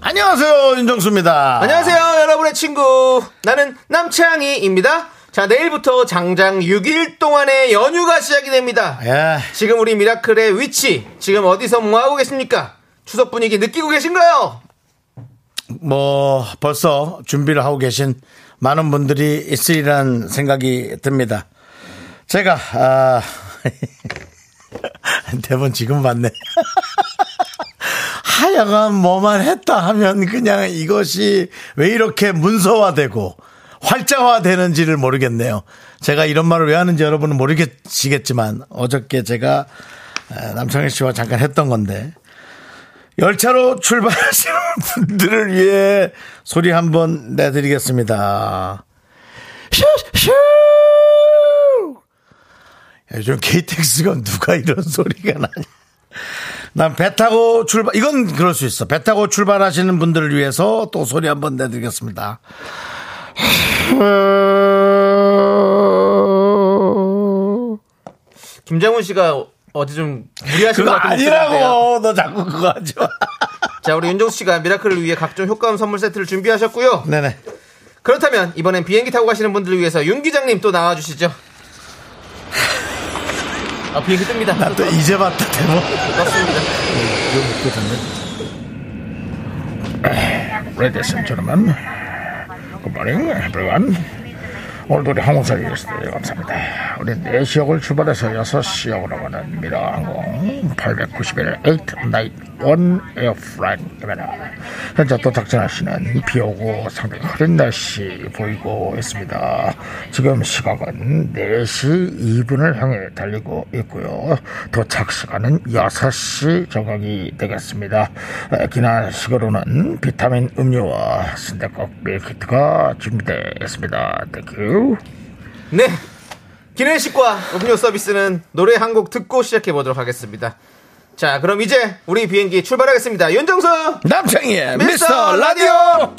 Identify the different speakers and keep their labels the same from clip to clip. Speaker 1: 안녕하세요 윤정수입니다.
Speaker 2: 안녕하세요, 여러분의 친구. 나는 남창희입니다. 자, 내일부터 장장 6일 동안의 연휴가 시작이 됩니다.
Speaker 1: 예.
Speaker 2: 지금 우리 미라클의 위치, 지금 어디서 뭐하고 계십니까? 추석 분위기 느끼고 계신가요?
Speaker 1: 뭐 벌써 준비를 하고 계신 많은 분들이 있으리란 생각이 듭니다. 제가 아, 대본 지금 봤네. 하여간 뭐만 했다 하면 그냥 이것이 왜 이렇게 문서화되고 활자화되는지를 모르겠네요. 제가 이런 말을 왜 하는지 여러분은 모르겠지만 어저께 제가 아, 남창희 씨와 잠깐 했던 건데 열차로 출발하시는 분들을 위해 소리 한번 내드리겠습니다. 슈, 슈! 요즘 KTX가 누가 이런 소리가 나냐. 난 배 타고 출발, 이건 그럴 수 있어. 배 타고 출발하시는 분들을 위해서 또 소리 한번 내드리겠습니다.
Speaker 3: 어.
Speaker 2: 김장훈 씨가 어제 좀 무리하신
Speaker 1: 그거
Speaker 2: 것 같은 목소리 같아요.
Speaker 1: 아니라고! 너 자꾸 그거 하지 마.
Speaker 2: 자, 우리 윤정수 씨가 미라클을 위해 각종 효과음 선물 세트를 준비하셨고요.
Speaker 1: 네네.
Speaker 2: 그렇다면 이번엔 비행기 타고 가시는 분들을 위해서 윤 기장님 또 나와주시죠. 아, 비행기 뜹니다.
Speaker 1: 나 또 이제 봤다, 대본.
Speaker 2: 떴습니다.
Speaker 4: 예, Ladies and gentlemen, good morning, everyone. 오늘도 우리 항공사에 계셨어요. 감사합니다. 우리 4시역을 출발해서 6시역으로 가는 미라항공 891 891 에어프라이트입니다. 현재 도착전하시는 비 오고 상당히 흐린 날씨 보이고 있습니다. 지금 시각은 4시 2분을 향해 달리고 있고요. 도착 시간은 6시 정각이 되겠습니다. 에, 기내식으로는 비타민 음료와 순대국 밀키트가 준비되어 있습니다. 땡큐.
Speaker 2: 네. 기내식과 음료 서비스는 노래 한 곡 듣고 시작해 보도록 하겠습니다. 자, 그럼 이제 우리 비행기 출발하겠습니다. 윤정수!
Speaker 1: 남창희의 미스터
Speaker 2: 미스터
Speaker 1: 라디오!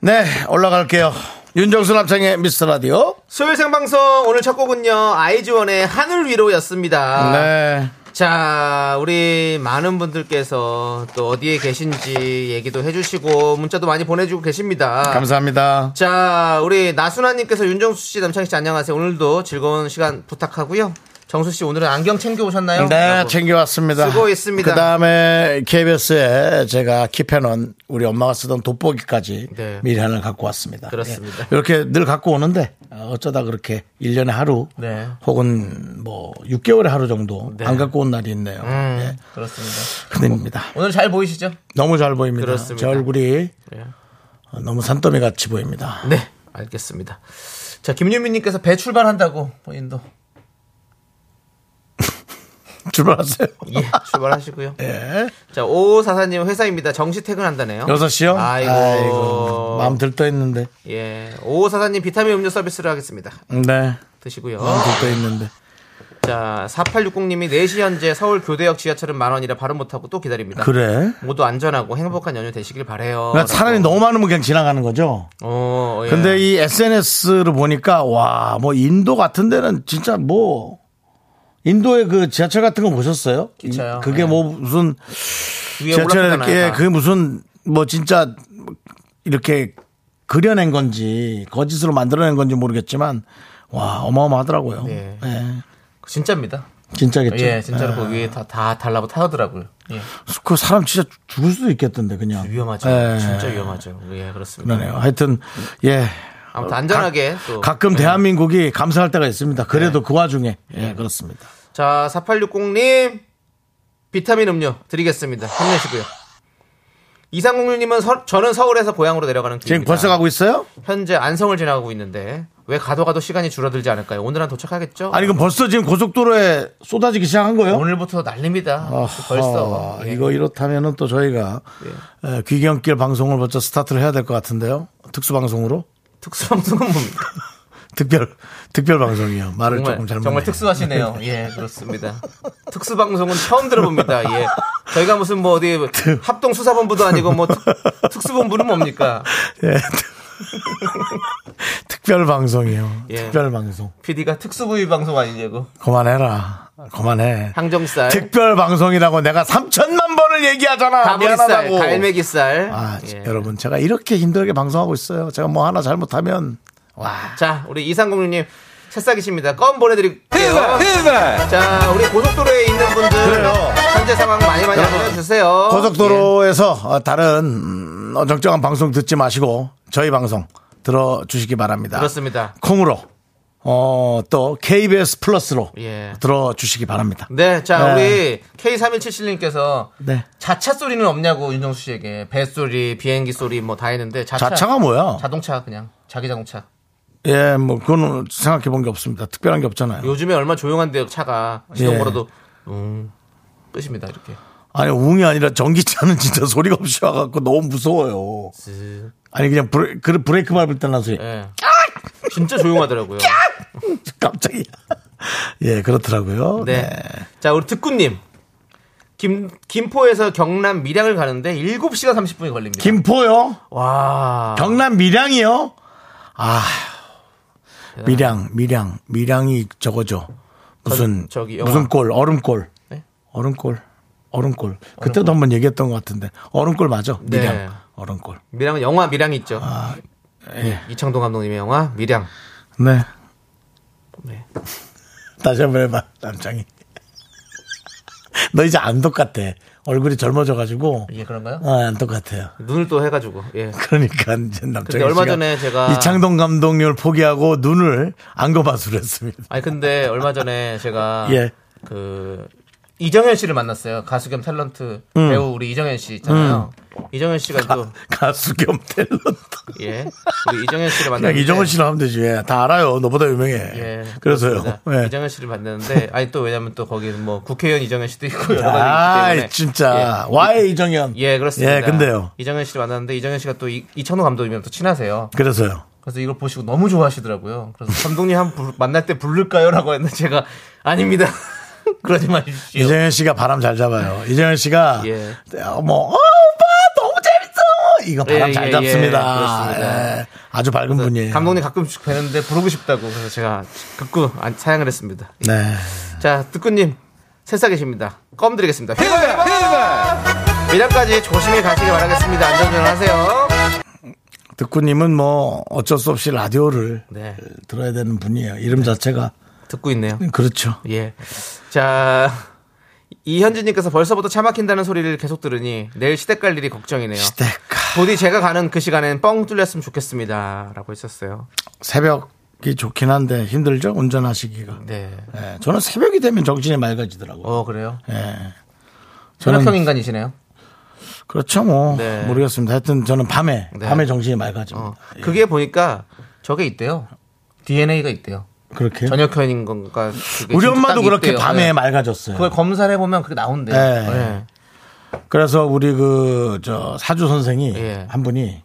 Speaker 1: 네, 올라갈게요. 윤정수 남창희의 미스터 라디오.
Speaker 2: 수요일 생방송 오늘 첫 곡은요, 아이즈원의 하늘 위로였습니다.
Speaker 1: 네.
Speaker 2: 자, 우리 많은 분들께서 또 어디에 계신지 얘기도 해주시고, 문자도 많이 보내주고 계십니다.
Speaker 1: 감사합니다.
Speaker 2: 자, 우리 나순아님께서 윤정수 씨, 남창희 씨 안녕하세요. 오늘도 즐거운 시간 부탁하고요. 정수 씨 오늘은 안경 챙겨 오셨나요?
Speaker 1: 네,
Speaker 2: 라고.
Speaker 1: 챙겨왔습니다.
Speaker 2: 수고했습니다.
Speaker 1: 그 다음에 KBS에 제가 킵해놓은 우리 엄마가 쓰던 돋보기까지
Speaker 2: 네.
Speaker 1: 미리 하나 갖고 왔습니다.
Speaker 2: 그렇습니다.
Speaker 1: 예. 이렇게 늘 갖고 오는데 어, 어쩌다 그렇게 1년에 하루
Speaker 2: 네.
Speaker 1: 혹은 뭐 6개월에 하루 정도 안 갖고 온 날이 있네요.
Speaker 2: 음,
Speaker 1: 예.
Speaker 2: 그렇습니다.
Speaker 1: 큰일입니다.
Speaker 2: 오늘 잘 보이시죠?
Speaker 1: 너무 잘 보입니다.
Speaker 2: 그렇습니다.
Speaker 1: 제 얼굴이
Speaker 2: 그래요.
Speaker 1: 어, 너무 산더미 같이 보입니다.
Speaker 2: 네, 알겠습니다. 자, 김윤민님께서 배 출발한다고 본인도
Speaker 1: 출발하세요.
Speaker 2: 예 출발하시고요.
Speaker 1: 예.
Speaker 2: 네. 자, 오사사님 회사입니다. 정시 퇴근한다네요.
Speaker 1: 6시요?
Speaker 2: 아이고,
Speaker 1: 마음 들떠 있는데.
Speaker 2: 예, 오사사님 비타민 음료 서비스를 하겠습니다.
Speaker 1: 네.
Speaker 2: 드시고요.
Speaker 1: 마음 들떠 있는데.
Speaker 2: 자, 4860님이 4시 현재 서울 교대역 지하철은 만 원이라 발음 못하고 또 기다립니다.
Speaker 1: 그래.
Speaker 2: 모두 안전하고 행복한 연휴 되시길 바래요.
Speaker 1: 그러니까 사람이
Speaker 2: 라고.
Speaker 1: 너무 많으면 그냥 지나가는 거죠.
Speaker 2: 어, 예.
Speaker 1: 근데 이 SNS를 보니까 와 뭐 인도 같은 데는 진짜 뭐 인도의 그 지하철 같은 거 보셨어요?
Speaker 2: 기차요.
Speaker 1: 그게
Speaker 2: 네.
Speaker 1: 뭐 무슨
Speaker 2: 위에
Speaker 1: 지하철에
Speaker 2: 올라가잖아요,
Speaker 1: 이렇게
Speaker 2: 다.
Speaker 1: 그게 무슨 뭐 진짜 이렇게 그려낸 건지 거짓으로 만들어낸 건지 모르겠지만 와 어마어마하더라고요.
Speaker 2: 네.
Speaker 1: 예.
Speaker 2: 진짜입니다.
Speaker 1: 진짜겠죠.
Speaker 2: 예, 진짜로
Speaker 1: 예.
Speaker 2: 그 위에 다, 다 달라붙어 타더라고요. 예.
Speaker 1: 그 사람 진짜 죽을 수도 있겠던데 그냥
Speaker 2: 네, 위험하죠.
Speaker 1: 예.
Speaker 2: 진짜 위험하죠. 예, 그렇습니다.
Speaker 1: 그러네요. 하여튼 예
Speaker 2: 아무튼 안전하게 또.
Speaker 1: 가끔 대한민국이 감사할 때가 있습니다. 그래도
Speaker 2: 네.
Speaker 1: 그 와중에 예 그렇습니다.
Speaker 2: 자, 4860님, 비타민 음료 드리겠습니다. 힘내시고요. 이상공유님은 서- 저는 서울에서 고향으로 내려가는 길입니다.
Speaker 1: 지금 벌써 가고 있어요?
Speaker 2: 현재 안성을 지나가고 있는데 왜 가도 가도 시간이 줄어들지 않을까요? 오늘 한 도착하겠죠?
Speaker 1: 아니 그럼 벌써 지금 고속도로에 쏟아지기 시작한 거예요? 아,
Speaker 2: 오늘부터 난립니다. 벌써. 네.
Speaker 1: 아하,
Speaker 2: 예.
Speaker 1: 이거 이렇다면은 또 저희가 에, 귀경길 방송을 먼저 스타트를 해야 될 것 같은데요. 특수 방송으로
Speaker 2: 특수방송은 뭡니까?
Speaker 1: 특별 특별 방송이요. 말을 조금
Speaker 2: 정말,
Speaker 1: 잘못
Speaker 2: 정말 특수하시네요. 예, 그렇습니다. 특수방송은 처음 들어봅니다. 예. 저희가 무슨 뭐 어디 합동수사본부도 아니고 뭐 특- 특수본부는 뭡니까?
Speaker 1: 예. 특별 방송이요.
Speaker 2: 예.
Speaker 1: 특별 방송.
Speaker 2: PD가 특수부위 방송 아니냐고.
Speaker 1: 그만해라. 그만해.
Speaker 2: 항정살,
Speaker 1: 특별 방송이라고 내가 3천만 번을 얘기하잖아.
Speaker 2: 가브리살,
Speaker 1: 미안하다고.
Speaker 2: 갈매기살.
Speaker 1: 아,
Speaker 2: 예.
Speaker 1: 여러분 제가 이렇게 힘들게 방송하고 있어요. 제가 뭐 하나 잘못하면 와.
Speaker 2: 자, 우리 이상공님 새싹이십니다. 껌 보내드릴게요. 자, 우리 고속도로에 있는 분들
Speaker 1: 그래요.
Speaker 2: 현재 상황 많이 많이 알려주세요. 예,
Speaker 1: 고속도로에서 어, 다른 음, 어정쩡한 방송 듣지 마시고 저희 방송 들어주시기 바랍니다.
Speaker 2: 예, 그렇습니다.
Speaker 1: 콩으로 어, 또 KBS 플러스로
Speaker 2: 예.
Speaker 1: 들어주시기 바랍니다.
Speaker 2: 네,
Speaker 1: 네.
Speaker 2: 자 우리 K3177님께서
Speaker 1: 네.
Speaker 2: 자차 소리는 없냐고 윤정수 씨에게 배 소리, 비행기 소리 뭐 다 했는데 자차,
Speaker 1: 자차가 뭐야?
Speaker 2: 자동차 그냥 자기 자동차.
Speaker 1: 예, 뭐 그거는 생각해 본 게 없습니다. 특별한 게 없잖아요.
Speaker 2: 요즘에 얼마 조용한데요 차가
Speaker 1: 예.
Speaker 2: 시동 걸어도 음 끝입니다 이렇게.
Speaker 1: 아니 웅이 아니라 전기차는 진짜 소리가 없이 와갖고 너무 무서워요.
Speaker 2: 쓱.
Speaker 1: 아니 그냥 브레, 그 브레이크 밟을 때나 소리.
Speaker 2: 예. 진짜 조용하더라고요.
Speaker 1: 깜짝이야. 예, 그렇더라고요.
Speaker 2: 네. 자 우리 특구님. 김, 김포에서 경남 밀양을 가는데 7시간 30분이 걸립니다.
Speaker 1: 김포요.
Speaker 2: 와.
Speaker 1: 경남 밀양이요. 아, 밀양, 밀양, 밀양이 저거죠. 무슨
Speaker 2: 저- 저기 영화.
Speaker 1: 무슨 골, 얼음골,
Speaker 2: 네?
Speaker 1: 얼음골, 얼음골. 그때도 한번 얘기했던 것 같은데 얼음골 맞아.
Speaker 2: 네.
Speaker 1: 밀양, 얼음골.
Speaker 2: 밀양은 영화 밀양이 있죠.
Speaker 1: 예.
Speaker 2: 이창동 감독님의 영화 밀양.
Speaker 1: 네.
Speaker 2: 네.
Speaker 1: 다시 한번 해봐, 남창이. 너 이제 안 똑같아. 얼굴이 젊어져가지고.
Speaker 2: 예, 그런가요?
Speaker 1: 아, 안 똑같아요.
Speaker 2: 눈을 또 해가지고 예.
Speaker 1: 그러니까 이제 남창이
Speaker 2: 근데 얼마
Speaker 1: 씨가
Speaker 2: 전에 제가-
Speaker 1: 이창동 감독님을 포기하고 눈을 안검하술했습니다.
Speaker 2: 아니 근데 얼마 전에 제가
Speaker 1: 예.
Speaker 2: 그 이정현 씨를 만났어요 가수 겸 탤런트 배우 우리 이정현 씨 있잖아요 이정현 씨가 또
Speaker 1: 음. 가수 겸 탤런트.
Speaker 2: 예. 우리 이정현
Speaker 1: 그냥
Speaker 2: 씨를 만났는데
Speaker 1: 이정은 씨로 하면 되지. 예, 다 알아요. 너보다 유명해.
Speaker 2: 예,
Speaker 1: 그래서요.
Speaker 2: 그렇습니다.
Speaker 1: 예.
Speaker 2: 이정현 씨를 만났는데 아니 또 왜냐면 또 거기 뭐 국회의원 이정현 씨도 있고 여러 가지 있기
Speaker 1: 아,
Speaker 2: 때문에
Speaker 1: 진짜.
Speaker 2: 예.
Speaker 1: 와의 이정현.
Speaker 2: 예, 그렇습니다.
Speaker 1: 예, 근데요.
Speaker 2: 이정현 씨를 만났는데 이정현 씨가 또 이, 이천호 감독님이랑 또 친하세요.
Speaker 1: 그래서요.
Speaker 2: 그래서 이걸 보시고 너무 좋아하시더라고요. 그래서 감독님 한 부- 만날 때 부를까요라고 했는데 제가 아닙니다. 그러지 마십시오.
Speaker 1: 이정현 씨가 바람 잘 잡아요. 이정현 씨가
Speaker 2: 예.
Speaker 1: 어, 뭐, 어, 오빠, 너무 재밌어! 이거 바람
Speaker 2: 예,
Speaker 1: 잘
Speaker 2: 예, 예,
Speaker 1: 잡습니다.
Speaker 2: 그렇습니다.
Speaker 1: 예, 아주 밝은 분이에요.
Speaker 2: 감독님 가끔씩 뵈는데 부르고 싶다고 그래서 제가 극구 안- 사양을 했습니다.
Speaker 1: 네.
Speaker 2: 자, 득구님 새싹이십니다. 껌 드리겠습니다. 휘발! 휘발! 미라까지 조심히 가시길 바라겠습니다. 안전운전하세요.
Speaker 1: 득구님은 뭐 어쩔 수 없이 라디오를
Speaker 2: 네,
Speaker 1: 들어야 되는 분이에요. 이름 자체가.
Speaker 2: 듣고 있네요.
Speaker 1: 그렇죠.
Speaker 2: 예. 자, 이현진님께서 벌써부터 차 막힌다는 소리를 계속 들으니 내일 시댁 갈 일이 걱정이네요.
Speaker 1: 시댁가.
Speaker 2: 부디 제가 가는 그 시간엔 뻥 뚫렸으면 좋겠습니다. 라고 했었어요.
Speaker 1: 새벽이 좋긴 한데 힘들죠? 운전하시기가.
Speaker 2: 네.
Speaker 1: 예, 저는 새벽이 되면 정신이 맑아지더라고요.
Speaker 2: 어, 그래요?
Speaker 1: 예.
Speaker 2: 전역형
Speaker 1: 저는
Speaker 2: 인간이시네요.
Speaker 1: 그렇죠 뭐
Speaker 2: 네.
Speaker 1: 모르겠습니다. 하여튼 저는 밤에
Speaker 2: 네.
Speaker 1: 밤에 정신이 맑아집니다.
Speaker 2: 어, 그게 보니까 저게 있대요. DNA가 있대요.
Speaker 1: 그렇게
Speaker 2: 전역형인 건가? 그게
Speaker 1: 예? 우리
Speaker 2: 진짜
Speaker 1: 엄마도
Speaker 2: 딱
Speaker 1: 그렇게
Speaker 2: 있대요.
Speaker 1: 밤에 예.
Speaker 2: 네.
Speaker 1: 맑아졌어요.
Speaker 2: 그걸 검사를 해보면 그게 나온대요. 예.
Speaker 1: 네. 그래서 우리 그 저 사주 선생이
Speaker 2: 예.
Speaker 1: 한 분이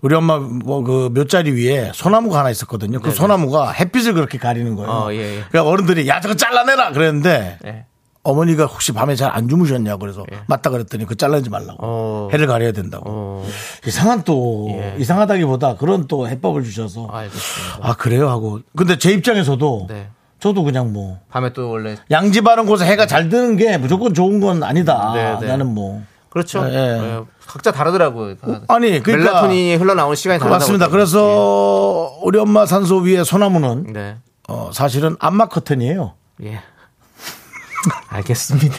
Speaker 1: 우리 엄마 뭐 그 묘자리 위에 소나무가 하나 있었거든요. 그 소나무가 햇빛을 그렇게 가리는 거예요.
Speaker 2: 어, 예, 예.
Speaker 1: 그러니까 어른들이 야 저거 잘라내라 그랬는데
Speaker 2: 네. 네.
Speaker 1: 어머니가 혹시 밤에 잘 안 주무셨냐고 그래서 맞다 그랬더니 그 잘라내지 말라고
Speaker 2: 예. 어.
Speaker 1: 해를 가려야 된다고
Speaker 2: 어,
Speaker 1: 이상한 또
Speaker 2: 예.
Speaker 1: 이상하다기보다 그런 또 해법을 주셔서
Speaker 2: 알겠습니다.
Speaker 1: 아 그래요 하고 근데 제 입장에서도
Speaker 2: 네.
Speaker 1: 저도 그냥 뭐
Speaker 2: 밤에 또 원래
Speaker 1: 양지 바른 곳에 해가 잘 드는 게 무조건 좋은 건 아니다
Speaker 2: 네, 네.
Speaker 1: 나는 뭐
Speaker 2: 그렇죠.
Speaker 1: 예, 예.
Speaker 2: 예, 각자 다르더라고요.
Speaker 1: 아니, 그러니까-
Speaker 2: 멜라토닌이 흘러나오는 시간이 다르다.
Speaker 1: 맞습니다 그래서 우리 엄마 산소 위에 소나무는
Speaker 2: 예. 네.
Speaker 1: 어, 사실은 안마 커튼이에요
Speaker 2: 예. 알겠습니다.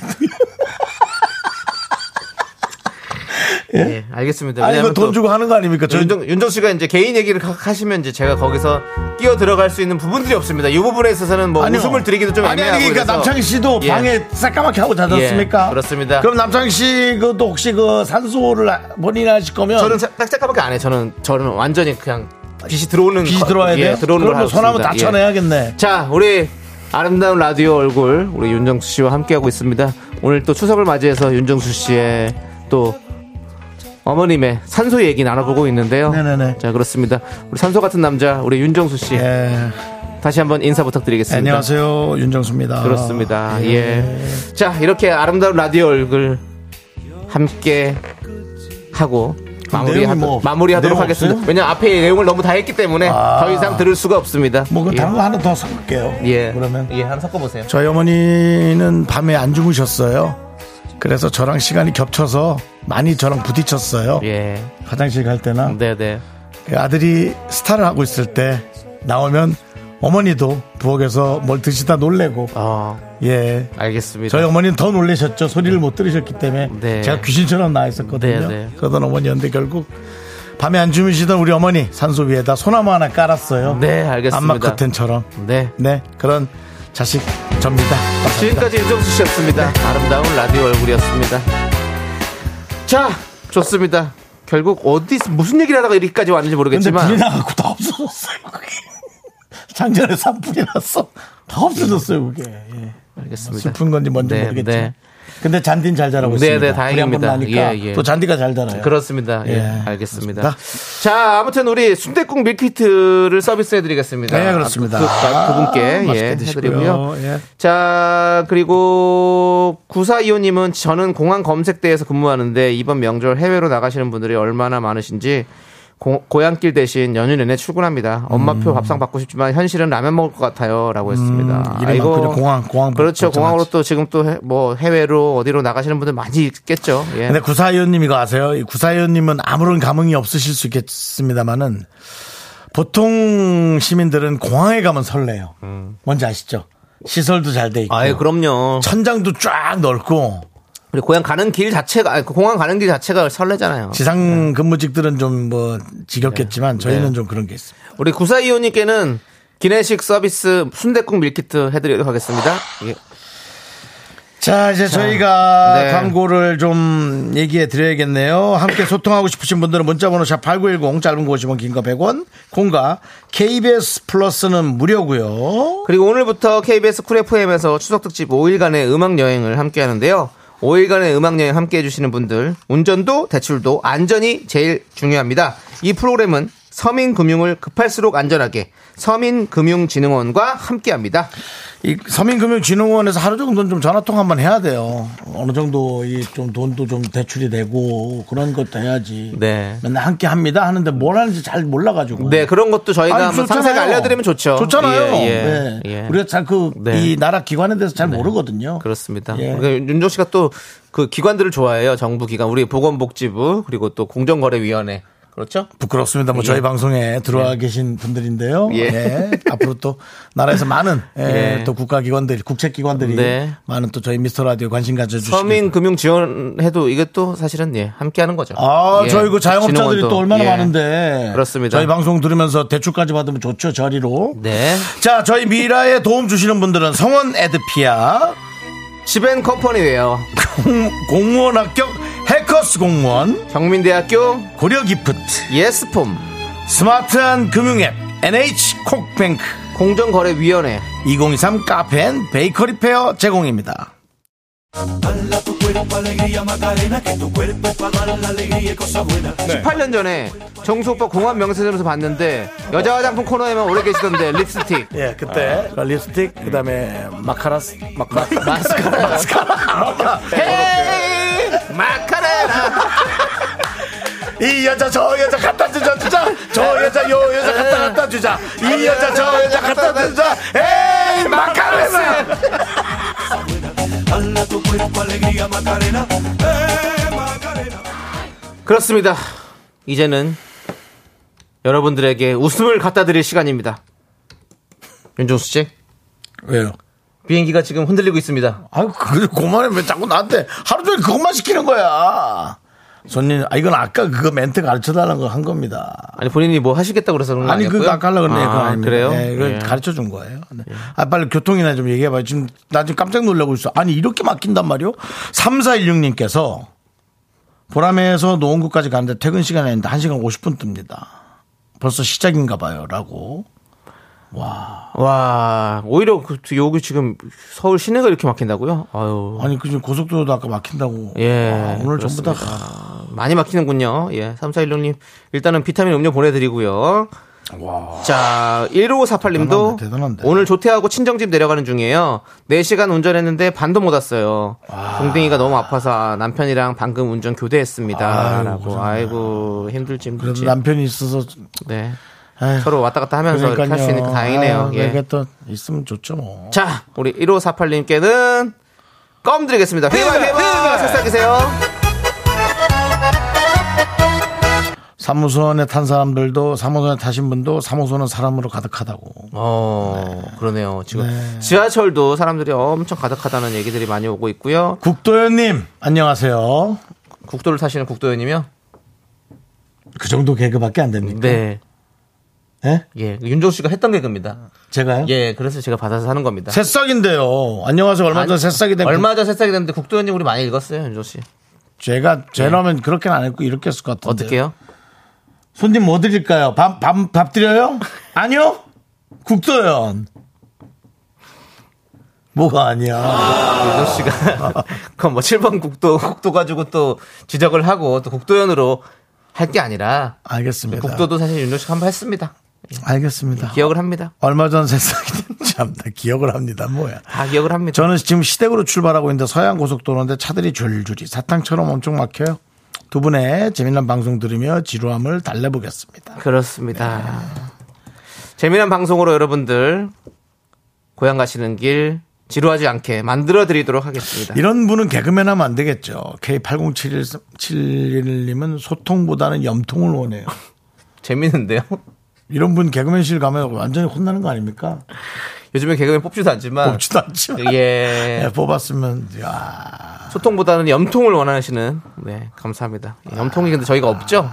Speaker 2: 예? 알겠습니다.
Speaker 1: 아니 이거
Speaker 2: 왜냐면
Speaker 1: 돈
Speaker 2: 또
Speaker 1: 주고 하는 거 아닙니까 저
Speaker 2: 윤정, 윤정 씨가 이제 개인 얘기를 하- 하시면 이제 제가 거기서 끼어 들어갈 수 있는 부분들이 없습니다. 이 부분에 있어서는 뭐
Speaker 1: 아니요.
Speaker 2: 웃음을 드리기도 좀
Speaker 1: 아니,
Speaker 2: 애매하고
Speaker 1: 아니, 그러니까
Speaker 2: 그래서-
Speaker 1: 남창희 씨도
Speaker 2: 예.
Speaker 1: 방에 새까맣게 하고 자지
Speaker 2: 예,
Speaker 1: 않습니까?
Speaker 2: 그렇습니다.
Speaker 1: 그럼 남창희 씨 그것도 혹시 그 산소를 본인이 하실 거면
Speaker 2: 저는 딱딱하밖에 안 해. 저는 저는 완전히 그냥 빛이 들어오는
Speaker 1: 빛이
Speaker 2: 거-
Speaker 1: 들어와야
Speaker 2: 예,
Speaker 1: 돼요.
Speaker 2: 들어오는 걸
Speaker 1: 그럼
Speaker 2: 하고
Speaker 1: 손하면
Speaker 2: 있습니다.
Speaker 1: 다 쳐내야겠네.
Speaker 2: 예. 자, 우리 아름다운 라디오 얼굴 우리 윤정수 씨와 함께하고 있습니다. 오늘 또 추석을 맞이해서 윤정수 씨의 또 어머님의 산소 얘기 나눠보고 있는데요.
Speaker 1: 네네네.
Speaker 2: 자, 그렇습니다. 우리 산소 같은 남자 우리 윤정수 씨
Speaker 1: 예.
Speaker 2: 다시 한번 인사 부탁드리겠습니다.
Speaker 1: 안녕하세요 아, 윤정수입니다.
Speaker 2: 그렇습니다. 예. 자, 이렇게 아름다운 라디오 얼굴 함께 하고 마무리하,
Speaker 1: 내용이 뭐,
Speaker 2: 마무리하도록
Speaker 1: 내용
Speaker 2: 하겠습니다.
Speaker 1: 없어요?
Speaker 2: 왜냐면 앞에 내용을 너무 다 했기 때문에
Speaker 1: 아.
Speaker 2: 더 이상 들을 수가 없습니다.
Speaker 1: 뭐 그럼
Speaker 2: 예.
Speaker 1: 다른 거 하나 더 섞을게요.
Speaker 2: 예.
Speaker 1: 그러면
Speaker 2: 예, 한번 섞어보세요.
Speaker 1: 저희 어머니는 밤에 안 주무셨어요. 그래서 저랑 시간이 겹쳐서 많이 저랑 부딪혔어요.
Speaker 2: 예.
Speaker 1: 화장실 갈 때나
Speaker 2: 네네.
Speaker 1: 그 아들이 스타를 하고 있을 때 나오면 어머니도 부엌에서 뭘 드시다 놀래고
Speaker 2: 어,
Speaker 1: 예
Speaker 2: 알겠습니다.
Speaker 1: 저희 어머니는 더 놀라셨죠 소리를 못 들으셨기 때문에
Speaker 2: 네.
Speaker 1: 제가 귀신처럼 나와 있었거든요
Speaker 2: 네, 네.
Speaker 1: 그러던 어머니였는데 결국 밤에 안 주무시던 우리 어머니 산소 위에다 소나무 하나 깔았어요
Speaker 2: 네, 알겠습니다.
Speaker 1: 암막 커튼처럼
Speaker 2: 네.
Speaker 1: 네 그런 자식 접니다 감사합니다.
Speaker 2: 지금까지 윤정수 씨였습니다. 아름다운 라디오 얼굴이었습니다. 자, 좋습니다. 결국 어디 무슨 얘기를 하다가 여기까지 왔는지
Speaker 1: 근데
Speaker 2: 모르겠지만
Speaker 1: 불이 나갖고 다 없어졌어요 그게 작년에 산불이 났어 다 없어졌어요 그게 예.
Speaker 2: 알겠습니다.
Speaker 1: 슬픈 건지 뭔지
Speaker 2: 네,
Speaker 1: 모르겠지.
Speaker 2: 네.
Speaker 1: 근데 잔디는 잘 자라고
Speaker 2: 네,
Speaker 1: 있습니다.
Speaker 2: 네, 다행입니다.
Speaker 1: 불이 한번 나니까
Speaker 2: 예, 예.
Speaker 1: 또 잔디가 잘 자라요.
Speaker 2: 그렇습니다. 예,
Speaker 1: 예,
Speaker 2: 알겠습니다.
Speaker 1: 그렇습니다.
Speaker 2: 자, 아무튼 우리 순대국 밀키트를 서비스해드리겠습니다.
Speaker 1: 네, 그렇습니다.
Speaker 2: 아, 그, 분께
Speaker 1: 맛있게
Speaker 2: 예,
Speaker 1: 드시고요.
Speaker 2: 해드리고요.
Speaker 1: 예.
Speaker 2: 자, 그리고 구사이오님은 저는 공항 검색대에서 근무하는데 이번 명절 해외로 나가시는 분들이 얼마나 많으신지 고, 고향길 대신 연휴 내내 출근합니다.
Speaker 1: 음.
Speaker 2: 엄마표 밥상 받고 싶지만 현실은 라면 먹을 것 같아요라고 했습니다.
Speaker 1: 일이 많군요. 공항, 공항
Speaker 2: 그렇죠.
Speaker 1: 걱정하지.
Speaker 2: 공항으로 또 지금 또 뭐 해외로 어디로 나가시는 분들 많이 있겠죠. 예.
Speaker 1: 근데 구사위원님 이거 아세요? 이 구사위원님은 아무런 감흥이 없으실 수 있겠습니다만은 보통 시민들은 공항에 가면 설레요. 뭔지 아시죠? 시설도 잘 돼 있고
Speaker 2: 음. 아예 그럼요.
Speaker 1: 천장도 쫙 넓고
Speaker 2: 우리 고향 가는 길 자체가 아니, 그 공항 가는 길 자체가 설레잖아요.
Speaker 1: 지상 근무직들은 좀 뭐 지겹겠지만 저희는
Speaker 2: 네.
Speaker 1: 좀 그런 게 있습니다.
Speaker 2: 우리 구사이오님께는 기내식 서비스 순대국 밀키트 해드리도록 하겠습니다. 예.
Speaker 1: 자, 이제 저희가
Speaker 2: 네.
Speaker 1: 광고를 좀 얘기해 드려야겠네요. 함께 소통하고 싶으신 분들은 문자번호 샵8910 짧은 거 50원, 긴 거 100원, 콩과 KBS 플러스는 무료고요
Speaker 2: 그리고 오늘부터 KBS 쿨 FM에서 추석 특집 5일간의 음악 여행을 함께 하는데요. 5일간의 음악 여행 함께 해주시는 분들 운전도 대출도 안전이 제일 중요합니다. 이 프로그램은 서민금융을 급할수록 안전하게 서민금융진흥원과 함께합니다.
Speaker 1: 이 서민금융진흥원에서 하루 정도는 좀 전화통화 한번 해야 돼요. 어느 정도 이 좀 돈도 좀 대출이 되고 그런 것도 해야지.
Speaker 2: 네.
Speaker 1: 맨날 함께 합니다 하는데 뭘 하는지 잘 몰라가지고.
Speaker 2: 네 그런 것도 저희가
Speaker 1: 아니,
Speaker 2: 한번
Speaker 1: 좋잖아요.
Speaker 2: 상세히 알려드리면 좋죠.
Speaker 1: 좋잖아요.
Speaker 2: 예, 예,
Speaker 1: 네.
Speaker 2: 예.
Speaker 1: 우리가 잘 그 이
Speaker 2: 네.
Speaker 1: 나라 기관에 대해서 잘 모르거든요.
Speaker 2: 그렇습니다.
Speaker 1: 예.
Speaker 2: 그러니까 윤종 씨가 또 그 기관들을 좋아해요. 정부 기관, 우리 보건복지부 그리고 또 공정거래위원회 그렇죠?
Speaker 1: 부끄럽습니다. 뭐 저희 방송에 들어와 계신 분들인데요.
Speaker 2: 예.
Speaker 1: 예. 앞으로 또 나라에서 많은 예,
Speaker 2: 예.
Speaker 1: 또 국가기관들, 국책기관들이
Speaker 2: 네.
Speaker 1: 많은 또 저희 미스터 라디오 관심 가져주시고.
Speaker 2: 서민금융지원해도 이게 또 사실은 예 함께하는 거죠.
Speaker 1: 아,
Speaker 2: 예.
Speaker 1: 저희 그 자영업자들이
Speaker 2: 진흥원도.
Speaker 1: 또 얼마나
Speaker 2: 예.
Speaker 1: 많은데.
Speaker 2: 그렇습니다.
Speaker 1: 저희 방송 들으면서 대출까지 받으면 좋죠, 저리로.
Speaker 2: 네.
Speaker 1: 자, 저희 미라에 도움 주시는 분들은 성원 에드피아,
Speaker 2: 시벤컴퍼니웨어,
Speaker 1: 공- 공무원 합격, 해커스 공무원,
Speaker 2: 경민대학교
Speaker 1: 고려 기프트,
Speaker 2: 예스폼,
Speaker 1: 스마트한 금융앱, NH 콕뱅크,
Speaker 2: 공정거래위원회
Speaker 1: 2023 카페 앤 베이커리 페어 제공입니다.
Speaker 2: 네. 18년 전에 정수 오빠 공항 명세점에서 봤는데 여자 화장품 코너에만 오래 계시던데 립스틱
Speaker 1: 예, 그때 립스틱, 그 다음에 마카라스, 마카라.
Speaker 2: 마스카라
Speaker 1: 마카라.
Speaker 2: 헤이 마카레나
Speaker 1: 이 여자 저 여자 갖다 주자 주자 저 여자 요 여자 갖다 갖다 주자 이 여자 저 여자 갖다 주자 에이 마카레나
Speaker 2: 그렇습니다. 이제는 여러분들에게 웃음을 갖다 드릴 시간입니다. 윤종수 씨,
Speaker 1: 왜요?
Speaker 2: 비행기가 지금 흔들리고 있습니다.
Speaker 1: 아유 그래 그만해 왜 자꾸 나한테 하루 종일 그것만 시키는 거야 손님 아 이건 아까 그거 멘트 가르쳐달라는 거 한 겁니다
Speaker 2: 아니 본인이 뭐 하시겠다고 그래서 그런 거
Speaker 1: 아니
Speaker 2: 아니었고요?
Speaker 1: 그거 아까 하려고 그랬네
Speaker 2: 아,
Speaker 1: 그거
Speaker 2: 그래요?
Speaker 1: 이걸
Speaker 2: 예.
Speaker 1: 가르쳐 준 거예요 네. 아 빨리 교통이나 좀 얘기해봐요 지금 나 지금 깜짝 놀라고 있어 아니 이렇게 막힌단 말이요 3416님께서 보라매에서 노원구까지 가는데 퇴근 시간이 아닌데 1시간 50분 뜹니다 벌써 시작인가 봐요. 라고.
Speaker 2: 와, 오히려 그, 여기 지금 서울 시내가 이렇게 막힌다고요? 아유.
Speaker 1: 아니, 그 지금 고속도로도 아까 막힌다고.
Speaker 2: 예,
Speaker 1: 아, 오늘 전부 다.
Speaker 2: 많이 막히는군요. 예. 3416님, 일단은 비타민 음료 보내드리고요.
Speaker 1: 와.
Speaker 2: 자, 1548님도
Speaker 1: 대단한데, 대단한데.
Speaker 2: 오늘 조퇴하고 친정집 내려가는 중이에요. 4시간 운전했는데 반도 못 왔어요.
Speaker 1: 아.
Speaker 2: 동댕이가 너무 아파서 남편이랑 방금 운전 교대했습니다.
Speaker 1: 아유,
Speaker 2: 라고. 아이고, 힘들지,
Speaker 1: 그래도
Speaker 2: 힘들지.
Speaker 1: 남편이 있어서.
Speaker 2: 네.
Speaker 1: 에휴,
Speaker 2: 서로 왔다 갔다 하면서 이렇게 할 수 있으니까 다행이네요.
Speaker 1: 아유, 그
Speaker 2: 예.
Speaker 1: 내가 또 있으면 좋죠, 뭐.
Speaker 2: 자, 우리 1548님께는 껌 드리겠습니다. 회바, 회바! 새싹이세요.
Speaker 1: 사무소원에 탄 사람들도, 사무소원에 타신 분도 사무소는 사람으로 가득하다고.
Speaker 2: 어, 그러네요. 지금 지하철도 사람들이 엄청 가득하다는 얘기들이 많이 오고 있고요.
Speaker 1: 국도현님, 안녕하세요.
Speaker 2: 국도를 타시는 국도연이며,
Speaker 1: 그 정도 개그밖에 안 됩니까?
Speaker 2: 네.
Speaker 1: 예?
Speaker 2: 예, 윤종 씨가 했던 개그입니다.
Speaker 1: 제가요?
Speaker 2: 예, 그래서 제가 받아서 하는 겁니다.
Speaker 1: 새싹인데요. 안녕하세요. 얼마 전
Speaker 2: 아니,
Speaker 1: 새싹이 된
Speaker 2: 얼마 전 새싹이 됐는데 국도연님 우리 많이 읽었어요, 윤종 씨.
Speaker 1: 제가 죄라면 그렇게는 안 했고 이렇게 했을 것 같은데.
Speaker 2: 예. 어떻게요?
Speaker 1: 손님 뭐 드릴까요? 밥, 밥, 밥 드려요? 아니요? 국도연. 뭐가 아니야.
Speaker 2: 윤종
Speaker 1: 아.
Speaker 2: 씨가 그럼 뭐 7번 국도 국도 가지고 또 지적을 하고 또 국도연으로 할 게 아니라
Speaker 1: 알겠습니다.
Speaker 2: 국도도 사실 윤종 씨가 한번 했습니다.
Speaker 1: 알겠습니다.
Speaker 2: 기억을 합니다.
Speaker 1: 얼마 전 새싹이 됐는지 합니다. 기억을 합니다. 뭐야.
Speaker 2: 다 기억을 합니다.
Speaker 1: 저는 지금 시댁으로 출발하고 있는데 서양 고속도로인데 차들이 줄줄이 사탕처럼 엄청 막혀요. 두 분의 재미난 방송 들으며 지루함을 달래보겠습니다.
Speaker 2: 그렇습니다.
Speaker 1: 네.
Speaker 2: 재미난 방송으로 여러분들 고향 가시는 길 지루하지 않게 만들어 드리도록 하겠습니다.
Speaker 1: 이런 분은 개그맨 하면 안 되겠죠. K8071님은 소통보다는 염통을 원해요.
Speaker 2: 재밌는데요.
Speaker 1: 이런 분 개그맨실 가면 완전히 혼나는 거 아닙니까?
Speaker 2: 요즘에 개그맨 뽑지도 않지만
Speaker 1: 뽑지도 않지만.
Speaker 2: 예.
Speaker 1: 예, 뽑았으면, 야
Speaker 2: 소통보다는 염통을 원하시는 네 감사합니다.
Speaker 1: 아.
Speaker 2: 예, 염통이 근데 저희가 없죠.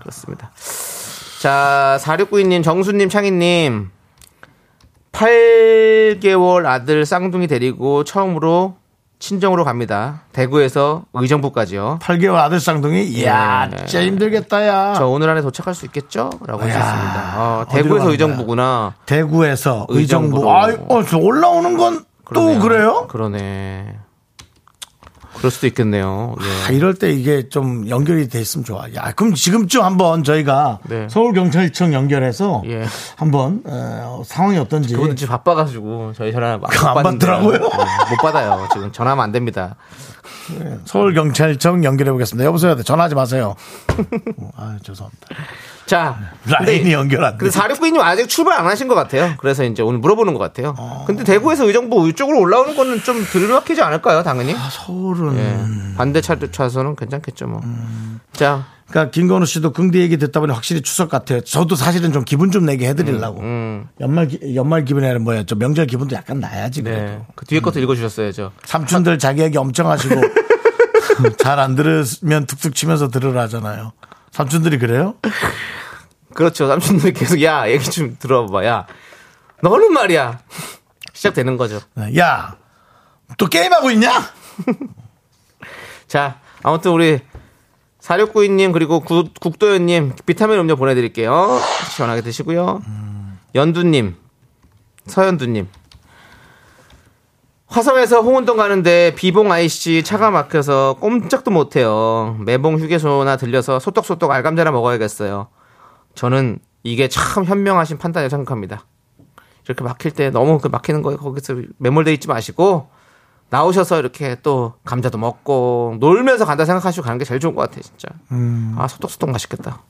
Speaker 2: 그렇습니다. 자 4692님 정수님 창희님 8개월 아들 쌍둥이 데리고 처음으로 친정으로 갑니다. 대구에서 의정부까지요.
Speaker 1: 8개월 아들 쌍둥이? 이야,
Speaker 2: 네.
Speaker 1: 진짜 힘들겠다, 야.
Speaker 2: 저 오늘 안에 도착할 수 있겠죠? 라고
Speaker 1: 이야,
Speaker 2: 하셨습니다. 어,
Speaker 1: 아. 어디로 가는
Speaker 2: 대구에서
Speaker 1: 거야?
Speaker 2: 의정부구나.
Speaker 1: 대구에서 의정부.
Speaker 2: 의정부로.
Speaker 1: 아이, 어, 저 올라오는 건 또
Speaker 2: 그러네요.
Speaker 1: 그래요?
Speaker 2: 그러네. 그럴 수도 있겠네요. 예.
Speaker 1: 아, 이럴 때 이게 좀 연결이 돼 있으면 좋아. 야, 그럼 지금쯤 한번 저희가
Speaker 2: 네.
Speaker 1: 서울경찰청 연결해서
Speaker 2: 예.
Speaker 1: 한번 어, 상황이 어떤지
Speaker 2: 그분은 지금 바빠가지고 저희 전화 안,
Speaker 1: 그거 안
Speaker 2: 받는데요.
Speaker 1: 받더라고요?
Speaker 2: 네, 못 받아요. 지금 전화하면 안 됩니다.
Speaker 1: 서울경찰청 연결해 보겠습니다. 여보세요. 네, 전화하지 마세요. 어, 아, 죄송합니다.
Speaker 2: 자.
Speaker 1: 라인이
Speaker 2: 근데,
Speaker 1: 연결 안 돼.
Speaker 2: 근데 4692님 아직 출발 안 하신 것 같아요. 그래서 이제 오늘 물어보는 것 같아요. 근데 대구에서 의정부 이쪽으로 올라오는 거는 좀 들막히지 않을까요? 당연히.
Speaker 1: 아, 서울은
Speaker 2: 예.
Speaker 1: 음.
Speaker 2: 반대 차, 차선은 괜찮겠죠 뭐. 자.
Speaker 1: 그러니까 김건우 씨도 긍디 얘기 듣다 보니 확실히 추석 같아요. 저도 사실은 좀 기분 좀 내게 해드리려고 연말 기- 연말 기분이 아니라 뭐야 저 명절 기분도 약간 나야지 그래도
Speaker 2: 네. 그 뒤에
Speaker 1: 음.
Speaker 2: 것도 읽어주셨어야죠.
Speaker 1: 삼촌들 자기 얘기 엄청 하시고 잘 안 들으면 툭툭 치면서 들으라 하잖아요. 삼촌들이 그래요?
Speaker 2: 그렇죠. 삼촌들이 계속 야 얘기 좀 들어봐. 야 너는 말이야 시작되는 거죠.
Speaker 1: 네. 야, 또 게임하고 있냐?
Speaker 2: 자 아무튼 우리 4692님 그리고 구- 국도연님 비타민 음료 보내드릴게요. 시원하게 드시고요. 연두님 서연두님 화성에서 홍은동 가는데 비봉 아이씨 차가 막혀서 꼼짝도 못해요. 매봉 휴게소나 들려서 소떡소떡 알감자나 먹어야겠어요. 저는 이게 참 현명하신 판단이라고 생각합니다. 이렇게 막힐 때 너무 그 막히는 거에 거기서 매몰돼 있지 마시고 나오셔서 이렇게 또 감자도 먹고 놀면서 간다 생각하시고 가는 게 제일 좋은 것 같아요, 진짜. 아 소떡소떡 맛있겠다.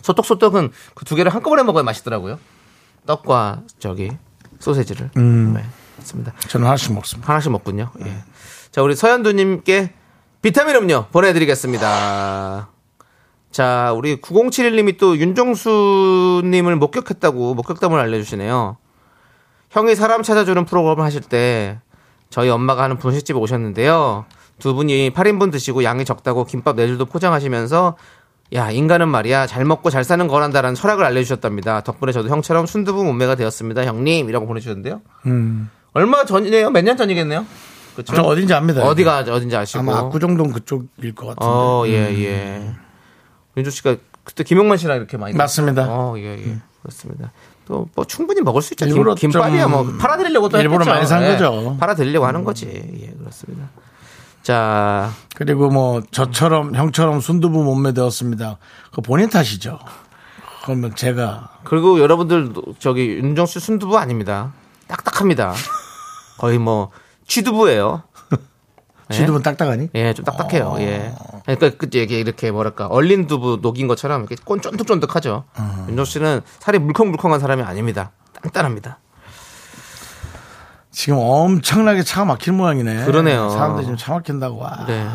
Speaker 2: 소떡소떡은 그 두 개를 한꺼번에 먹어야 맛있더라고요. 떡과 저기 소세지를. 네, 맞습니다.
Speaker 1: 저는 하나씩 먹습니다.
Speaker 2: 하나씩 먹군요. 예. 자, 우리 서현두님께 비타민 음료 보내드리겠습니다. 자, 우리 9071님이 또 윤종수님을 목격했다고 목격담을 알려주시네요. 형이 사람 찾아주는 프로그램을 하실 때 저희 엄마가 하는 분식집에 오셨는데요. 두 분이 8인분 드시고 양이 적다고 김밥 4줄도 포장하시면서 야, 인간은 말이야. 잘 먹고 잘 사는 거란다라는 철학을 알려주셨답니다. 덕분에 저도 형처럼 순두부 몸매가 되었습니다. 형님. 이라고 보내주셨는데요. 얼마 전이네요? 몇 년 전이겠네요? 그쵸?
Speaker 1: 저 어딘지 압니다.
Speaker 2: 어디가 어딘지 아시고
Speaker 1: 아마 압구정동 그쪽일 것 네. 같은데. 음.
Speaker 2: 어, 예, 예. 윤조 씨가 그때 김용만 씨랑 이렇게 많이.
Speaker 1: 맞습니다. 음.
Speaker 2: 어, 예, 예. 그렇습니다. 또 뭐 충분히 먹을 수 있죠.
Speaker 1: 일부러
Speaker 2: 김, 김밥이야
Speaker 1: 좀
Speaker 2: 뭐 팔아 드리려고 또
Speaker 1: 일부러
Speaker 2: 했겠죠.
Speaker 1: 많이 산
Speaker 2: 예,
Speaker 1: 거죠. 음.
Speaker 2: 팔아 드리려고 하는 거지. 예, 그렇습니다. 자,
Speaker 1: 그리고 뭐 저처럼 형처럼 순두부 몸매 되었습니다. 그거 본인 탓이죠. 그러면 제가
Speaker 2: 그리고 여러분들 저기 윤정수 순두부 아닙니다. 딱딱합니다. 거의 뭐 취두부예요. 예?
Speaker 1: 지두분 딱딱하니?
Speaker 2: 예, 좀
Speaker 1: 어.
Speaker 2: 딱딱해요. 예. 그러니까 그 이게 이렇게 뭐랄까 얼린 두부 녹인 것처럼 이렇게 꼰 쫀득쫀득하죠.
Speaker 1: 음.
Speaker 2: 윤정 씨는 살이 물컹물컹한 사람이 아닙니다. 단단합니다.
Speaker 1: 지금 엄청나게 차가 막힌 모양이네.
Speaker 2: 그러네요.
Speaker 1: 사람들이 지금 차 막힌다고. 와.
Speaker 2: 네.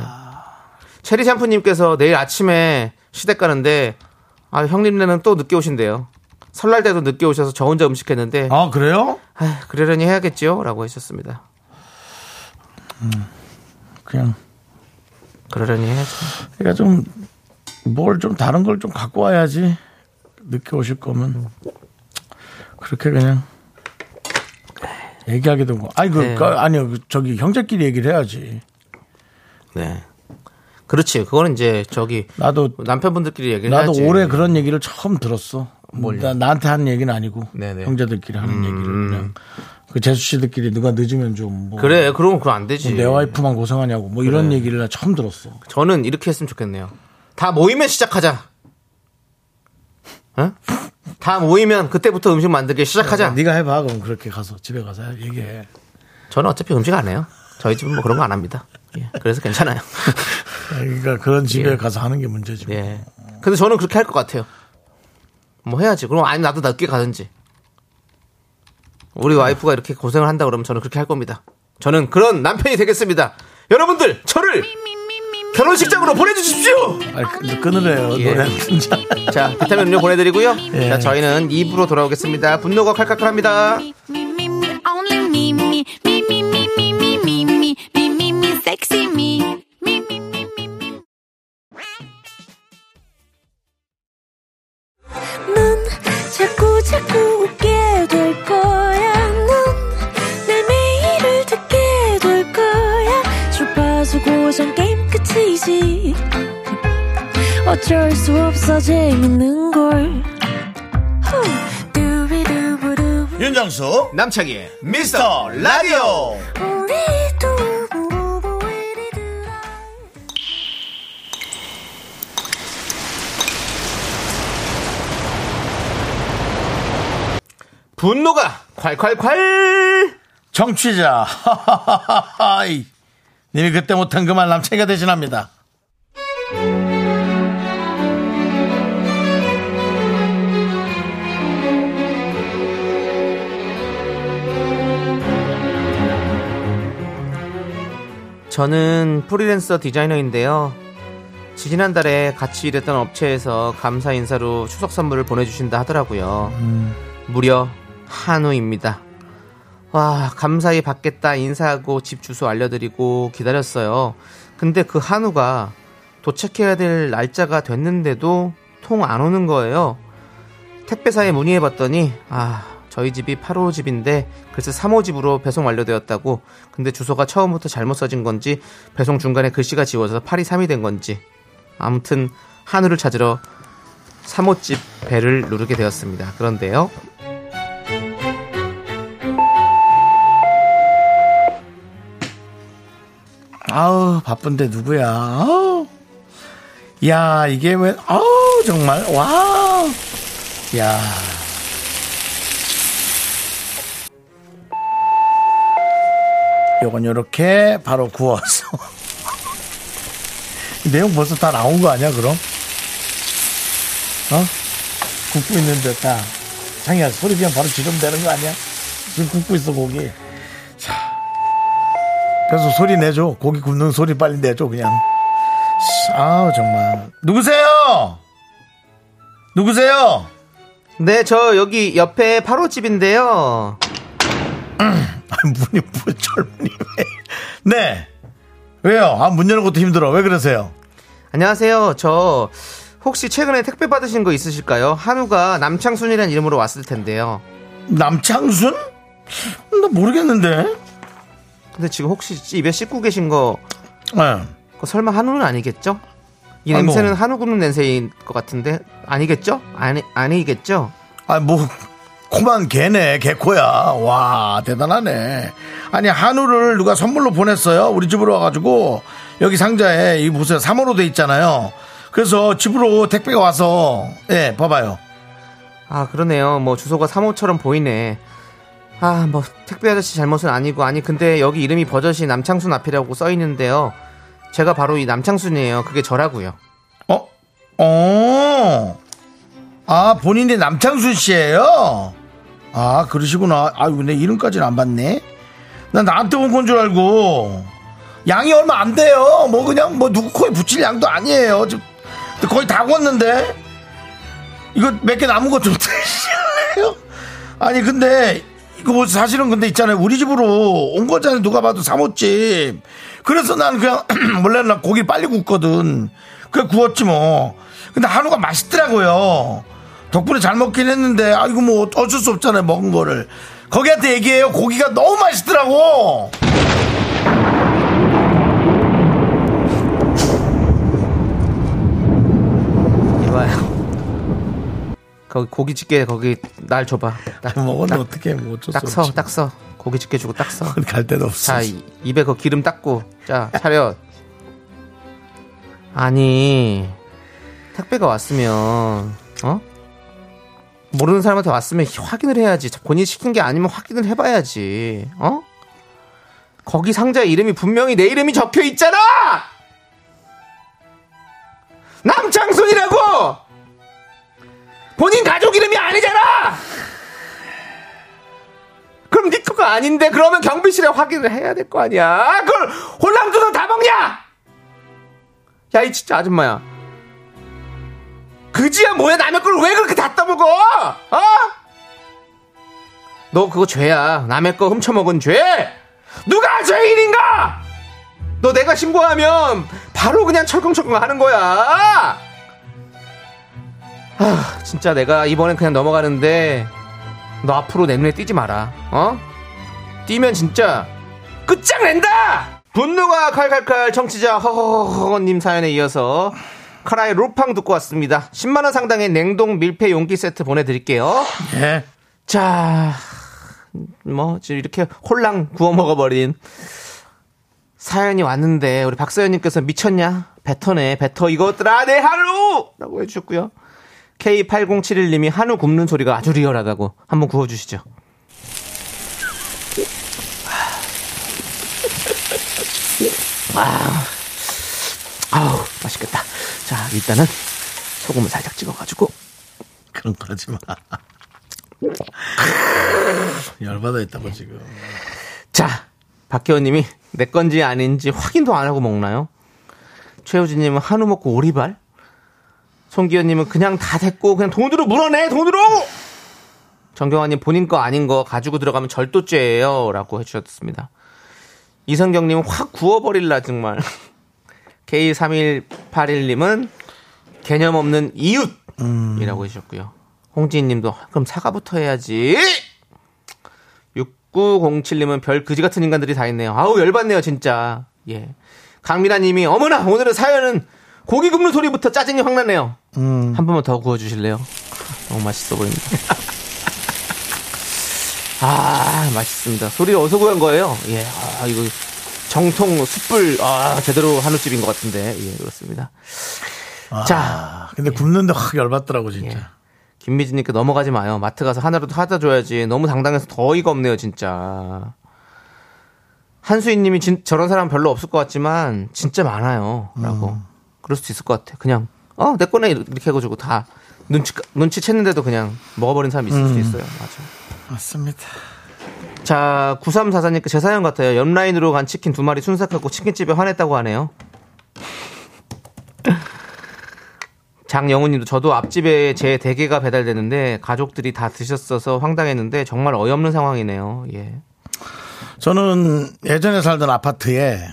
Speaker 2: 체리 샴푸님께서 내일 아침에 시댁 가는데 아 형님네는 또 늦게 오신대요. 설날 때도 늦게 오셔서 저 혼자 음식했는데
Speaker 1: 아 그래요?
Speaker 2: 아, 그러려니 해야겠지요라고 하셨습니다.
Speaker 1: 그냥
Speaker 2: 그러려니 해야죠.
Speaker 1: 그러니까 좀 뭘 좀 다른 걸 좀 갖고 와야지 늦게 오실 거면 그렇게 그냥 얘기하게 된 거. 아니 그
Speaker 2: 네.
Speaker 1: 그, 아니요 그, 저기 형제끼리 얘기를 해야지.
Speaker 2: 네. 그렇지. 그거는 이제 저기
Speaker 1: 나도
Speaker 2: 남편분들끼리 얘기를
Speaker 1: 나도
Speaker 2: 해야지.
Speaker 1: 올해 그런 얘기를 처음 들었어. 뭘 나, 나한테 하는 얘기는 아니고
Speaker 2: 네네. 음.
Speaker 1: 형제들끼리 하는 얘기를 그냥 그 재수 씨들끼리 누가 늦으면 좀뭐
Speaker 2: 그래. 그러면 그건 안 되지.
Speaker 1: 내 와이프만 고생하냐고 뭐 이런 얘기를 나 처음 들었어.
Speaker 2: 저는 이렇게 했으면 좋겠네요. 다 모이면 시작하자. 어? 다 모이면 그때부터 음식 만들기 시작하자.
Speaker 1: 네가 해봐 그럼 그렇게 가서 집에 가서 얘기해.
Speaker 2: 저는 어차피 음식 안 해요. 저희 집은 뭐 그런 거 안 합니다. 예, 그래서 괜찮아요.
Speaker 1: 그러니까 그런 집에
Speaker 2: 예.
Speaker 1: 가서 하는 게 문제지. 뭐.
Speaker 2: 예. 근데 저는 그렇게 할 것 같아요. 뭐 해야지. 그럼 아니 나도 늦게 가든지. 우리 와이프가 이렇게 고생을 한다 그러면 저는 그렇게 할 겁니다. 저는 그런 남편이 되겠습니다. 여러분들 저를 결혼식장으로 보내주십시오.
Speaker 1: 아니, 끊- 끊으래요.
Speaker 2: 예.
Speaker 1: 노래 진짜.
Speaker 2: 자 비타민 음료 보내드리고요.
Speaker 1: 예.
Speaker 2: 자 저희는 2부로 돌아오겠습니다. 분노가 칼칼칼합니다.
Speaker 5: Me, me, me, only me, me, me, me, me, me, me, me, me, me, me, me, sexy me. Me, me, me, me, me.
Speaker 6: 넌 자꾸 자꾸 웃게 될 거야. 넌내 매일을 듣게 될 거야. 주파수 고정 게임 끝이지. 어쩔 수 없어 재밌는 걸. 후. 두비두부두.
Speaker 1: 윤정수
Speaker 2: 남창희의 미스터 라디오.
Speaker 6: 우리 두부부부 우리 두라.
Speaker 2: 분노가 콸콸콸.
Speaker 1: 정취자 하하하하하이. 님이 그때 못한 그 말 남친이가 대신합니다.
Speaker 2: 저는 프리랜서 디자이너인데요. 지지난달에 같이 일했던 업체에서 감사 인사로 추석 선물을 보내주신다 하더라고요. 무려 한우입니다. 와 감사히 받겠다 인사하고 집 주소 알려드리고 기다렸어요. 근데 그 한우가 도착해야 될 날짜가 됐는데도 통 안 오는 거예요. 택배사에 문의해봤더니 아 저희 집이 8호 집인데 글쎄 3호 집으로 배송 완료되었다고 근데 주소가 처음부터 잘못 써진 건지 배송 중간에 글씨가 지워져서 8이 3이 된 건지 아무튼 한우를 찾으러 3호 집 배를 누르게 되었습니다 그런데요
Speaker 1: 아우 바쁜데 누구야? 아우. 야 이게 왜? 아우 정말 와. 야 요건 요렇게 바로 구워서 이 내용 벌써 다 나온 거 아니야 그럼? 어? 굽고 있는데 다 장이야 소리 그냥 바로 지르면 되는 거 아니야? 지금 굽고 있어 고기 그래서 소리 내줘. 고기 굽는 소리 빨리 내줘, 그냥. 아우, 정말. 누구세요? 누구세요?
Speaker 2: 네 저 여기 옆에 8호 집인데요
Speaker 1: 아, 문이, 뭐, 젊은이 왜. 네. 왜요? 아, 문 여는 것도 힘들어. 왜 그러세요?
Speaker 2: 안녕하세요 저 혹시 최근에 택배 받으신 거 있으실까요 한우가 남창순이라는 이름으로 왔을 텐데요
Speaker 1: 남창순? 나 모르겠는데.
Speaker 2: 근데 지금 혹시 입에 씻고 계신 거
Speaker 1: 네.
Speaker 2: 그 그거 설마 한우는 아니겠죠? 뭐. 이
Speaker 1: 아이고.
Speaker 2: 냄새는 한우 굽는 냄새인 것 같은데 아니겠죠? 아니 아니겠죠?
Speaker 1: 아, 뭐, 코만 개네, 개코야. 와, 대단하네. 아니, 한우를 누가 선물로 보냈어요. 우리 집으로 와가지고, 여기 상자에, 이 보세요. 3호로 돼 있잖아요. 그래서 집으로 택배가 와서, 예, 봐봐요.
Speaker 2: 아 그러네요. 뭐 주소가 3호처럼 보이네. 아 뭐 택배 아저씨 잘못은 아니고 아니 근데 여기 이름이 버젓이 남창순 앞이라고 써 있는데요. 제가 바로 이 남창순이에요. 그게 저라고요.
Speaker 1: 어? 어? 아, 본인이 남창순 씨예요 아, 그러시구나. 아유, 내 이름까지는 안 봤네. 난 나한테 온 건 줄 알고. 양이 얼마 안 돼요. 뭐 그냥 뭐 누구 코에 붙일 양도 아니에요. 지금 거의 다 구웠는데. 이거 몇 개 남은 거 좀 드실래요? 아니, 근데 이거 뭐 사실은 근데 있잖아요. 우리 집으로 온 거잖아요. 누가 봐도 사모집. 그래서 난 그냥 원래는 난 고기 빨리 굽거든. 그래 구웠지 뭐. 근데 한우가 맛있더라고요. 덕분에 잘 먹긴 했는데 아 이거 뭐 어쩔 수 없잖아요. 먹은 거를. 거기한테 얘기해요. 고기가 너무 맛있더라고.
Speaker 2: 이봐요. 거기 고기 집게 거기 날 줘봐. 딱
Speaker 1: 먹었는데 어떻게 뭐 어쩔 수
Speaker 2: 딱 서,
Speaker 1: 없지.
Speaker 2: 딱 서. 고기 집게 주고 딱 서.
Speaker 1: 갈 데도 없어.
Speaker 2: 자, 이- 입에 그 기름 닦고. 자, 차렷. 아니, 택배가 왔으면, 어? 모르는 사람한테 왔으면 확인을 해야지. 본인이 시킨 게 아니면 확인을 해봐야지. 어? 거기 상자 이름이 분명히 내 이름이 적혀 있잖아! 남창순이라고! 본인 가족 이름이 아니잖아! 그럼 네 거가 아닌데 그러면 경비실에 확인을 해야 될 거 아니야 그걸 홀랑도서 다 먹냐 야 이 진짜 아줌마야 그지야 뭐야 남의 걸 왜 그렇게 다 떠먹어 어? 너 그거 죄야 남의 거 훔쳐먹은 죄 누가 죄인인가 너 내가 신고하면 바로 그냥 철컹철컹 하는 거야 아 진짜 내가 이번엔 그냥 넘어가는데 너 앞으로 내 눈에 띄지 마라. 어? 뛰면 진짜 끝장낸다! 분노가 칼칼칼 청취자 허허허허님 사연에 이어서 카라의 루팡 듣고 왔습니다. 10만원 상당의 냉동 밀폐 용기 세트 보내드릴게요.
Speaker 1: 예.
Speaker 2: 자, 뭐, 지금 이렇게 홀랑 구워 먹어버린 사연이 왔는데, 우리 박서연님께서 미쳤냐? 뱉어내, 뱉어, 이것들아, 내 한우! 라고 해주셨고요. K8071님이 한우 굽는 소리가 아주 리얼하다고 한번 구워주시죠. 아, 아우, 맛있겠다. 자, 일단은 소금을 살짝 찍어가지고,
Speaker 1: 그런 거 하지 마. 열받아 있다고 지금.
Speaker 2: 자, 박혜원님이 내 건지 아닌지 확인도 안 하고 먹나요? 최우진님은 한우 먹고 오리발? 송기현님은 그냥 다 됐고 그냥 돈으로 물어내 돈으로! 정경환님 본인 거 아닌 거 가지고 들어가면 절도죄예요라고 해주셨습니다. 이성경님은 확 구워버릴라 정말. K3181님은 개념 없는 이웃이라고 해주셨고요. 홍지인님도 그럼 사과부터 해야지. 6907님은 별 그지 같은 인간들이 다 있네요. 아우, 열받네요, 진짜. 예. 강미라 님이, 어머나, 오늘의 사연은 고기 굽는 소리부터 짜증이 확 나네요.
Speaker 1: 음.
Speaker 2: 한 번만 더 구워주실래요? 너무 맛있어 보입니다. 아, 맛있습니다. 소리를 어디서 구한 거예요? 예, 아, 이거 정통 숯불, 아, 제대로 한우집인 것 같은데. 예, 그렇습니다.
Speaker 1: 아,
Speaker 2: 자,
Speaker 1: 근데 굽는데 확 열받더라고 진짜.
Speaker 2: 예. 김미진님께 넘어가지 마요. 마트 가서 하나라도 사다 줘야지. 너무 당당해서 더 어이가 없네요, 진짜. 한수인님이 진- 저런 사람 별로 없을 것 같지만 진짜 많아요.라고 그럴 수도 있을 것 같아. 그냥 어내 거네 이렇게 해가지고 다 눈치 눈치 챘는데도 그냥 먹어버린 사람이 있을 수도 있어요. 맞아.
Speaker 1: 맞습니다.
Speaker 2: 자, 9344님께 제 사연 같아요. 옆라인으로 간 치킨 두 마리 순삭하고 치킨집에 화냈다고 하네요. 장영훈님도 저도 앞집에 제 대게가 배달되는데 가족들이 다 드셨어서 황당했는데 정말 어이없는 상황이네요. 예.
Speaker 1: 저는 예전에 살던 아파트에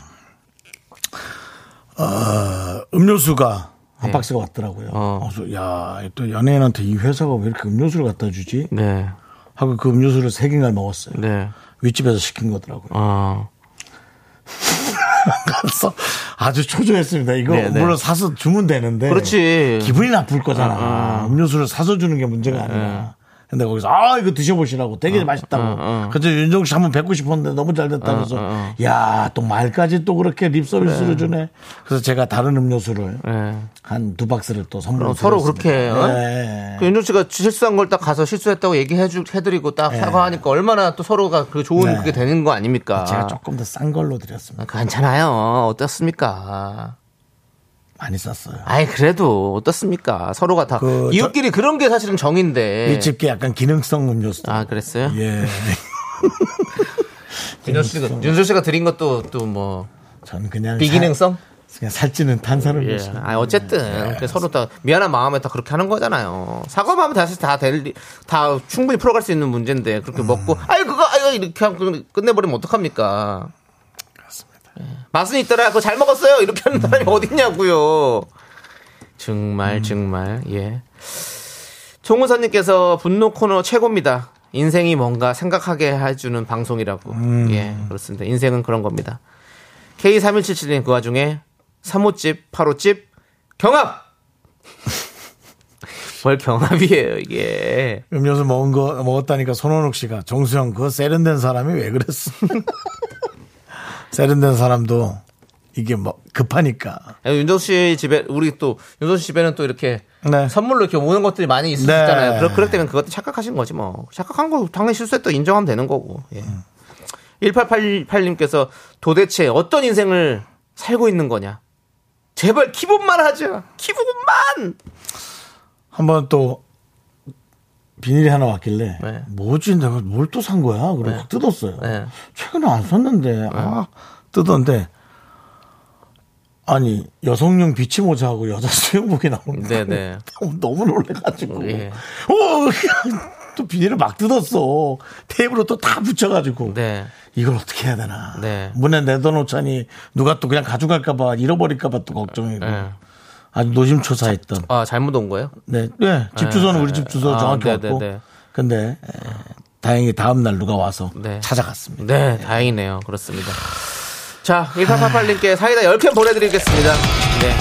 Speaker 1: 어, 음료수가 한
Speaker 2: 네.
Speaker 1: 박스가 왔더라고요.
Speaker 2: 어.
Speaker 1: 그래서 야, 또 연예인한테 이 회사가 왜 이렇게 음료수를 갖다 주지?
Speaker 2: 네.
Speaker 1: 하고 그 음료수를 세 개인가 먹었어요.
Speaker 2: 네.
Speaker 1: 윗집에서 시킨 거더라고요.
Speaker 2: 어.
Speaker 1: 그래서 아주 초조했습니다. 이거
Speaker 2: 네, 네.
Speaker 1: 물론 사서 주면 되는데.
Speaker 2: 그렇지. 어,
Speaker 1: 기분이 나쁠 거잖아. 음료수를 사서 주는 게 문제가
Speaker 2: 네,
Speaker 1: 아니라. 근데 거기서 아 이거 드셔보시라고
Speaker 2: 어,
Speaker 1: 되게 맛있다고. 그래서 윤종 씨 한번 뵙고 싶었는데 너무 잘 됐다면서
Speaker 2: 어,
Speaker 1: 야 또 말까지 또 그렇게 립 서비스를 주네. 그래서 제가 다른 음료수를
Speaker 2: 네.
Speaker 1: 한 두 박스를 또 선물로
Speaker 2: 그럼 서로
Speaker 1: 드렸습니다.
Speaker 2: 그렇게 어?
Speaker 1: 네.
Speaker 2: 그 윤종 씨가 실수한 걸 딱 가서 실수했다고 얘기해 주 해드리고 딱 사과하니까 얼마나 또 서로가 그 좋은
Speaker 1: 네.
Speaker 2: 그게 되는 거 아닙니까?
Speaker 1: 제가 조금 더 싼 걸로 드렸습니다.
Speaker 2: 아, 괜찮아요. 어떻습니까?
Speaker 1: 많이 쌌어요.
Speaker 2: 아이 그래도 어떻습니까? 서로가 다
Speaker 1: 그 저-
Speaker 2: 이웃끼리 그런 게 사실은 정인데.
Speaker 1: 이 집게 약간 기능성 음료수.
Speaker 2: 예. 아 그랬어요?
Speaker 1: 예.
Speaker 2: 윤종 씨가 윤종 씨가 드린 것도 또 뭐
Speaker 1: 저는 그냥
Speaker 2: 비기능성?
Speaker 1: 살, 그냥 살찌는 탄산
Speaker 2: 예.
Speaker 1: 음료수.
Speaker 2: 아 어쨌든 그 서로 다 미안한 마음에 다 그렇게 하는 거잖아요. 사과하면 다시 다다 충분히 풀어갈 수 있는 문제인데 그렇게 먹고 아유 그거 아유 이렇게 하면 그냥 끝내버리면 어떡합니까? 예. 맛은 있더라. 그거 잘 먹었어요. 이렇게 하는 사람이 어딨냐고요. 정말 정말 예. 총우사님께서 분노 코너 최고입니다. 인생이 뭔가 생각하게 해주는 방송이라고. 예, 그렇습니다. 인생은 그런 겁니다. K3177님 그 와중에 3호집, 8호집, 경합! 뭘 경합이에요, 이게.
Speaker 1: 음료수 먹은 거 먹었다니까 손원욱 씨가 정수영 그거 세련된 사람이 왜 그랬어? 세련된 사람도 이게 뭐 급하니까
Speaker 2: 아니, 윤정 씨 집에, 우리 또, 윤정 씨 집에는 또 이렇게
Speaker 1: 네.
Speaker 2: 선물로 이렇게 오는 것들이 많이 있을 수
Speaker 1: 네.
Speaker 2: 있잖아요. 그럴, 그럴 때면 그것도 착각하신 거지 뭐. 착각한 거 당연히 실수했다 인정하면 되는 거고. 예.
Speaker 1: 음.
Speaker 2: 1888님께서 도대체 어떤 인생을 살고 있는 거냐? 제발 기본만 하자. 기본만!
Speaker 1: 한번 또 비닐이 하나 왔길래
Speaker 2: 네.
Speaker 1: 뭐지 내가 뭘 또 산 거야? 그래서 뜯었어요.
Speaker 2: 네.
Speaker 1: 최근에 안 샀는데 아 뜯었는데 아니 여성용 비치 모자하고 여자 수영복이 나오는데
Speaker 2: 네네.
Speaker 1: 너무 놀래가지고.
Speaker 2: 예.
Speaker 1: 오! 또 비닐을 막 뜯었어. 테이블로 또 다 붙여가지고.
Speaker 2: 네.
Speaker 1: 이걸 어떻게 해야 되나.
Speaker 2: 네.
Speaker 1: 문에 내둬놓자니 누가 또 그냥 가져갈까봐 잃어버릴까봐 또 걱정이고.
Speaker 2: 네.
Speaker 1: 아주 노심초사했던.
Speaker 2: 아, 잘못 온 거예요?
Speaker 1: 네. 네. 집 주소는 우리 집 주소
Speaker 2: 아,
Speaker 1: 정확히
Speaker 2: 네,
Speaker 1: 왔고.
Speaker 2: 네, 네.
Speaker 1: 근데 에, 다행히 다음날 누가 와서
Speaker 2: 네.
Speaker 1: 찾아갔습니다.
Speaker 2: 네, 다행이네요. 그렇습니다. 자, 1488님께 사이다 10캔 보내드리겠습니다. 네.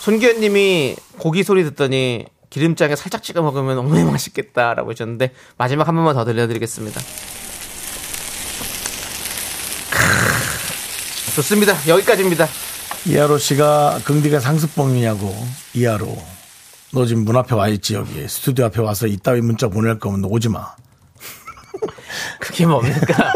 Speaker 2: 손기현 님이 고기 소리 듣더니 기름장에 살짝 찍어 먹으면 너무 맛있겠다라고 하셨는데 마지막 한 번만 더 들려드리겠습니다. 크으, 좋습니다. 여기까지입니다.
Speaker 1: 이하로 씨가 긍디가 상습범이냐고 이하로 너 지금 문 앞에 와있지 여기 스튜디오 앞에 와서 이따위 문자 보낼 거면 너 오지 마.
Speaker 2: 그게 뭡니까?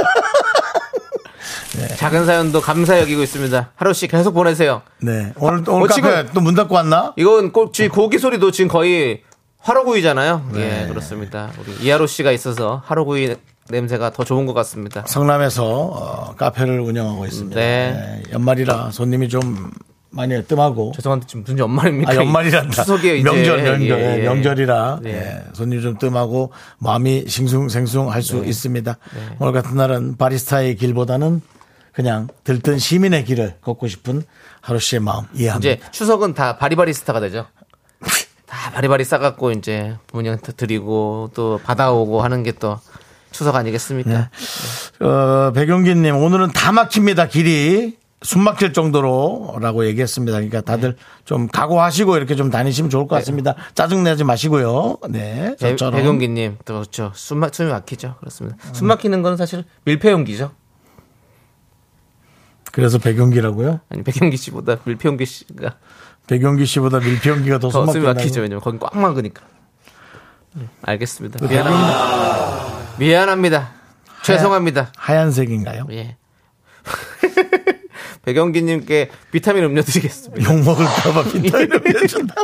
Speaker 2: 작은 사연도 감사 여기고 있습니다. 하루씩 계속 보내세요.
Speaker 1: 네 오늘 또
Speaker 2: 어,
Speaker 1: 오늘
Speaker 2: 지금-
Speaker 1: 카페 또 문 닫고 왔나?
Speaker 2: 이건 꼭 지- 고기 소리도 지금 거의 화로구이잖아요. 예, 그렇습니다. 우리 이하로 씨가 있어서 화로구이 냄새가 더 좋은 것 같습니다.
Speaker 1: 성남에서 어, 카페를 운영하고 있습니다.
Speaker 2: 네.
Speaker 1: 네, 연말이라 손님이 좀 많이 뜸하고
Speaker 2: 죄송한데 지금 무슨 연말입니까?
Speaker 1: 아 연말이란다.
Speaker 2: 그 추석에 이제
Speaker 1: 명절 명절
Speaker 2: 예, 예.
Speaker 1: 명절이라
Speaker 2: 예.
Speaker 1: 예, 손님이 좀 뜸하고 마음이 싱숭생숭할 수
Speaker 2: 예.
Speaker 1: 있습니다. 오늘 같은 날은 바리스타의 길보다는 그냥 들뜬 시민의 길을 걷고 싶은 하루 씨의 마음 이해합니다.
Speaker 2: 이제 추석은 다 바리바리스타가 되죠. 다 바리바리 싸갖고 이제 부모님한테 드리고 또 받아오고 하는 게 또 추석 아니겠습니까?
Speaker 1: 어, 백용기님 오늘은 다 막힙니다 길이 숨 막힐 정도로라고 얘기했습니다. 그러니까 다들
Speaker 2: 네.
Speaker 1: 좀 각오하시고 이렇게 좀 다니시면 좋을 것 같습니다. 짜증 내지 마시고요. 네,
Speaker 2: 배-
Speaker 1: 저처럼
Speaker 2: 배경기님 또 그렇죠. 숨막 숨이 막히죠. 그렇습니다. 숨 막히는 건 사실 밀폐용기죠.
Speaker 1: 그래서 백용기라고요.
Speaker 2: 아니 배경기 씨보다 밀폐용기 씨가
Speaker 1: 백용기 씨보다 밀병기가 더
Speaker 2: 더
Speaker 1: 숨
Speaker 2: 숨이
Speaker 1: 막힌다고.
Speaker 2: 막히죠. 어, 왜냐면 거기 꽉 막으니까. 네, 알겠습니다. 미안합니다. 미안합니다. 죄송합니다.
Speaker 1: 하얀색인가요?
Speaker 2: 예. 배경기님께 비타민 음료 드리겠습니다.
Speaker 1: 욕 먹을까봐
Speaker 2: 예.
Speaker 1: 비타민을 해준다.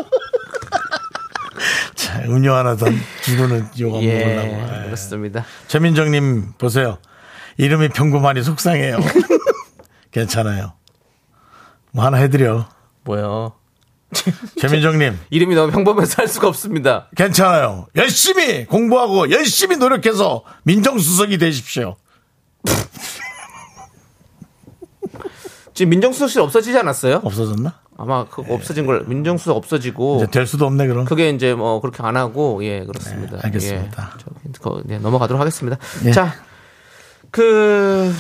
Speaker 1: 자, 음료 하나 더 주고는 욕안
Speaker 2: 예.
Speaker 1: 먹으려고. 예.
Speaker 2: 그렇습니다.
Speaker 1: 최민정님 보세요. 이름이 평범하니 속상해요. 괜찮아요. 뭐 하나 해드려.
Speaker 2: 뭐요?
Speaker 1: 최민정님
Speaker 2: 이름이 너무 평범해서 할 수가 없습니다.
Speaker 1: 괜찮아요. 열심히 공부하고 열심히 노력해서 민정수석이 되십시오.
Speaker 2: 지금 민정수석 씨 없어지지 않았어요?
Speaker 1: 없어졌나?
Speaker 2: 아마 그거 없어진 걸 민정수석 없어지고
Speaker 1: 이제 될 수도 없네 그럼.
Speaker 2: 그게 이제 뭐 그렇게 안 하고 예 그렇습니다.
Speaker 1: 음. 네, 알겠습니다.
Speaker 2: 예, 저, 거, 네, 넘어가도록 하겠습니다.
Speaker 1: 예.
Speaker 2: 자, 그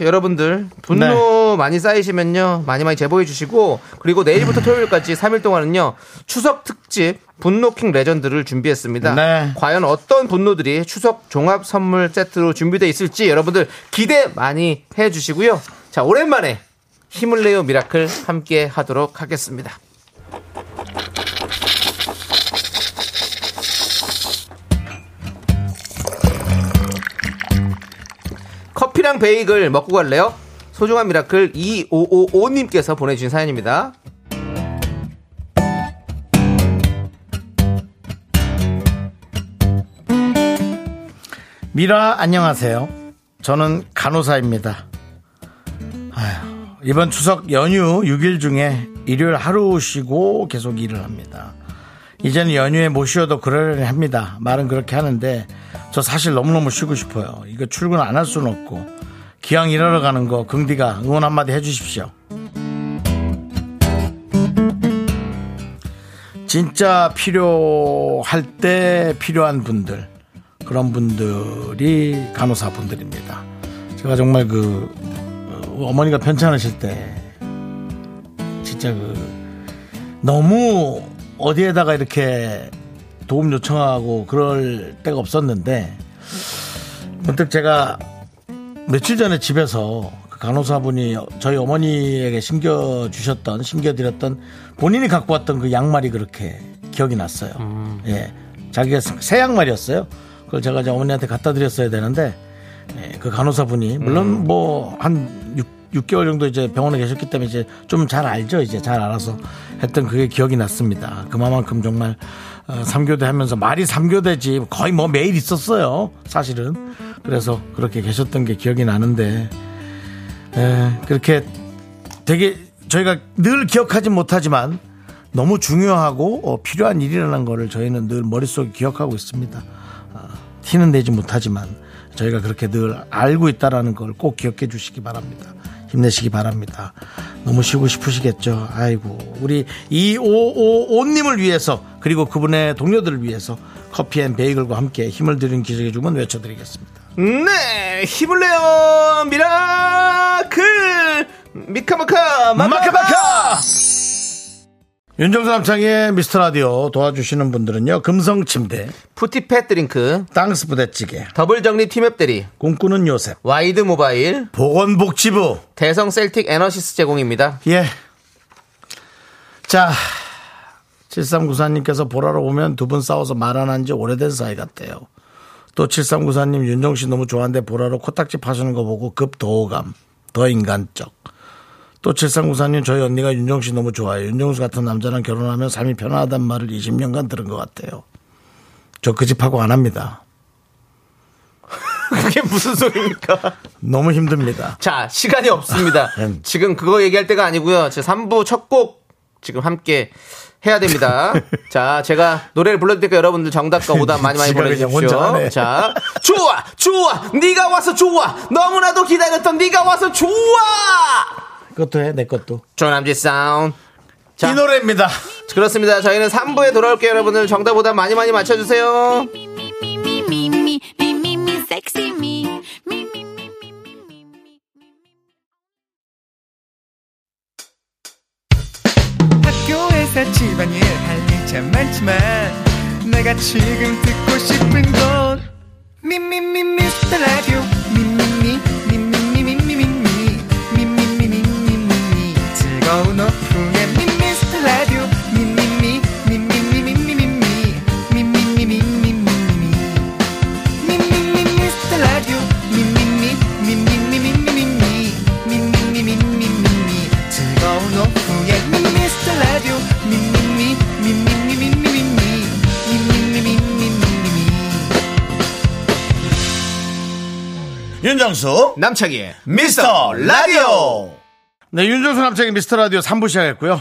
Speaker 2: 여러분들 분노
Speaker 1: 네.
Speaker 2: 너무 많이 쌓이시면요. 많이 많이 제보해 주시고 그리고 내일부터 토요일까지 3일 동안은요. 추석 특집 분노킹 레전드를 준비했습니다.
Speaker 1: 네.
Speaker 2: 과연 어떤 분노들이 추석 종합 선물 세트로 준비되어 있을지 여러분들 기대 많이 해 주시고요. 자, 오랜만에 힘을 내요 미라클 함께 하도록 하겠습니다. 커피랑 베이글 먹고 갈래요? 소중한 미라클 2555님께서 보내주신 사연입니다.
Speaker 1: 미라 안녕하세요. 저는 간호사입니다. 아휴, 이번 추석 연휴 6일 중에 일요일 하루 쉬고 계속 일을 합니다. 이제는 연휴에 못 쉬어도 그러려니 합니다. 말은 그렇게 하는데 저 사실 너무너무 쉬고 싶어요. 이거 출근 안 할 수는 없고 기왕 일하러 가는 거 긍디가 응원 한마디 해주십시오. 진짜 필요할 때 필요한 분들 그런 분들이 간호사 분들입니다. 제가 정말 그 어, 어머니가 편찮으실 때 진짜 그 너무 어디에다가 이렇게 도움 요청하고 그럴 때가 없었는데 문득 제가 며칠 전에 집에서 그 간호사분이 저희 어머니에게 심겨 주셨던 심겨 드렸던 본인이 갖고 왔던 그 양말이 그렇게 기억이 났어요. 예, 자기가 새 양말이었어요. 그걸 제가 이제 어머니한테 갖다 드렸어야 되는데 예, 그 간호사분이 물론 뭐 한 6개월 정도 이제 병원에 계셨기 때문에 이제 좀 잘 알죠. 이제 잘 알아서 했던 그게 기억이 났습니다. 그만큼 정말 어, 삼교대 하면서 말이 삼교대지 거의 뭐 매일 있었어요. 사실은. 그래서 그렇게 계셨던 게 기억이 나는데 예, 그렇게 되게 저희가 늘 기억하지 못하지만 너무 중요하고 어, 필요한 일이라는 거를 저희는 늘 머릿속에 기억하고 있습니다. 아, 티는 내지 못하지만 저희가 그렇게 늘 알고 있다라는 걸 꼭 기억해 주시기 바랍니다. 힘내시기 바랍니다. 너무 쉬고 싶으시겠죠. 아이고 우리 2555님을 위해서 그리고 그분의 동료들을 위해서 커피앤 베이글과 함께 힘을 드리는 기적의 주문 외쳐드리겠습니다.
Speaker 2: 네, 힘을 내요 미라클 미카마카 마카마카.
Speaker 1: 마카마카! 윤정수 남창의 미스터 라디오 도와주시는 분들은요. 금성 침대,
Speaker 2: 푸티팻 드링크
Speaker 1: 땅스 부대찌개,
Speaker 2: 더블 정리 팀앱 대리
Speaker 1: 꿈꾸는 요셉,
Speaker 2: 와이드 모바일
Speaker 1: 보건복지부.
Speaker 2: 대성 셀틱 에너시스 제공입니다.
Speaker 1: 예. 자, 7394님께서 보라로 보면 두 분 싸워서 말 안 한 지 오래된 사이 같대요. 또 7394님 윤정 씨 너무 좋아하는데 보라로 코딱지 파시는 거 보고 급 도호감, 더 인간적. 또 7394님 저희 언니가 윤정 씨 너무 좋아해요. 윤정수 같은 남자랑 결혼하면 삶이 편안하단 말을 20년간 들은 것 같아요. 저 그 집하고 안 합니다.
Speaker 2: 그게 무슨 소리입니까?
Speaker 1: 너무 힘듭니다.
Speaker 2: 자, 시간이 없습니다.
Speaker 1: 음.
Speaker 2: 지금 그거 얘기할 때가 아니고요. 제 3부 첫 곡 지금 함께 해야 됩니다. 자, 제가 노래를 불러드릴 테니까 여러분들 정답과 오답 많이 많이
Speaker 1: 지가 그냥 혼자
Speaker 2: 보내주십시오.
Speaker 1: 하네.
Speaker 2: 자, 좋아, 좋아, 네가 와서 좋아, 너무나도 기다렸던 네가 와서 좋아.
Speaker 1: 그것도 해, 내 것도.
Speaker 2: 조남지 사운드. 자,
Speaker 1: 이 노래입니다.
Speaker 2: 그렇습니다. 저희는 3부에 돌아올게요, 여러분들. 정답 오답 많이 많이 맞춰주세요.
Speaker 5: me, me, me, me, me, me, sexy me. Me, me, me, me, me, me, me, me.
Speaker 7: 학교에서 집안일 할 일 참 많지만 내가 지금 듣고 싶은 건 미미미 미스터 라디오 미미미 미미미 미미미 미미미 미미미 즐거운 오후에 미스터 라디오 미미미 미미미 미미미 미미미 미미미
Speaker 1: 윤정수.
Speaker 2: 남창희의
Speaker 1: 미스터 라디오. 네, 윤정수 남창의 미스터 라디오 3부 시작했고요.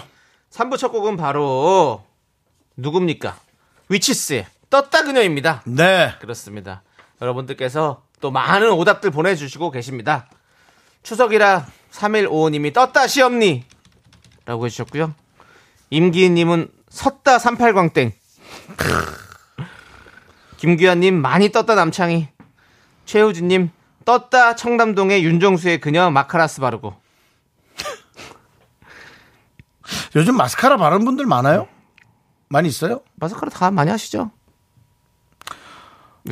Speaker 2: 3부 첫 곡은 바로 누굽니까? 위치스의 떴다 그녀입니다.
Speaker 1: 네.
Speaker 2: 그렇습니다. 여러분들께서 또 많은 오답들 보내주시고 계십니다. 추석이라 3155님이 떴다 시엄니 라고 해주셨고요. 임기인님은 섰다 38광땡 김규현님 많이 떴다 남창희 최우진님 떴다 청담동의 윤정수의 그녀 마카라스 바르고
Speaker 1: 요즘 마스카라 바르는 분들 많아요? 많이 있어요?
Speaker 2: 마스카라 다 많이 하시죠?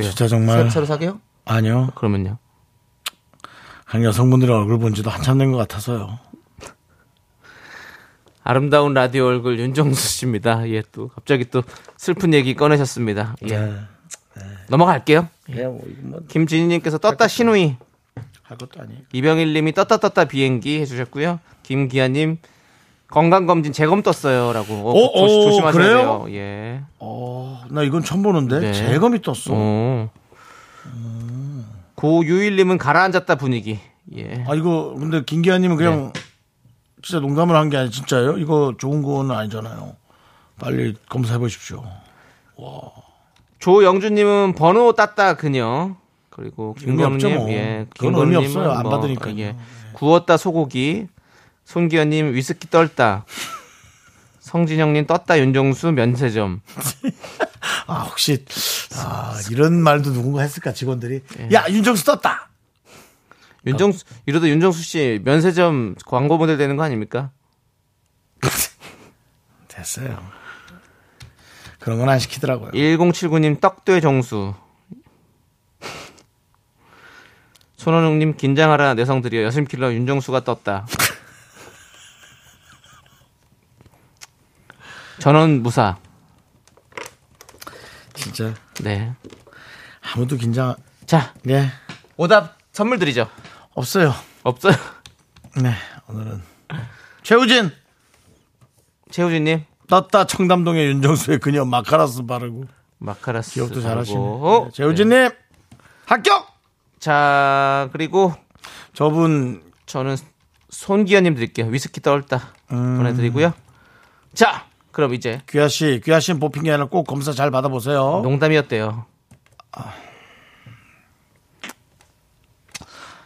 Speaker 1: 진짜 정말
Speaker 2: 새- 새로 사게요?
Speaker 1: 아니요.
Speaker 2: 그러면요.
Speaker 1: 한 여성분들의 얼굴 본지도 한참 된 것 같아서요.
Speaker 2: 아름다운 라디오 얼굴 윤정수 씨입니다. 예, 또 갑자기 또 슬픈 얘기 꺼내셨습니다. 예. 넘어갈게요.
Speaker 1: 그냥 뭐 이거 뭐
Speaker 2: 김진희님께서 떴다 신우이
Speaker 1: 할 것도 아니에요.
Speaker 2: 이병일님이 떴다 떴다 비행기 해주셨고요. 김기아님 건강 검진 재검 떴어요라고. 어,
Speaker 1: 오,
Speaker 2: 조심,
Speaker 1: 오,
Speaker 2: 조심하셔야
Speaker 1: 그래요?
Speaker 2: 돼요. 예.
Speaker 1: 어, 나 이건 처음 보는데
Speaker 2: 네.
Speaker 1: 재검이 떴어.
Speaker 2: 어. 고유일님은 가라앉았다 분위기. 예.
Speaker 1: 아 이거 근데 김기아님은 그냥 진짜 농담을 한 게 아니 진짜요? 이거 좋은 건 아니잖아요. 빨리 검사해 보십시오.
Speaker 2: 조영준님은 번호 땄다 그녀. 그리고
Speaker 1: 의미 없죠,
Speaker 2: 김건우님,
Speaker 1: 뭐.
Speaker 2: 예,
Speaker 1: 그건 의미 없어요. 안 받으니까요.
Speaker 2: 예. 구웠다 소고기. 손기현님 위스키 떨다. 성진영님 떴다 윤정수 면세점.
Speaker 1: 아 혹시 아, 이런 말도 누군가 했을까 직원들이 야 윤정수 떴다.
Speaker 2: 윤정수 이러다 윤정수 씨 면세점 광고 모델 되는 거 아닙니까?
Speaker 1: 됐어요. 그런 건 안 시키더라고요.
Speaker 2: 1079님 떡대 정수. 손원웅님 긴장하라 내성들이여 여심킬러 윤정수가 떴다. 전원 무사.
Speaker 1: 진짜
Speaker 2: 네.
Speaker 1: 아무도 긴장
Speaker 2: 자
Speaker 1: 예
Speaker 2: 오답 선물 드리죠.
Speaker 1: 없어요.
Speaker 2: 없어요.
Speaker 1: 네 오늘은 최우진
Speaker 2: 최우진님
Speaker 1: 떴다 청담동의 윤정수의 그녀 마카라스 바르고
Speaker 2: 마카라스.
Speaker 1: 기억도
Speaker 2: 하고.
Speaker 1: 잘하시네. 최우진님 합격.
Speaker 2: 자 그리고
Speaker 1: 저분
Speaker 2: 저는 손기현님 드릴게요. 위스키 떠올다 보내드리고요. 자 그럼 이제
Speaker 1: 귀아 씨, 귀아 씨는 뽑힌 게 아니라 꼭 검사 잘 받아보세요.
Speaker 2: 농담이었대요.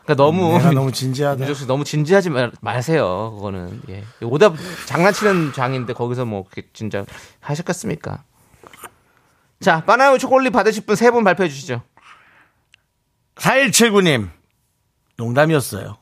Speaker 2: 그러니까 너무
Speaker 1: 내가 너무 진지하다.
Speaker 2: 윤정수 씨 너무 진지하지 말, 마세요. 그거는 예. 오답 장난치는 장인데 거기서 뭐 그렇게 진짜 하셨겠습니까? 자 바나나 초콜릿 받으실 분 세 분 발표해 주시죠.
Speaker 1: 4179님, 농담이었어요.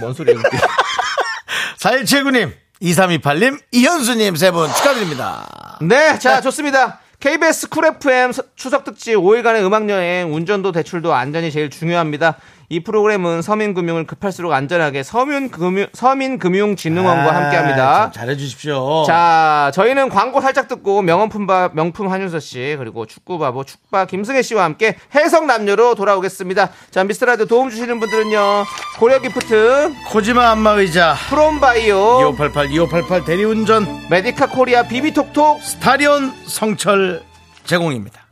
Speaker 2: 뭔 소리예요?
Speaker 1: 4179님, 2328님, 이현수님 세 분 축하드립니다.
Speaker 2: 네, 자 좋습니다. KBS 쿨 FM 서- 추석 특집 5일간의 음악 여행 운전도 대출도 안전이 제일 중요합니다. 이 프로그램은 서민금융을 급할수록 안전하게 서민금융 서민금융진흥원과
Speaker 1: 아, 좀
Speaker 2: 함께합니다.
Speaker 1: 잘해주십시오.
Speaker 2: 자, 저희는 광고 살짝 듣고 명언품 바, 명품 한윤서 씨 그리고 축구 바보 축바 김승혜 씨와 함께 해석 남녀로 돌아오겠습니다. 자, 미스터라디오 도움 주시는 분들은요. 고려기프트,
Speaker 1: 코지마 안마의자,
Speaker 2: 프롬바이오,
Speaker 1: 2588, 2588 대리운전,
Speaker 2: 메디카 코리아 비비톡톡,
Speaker 1: 스타리온 성철 제공입니다.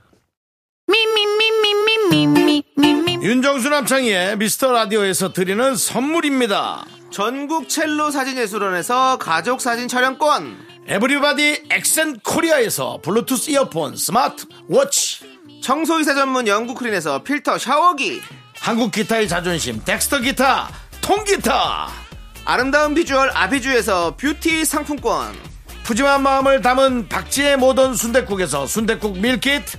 Speaker 1: 윤정수 남창희의 미스터 라디오에서 드리는 선물입니다.
Speaker 2: 전국 첼로 사진예술원에서 가족 사진 촬영권.
Speaker 1: 에브리바디 엑센 코리아에서 블루투스 이어폰, 스마트 워치,
Speaker 2: 청소이사 전문 영국크린에서 필터 샤워기
Speaker 1: 한국 기타의 자존심, 덱스터 기타, 통기타.
Speaker 2: 아름다운 비주얼 아비주에서 뷰티 상품권
Speaker 1: 푸짐한 마음을 담은 박지의 모던 순댓국에서순댓국 밀키트,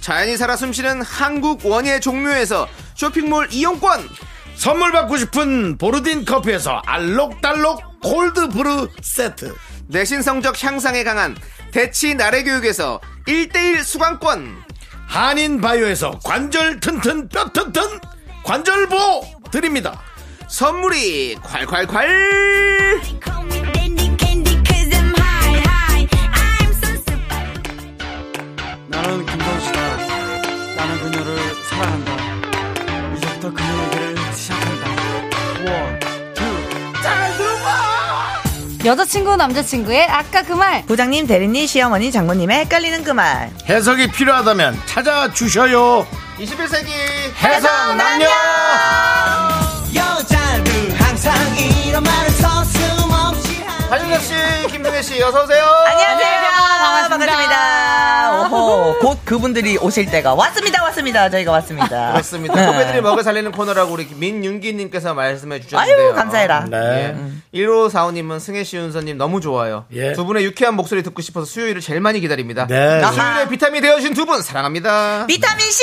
Speaker 2: 자연이 살아 숨쉬는 한국 원예 종묘에서 쇼핑몰 이용권
Speaker 1: 선물 받고 싶은 보르딘 커피에서 알록달록 골드브루 세트,
Speaker 2: 내신 성적 향상에 강한 대치 나래교육에서 1대1 수강권
Speaker 1: 한인 바이오에서 관절 튼튼 뼈 튼튼 관절보 드립니다.
Speaker 2: 선물이 콸콸콸
Speaker 8: 나는 김건수다. 나는 그녀를 사랑한다. 이제부터 그녀의 길을 시작한다. 원, 투.
Speaker 9: 여자친구 남자친구의 아까 그 말
Speaker 10: 부장님, 대리님, 시어머니, 장모님의 헷갈리는 그 말.
Speaker 1: 해석이 필요하다면 찾아주셔요.
Speaker 2: 21세기
Speaker 1: 해석 남녀!
Speaker 8: 여자는 항상 이런 말을 서슴없이 하
Speaker 2: 한윤혁씨 김동혜씨 어서오세요
Speaker 10: 안녕하세요.
Speaker 9: 반갑습니다.
Speaker 10: 오호, 네, 곧 그분들이 오실 때가 왔습니다. 왔습니다. 저희가 왔습니다. 네.
Speaker 2: 그렇습니다. 후배들이 먹여 살리는 코너라고 우리 민윤기님께서 말씀해 주셨는데요.
Speaker 10: 아유, 감사해라.
Speaker 1: 네.
Speaker 2: 음, 1545님은 예. 승혜씨, 윤서님 너무 좋아요.
Speaker 1: 예.
Speaker 2: 두 분의 유쾌한 목소리 듣고 싶어서 수요일을 제일 많이 기다립니다.
Speaker 1: 네.
Speaker 2: 수요일에 비타민 되어주신 두 분 사랑합니다.
Speaker 10: 비타민 C.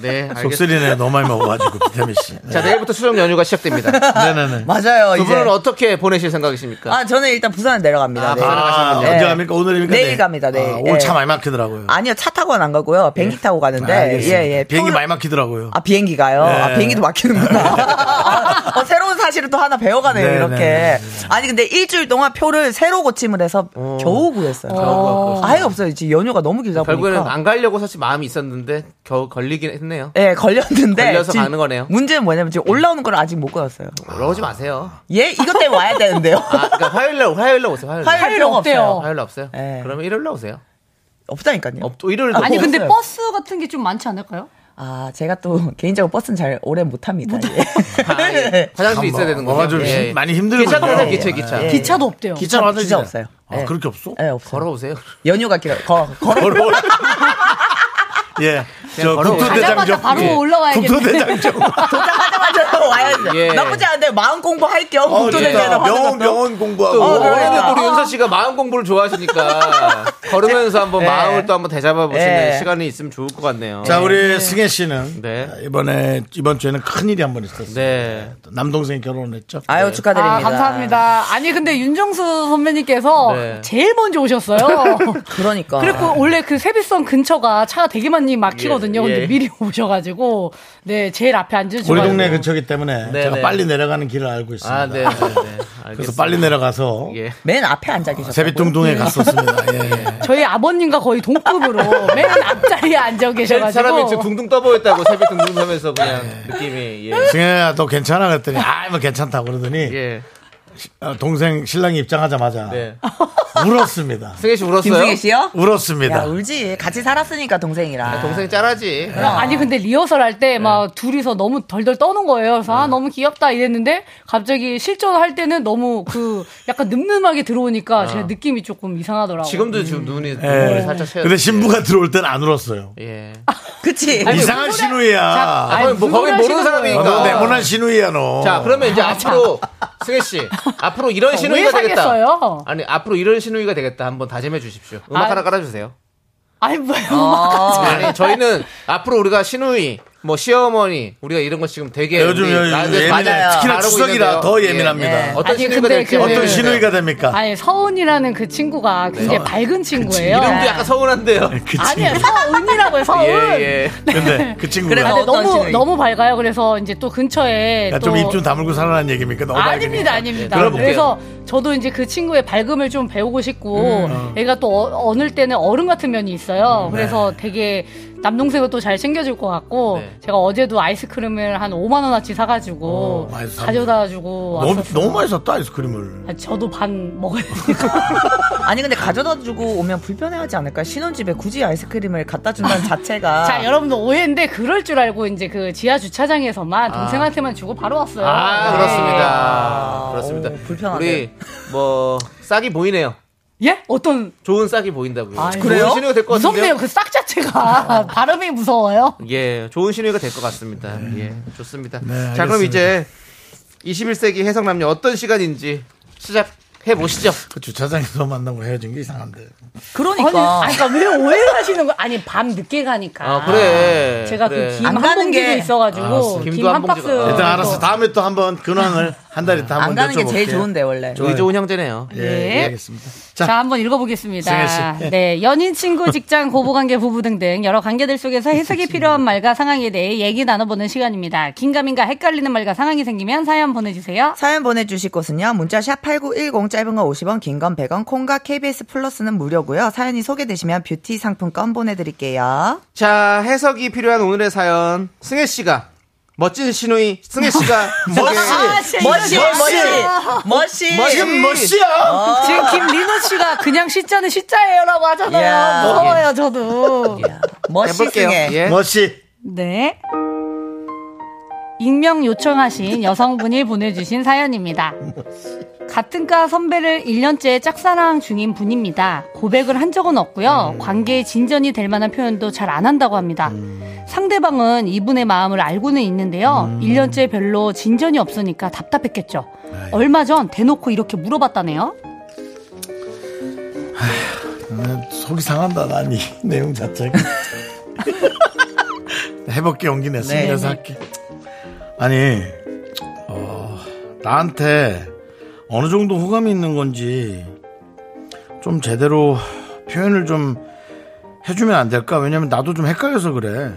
Speaker 2: 네, 알겠습니다.
Speaker 1: 속쓰리네 너무 많이 먹어가지고 비타민 C.
Speaker 2: 자, 내일부터 추석 연휴가 시작됩니다. 뭐,
Speaker 1: 네네네.
Speaker 10: 맞아요.
Speaker 2: 두
Speaker 10: 이제.
Speaker 2: 분은 어떻게 보내실 생각이십니까?
Speaker 10: 아, 저는 일단 부산에 내려갑니다.
Speaker 2: 아,
Speaker 10: 네.
Speaker 2: 부산에
Speaker 1: 아,
Speaker 2: 가시는군요.
Speaker 1: 언제
Speaker 10: 네.
Speaker 1: 갑니까? 오늘입니까?
Speaker 10: 내일 갑니다, 내일.
Speaker 1: 아, 오늘 차
Speaker 10: 예.
Speaker 1: 많이 막히더라고요.
Speaker 10: 아니요, 차 타고는 안 가고요. 비행기 타고
Speaker 2: 네,
Speaker 10: 가는데.
Speaker 1: 아, 알겠습니다.
Speaker 10: 예, 예.
Speaker 1: 비행기
Speaker 10: 평일-
Speaker 1: 많이 막히더라고요.
Speaker 10: 아, 비행기가요?
Speaker 1: 네.
Speaker 10: 아, 비행기도 막히는구나. 아, 어, 새로운 사실을 또 하나 배워가네요,
Speaker 1: 네,
Speaker 10: 이렇게.
Speaker 1: 네, 네,
Speaker 10: 아니, 근데 일주일 동안 표를 새로 고침을 해서 겨우 구했어요. 아예 그러니까. 없어요. 이제 연휴가 너무 길다 보니까.
Speaker 2: 뭐 결국에는 안 가려고 사실 마음이 있었는데 겨우 걸리긴 했네요.
Speaker 10: 예, 걸렸는데.
Speaker 2: 걸려서
Speaker 10: 지금
Speaker 2: 가는 거네요.
Speaker 10: 문제는 뭐냐면 지금 올라오는 걸 아직 못 구했어요.
Speaker 2: 그러지 마세요.
Speaker 10: 예, 이것 때문에 와야 되는데요.
Speaker 2: 아, 그러니까 화요일 날 화요일 날 오세요. 화요일 날.
Speaker 10: 화요일 가 없어요.
Speaker 2: 화요일 날 없어요?
Speaker 10: 네.
Speaker 2: 그러면 일요일 날 오세요.
Speaker 10: 없다니까요.
Speaker 2: 없, 일요일도
Speaker 3: 아니
Speaker 2: 없고.
Speaker 3: 근데
Speaker 10: 없어요.
Speaker 3: 버스 같은 게 좀 많지 않을까요?
Speaker 10: 아, 제가 또 개인적으로 버스는 잘 오래 못 탑니다.
Speaker 2: 아, 예. 화장실 있어야 되는 거예요.
Speaker 1: 뭐가 좀 힘- 많이 힘들군요.
Speaker 2: 기차 타세요, 기차, 기차.
Speaker 10: 예.
Speaker 3: 기차도 없대요.
Speaker 1: 기차 화장실
Speaker 10: 기차 없어요.
Speaker 1: 아,
Speaker 10: 네.
Speaker 1: 그렇게 없어?
Speaker 10: 예, 없어요.
Speaker 2: 걸어오세요.
Speaker 10: 연휴가 길어. 거, 걸어.
Speaker 1: 걸어. 예. 저
Speaker 2: 걸어오세요.
Speaker 1: 국토대장정. 예.
Speaker 3: 가자마자 바로 올라와야겠네.
Speaker 1: 국토대장정.
Speaker 10: 도착하자마자 와야지.
Speaker 2: 예.
Speaker 10: 나쁘지 않은데 마음 공부할 겸
Speaker 1: 어,
Speaker 10: 국토대장
Speaker 1: 진짜.
Speaker 10: 정
Speaker 1: 명언, 명언
Speaker 2: 또
Speaker 1: 공부하고.
Speaker 10: 어, 그러네.
Speaker 2: 올해는 우리 윤서 씨가 마음 공부를 좋아하시니까 걸으면서 한번
Speaker 10: 네.
Speaker 2: 마음을 또 한번 되잡아 보시는
Speaker 10: 네.
Speaker 2: 시간이 있으면 좋을 것 같네요.
Speaker 1: 자, 우리 승혜 씨는
Speaker 2: 예. 네.
Speaker 1: 이번에, 이번 주에는 큰일이 한 번 있었어요.
Speaker 2: 네.
Speaker 1: 또 남동생이 결혼을 했죠.
Speaker 10: 아유
Speaker 1: 네.
Speaker 10: 축하드립니다.
Speaker 3: 아, 감사합니다. 아니, 근데 윤정수 선배님께서
Speaker 2: 네.
Speaker 3: 제일 먼저 오셨어요.
Speaker 10: 그러니까.
Speaker 3: 그리고 원래 그 세비선 근처가 차가 되게 많이 막히거든요.
Speaker 2: 예, 예.
Speaker 3: 근데 미리 오셔가지고, 네, 제일 앞에 앉으시고.
Speaker 1: 우리 동네 그 근처기 때문에
Speaker 2: 네,
Speaker 1: 제가
Speaker 2: 네.
Speaker 1: 빨리 내려가는 길을 알고 있습니다.
Speaker 2: 아, 네, 네, 네.
Speaker 1: 그래서
Speaker 2: 알겠습니다.
Speaker 1: 빨리 내려가서
Speaker 2: 예.
Speaker 10: 맨 앞에 앉아 계셨어요.
Speaker 1: 세빛둥둥에 갔었습니다. 예, 예.
Speaker 3: 저희 아버님과 거의 동급으로 맨 앞자리에 앉아
Speaker 2: 네, 사- 사람이 지금
Speaker 3: 계셔가지고.
Speaker 2: 둥둥 떠보였다고 새벽 둥둥 하면서 그냥 느낌이 예.
Speaker 1: 승혜야 너 괜찮아 그랬더니 아뭐 괜찮다 그러더니
Speaker 2: 예.
Speaker 1: 어, 동생 신랑이 입장하자마자
Speaker 2: 네.
Speaker 1: 울었습니다.
Speaker 2: 승혜 씨 울었어요?
Speaker 10: 뭐, 김승혜 씨요?
Speaker 1: 울었습니다.
Speaker 10: 야, 울지. 같이 살았으니까
Speaker 1: 네.
Speaker 10: 동생이랑.
Speaker 2: 아, 동생 짤하지. 네.
Speaker 3: 아니 근데 리허설 할 때 막 둘이서 너무 덜덜 떠는 거예요. 그래서 아 너무 귀엽다 이랬는데 갑자기 실전할 때는 너무 그 약간 늠름하게 들어오니까 제 느낌이 조금 이상하더라고요.
Speaker 2: 지금도 지금 눈이
Speaker 1: 예.
Speaker 2: 눈물이 살짝 채요.
Speaker 1: 근데 신부가 들어올 땐 안 울었어요.
Speaker 2: 예.
Speaker 10: 그치.
Speaker 3: 아니,
Speaker 1: 이상한
Speaker 3: 무슨 소리-
Speaker 1: 신우야.
Speaker 3: 자, 아니,
Speaker 2: 거의 뭐- 거의
Speaker 3: 무슨
Speaker 2: 모르는
Speaker 3: 소리 하시는
Speaker 2: 사람이니까.
Speaker 1: 어,
Speaker 3: 거예요? 아,
Speaker 1: 너 네모난 신우야 너.
Speaker 2: 자, 그러면 이제 앞으로 승혜 씨 앞으로 이런 신우이가 되겠다.
Speaker 3: 사겠어요?
Speaker 2: 아니 앞으로 이런 신우이가 되겠다. 한번 다짐해 주십시오. 음악
Speaker 3: 아.
Speaker 2: 하나 깔아주세요.
Speaker 3: 아니 뭐야.
Speaker 1: 네.
Speaker 2: 아니 저희는 앞으로 우리가 시누이 뭐 시어머니 우리가 이런 거 지금 되게
Speaker 1: 요즘
Speaker 2: 우리
Speaker 1: 요즘
Speaker 2: 라디오에서
Speaker 1: 예민해.
Speaker 2: 많이
Speaker 1: 특히나
Speaker 2: 다루고
Speaker 1: 추석이라
Speaker 2: 있는데요.
Speaker 1: 더
Speaker 2: 예.
Speaker 1: 예민합니다.
Speaker 2: 예. 어떤
Speaker 3: 아니,
Speaker 2: 시누이가
Speaker 3: 근데
Speaker 2: 될지
Speaker 3: 그-
Speaker 1: 어떤
Speaker 3: 네.
Speaker 1: 신우이가 됩니까?
Speaker 3: 아니 서은이라는 그 친구가 굉장히 밝은 친구예요.
Speaker 2: 아. 그 이름도 약간 서운한데요.
Speaker 1: 그
Speaker 3: 아니야
Speaker 1: 친구.
Speaker 3: 서은이라고요
Speaker 1: 아,
Speaker 3: 서은.
Speaker 2: 예예.
Speaker 1: 근데 그 친구가
Speaker 10: 그래서-
Speaker 3: 근데
Speaker 10: 어떤
Speaker 3: 너무
Speaker 10: 신우이?
Speaker 3: 너무 밝아요. 그래서 이제 또 근처에 또
Speaker 1: 좀 입 좀 다물고 살아라는 얘기입니까? 너무 밝으니까.
Speaker 3: 아닙니다, 아닙니다.
Speaker 2: 네, 들어볼게요.
Speaker 3: 그래서 저도 이제 그 친구의 밝음을 좀 배우고
Speaker 2: 음,
Speaker 3: 싶고, 애가 또 어, 어느 때는 어른 같은 면이 있어요.
Speaker 2: 네.
Speaker 3: 그래서 되게 남동생을 또 잘 챙겨줄 것 같고,
Speaker 2: 네.
Speaker 3: 제가 어제도 아이스크림을 한 5만 원어치 사가지고
Speaker 1: 많이 샀네.
Speaker 3: 가져다주고
Speaker 1: 너무
Speaker 3: 왔었어요.
Speaker 1: 너무 많이 샀다 아이스크림을.
Speaker 3: 아, 저도 반 먹어야
Speaker 10: 아니 근데 가져다 주고 오면 불편해하지 않을까? 신혼집에 굳이 아이스크림을 갖다 준다는 자체가.
Speaker 3: 자, 여러분들 오해인데 그럴 줄 알고 이제 그 지하 주차장에만 동생한테만 주고 바로 왔어요.
Speaker 2: 아
Speaker 3: 네.
Speaker 2: 그렇습니다. 그렇습니다.
Speaker 10: 오, 불편하네.
Speaker 2: 우리 뭐 싹이 보이네요.
Speaker 3: 예? 어떤
Speaker 2: 좋은 싹이 보인다고요.
Speaker 3: 아,
Speaker 2: 좋은 신우이가 될 것
Speaker 3: 무섭네요.
Speaker 2: 같은데요.
Speaker 3: 그 싹 자체가 발음이 무서워요.
Speaker 2: 예, 좋은 신우이가 될 것 같습니다. 예, 좋습니다.
Speaker 1: 네,
Speaker 2: 자, 그럼
Speaker 1: 알겠습니다.
Speaker 2: 이제 21세기 해성남녀 어떤 시간인지 시작해 보시죠.
Speaker 1: 그 주차장에서 만나고 헤어진 게 이상한데.
Speaker 10: 그러니까.
Speaker 3: 아니, 아니, 그러니까 왜 오해를 하시는 거야? 아니, 밤 늦게 가니까.
Speaker 2: 아, 그래.
Speaker 3: 제가
Speaker 2: 그래.
Speaker 3: 그 김
Speaker 10: 안
Speaker 3: 한
Speaker 10: 가는
Speaker 3: 봉지도
Speaker 10: 게-
Speaker 3: 있어가지고,
Speaker 2: 알았어.
Speaker 3: 김
Speaker 2: 김도 한
Speaker 3: 한 박스.
Speaker 2: 봉지가- 아.
Speaker 1: 일단 알았어. 다음에 또 한번 근황을 한 달에 또
Speaker 10: 안
Speaker 1: 한번
Speaker 10: 가는 게 제일
Speaker 1: 여쭤볼게요.
Speaker 10: 좋은데 원래.
Speaker 2: 저희 좋은 형제네요.
Speaker 1: 예,
Speaker 3: 네.
Speaker 1: 예, 알겠습니다.
Speaker 3: 자,
Speaker 1: 자,
Speaker 3: 한번
Speaker 1: 승혜
Speaker 3: 읽어보겠습니다.
Speaker 1: 씨.
Speaker 3: 네, 연인, 친구, 직장, 고부관계, 부부 등등 여러 관계들 속에서 해석이 필요한 말과 상황에 대해 얘기 나눠보는 시간입니다. 긴가민가 헷갈리는 말과 상황이 생기면 사연 보내주세요.
Speaker 10: 사연 보내주실 곳은요. 문자 샵8910 짧은 거 50원 긴 건 100원 콩과 KBS 플러스는 무료고요. 사연이 소개되시면 뷰티 상품권 보내드릴게요.
Speaker 2: 자, 해석이 필요한 오늘의 사연. 승혜 씨가 멋진 신우이 승혜 씨가
Speaker 10: 아,
Speaker 2: 멋지
Speaker 10: 멋시 멋시 멋시
Speaker 1: 지금 몇 시야?
Speaker 3: 지금 김리노 씨가 그냥 시자는 시자예요라고 하잖아요.
Speaker 10: 이야.
Speaker 3: 무서워요, 저도.
Speaker 10: 멋시
Speaker 2: 해볼게요.
Speaker 10: 승해
Speaker 2: 예.
Speaker 1: 몇 시?
Speaker 3: 네. 익명 요청하신 여성분이 보내주신 사연입니다. 같은 과 선배를 1년째 짝사랑 중인 분입니다. 고백을 한 적은 없고요. 관계의 진전이 될 만한 표현도 잘 안 한다고 합니다. 상대방은 이분의 마음을 알고는 있는데요. 1년째 별로 진전이 없으니까 답답했겠죠. 얼마 전 대놓고 이렇게 물어봤다네요.
Speaker 1: 네, 난 속이 상한다, 난이 내용 자체가. 해볼게 용기 냈어.
Speaker 10: 네.
Speaker 1: 그래서 할게. 아니, 어, 나한테 어느 정도 호감이 있는 건지 좀 제대로 표현을 좀 해주면 안 될까? 왜냐면 나도 좀 헷갈려서 그래.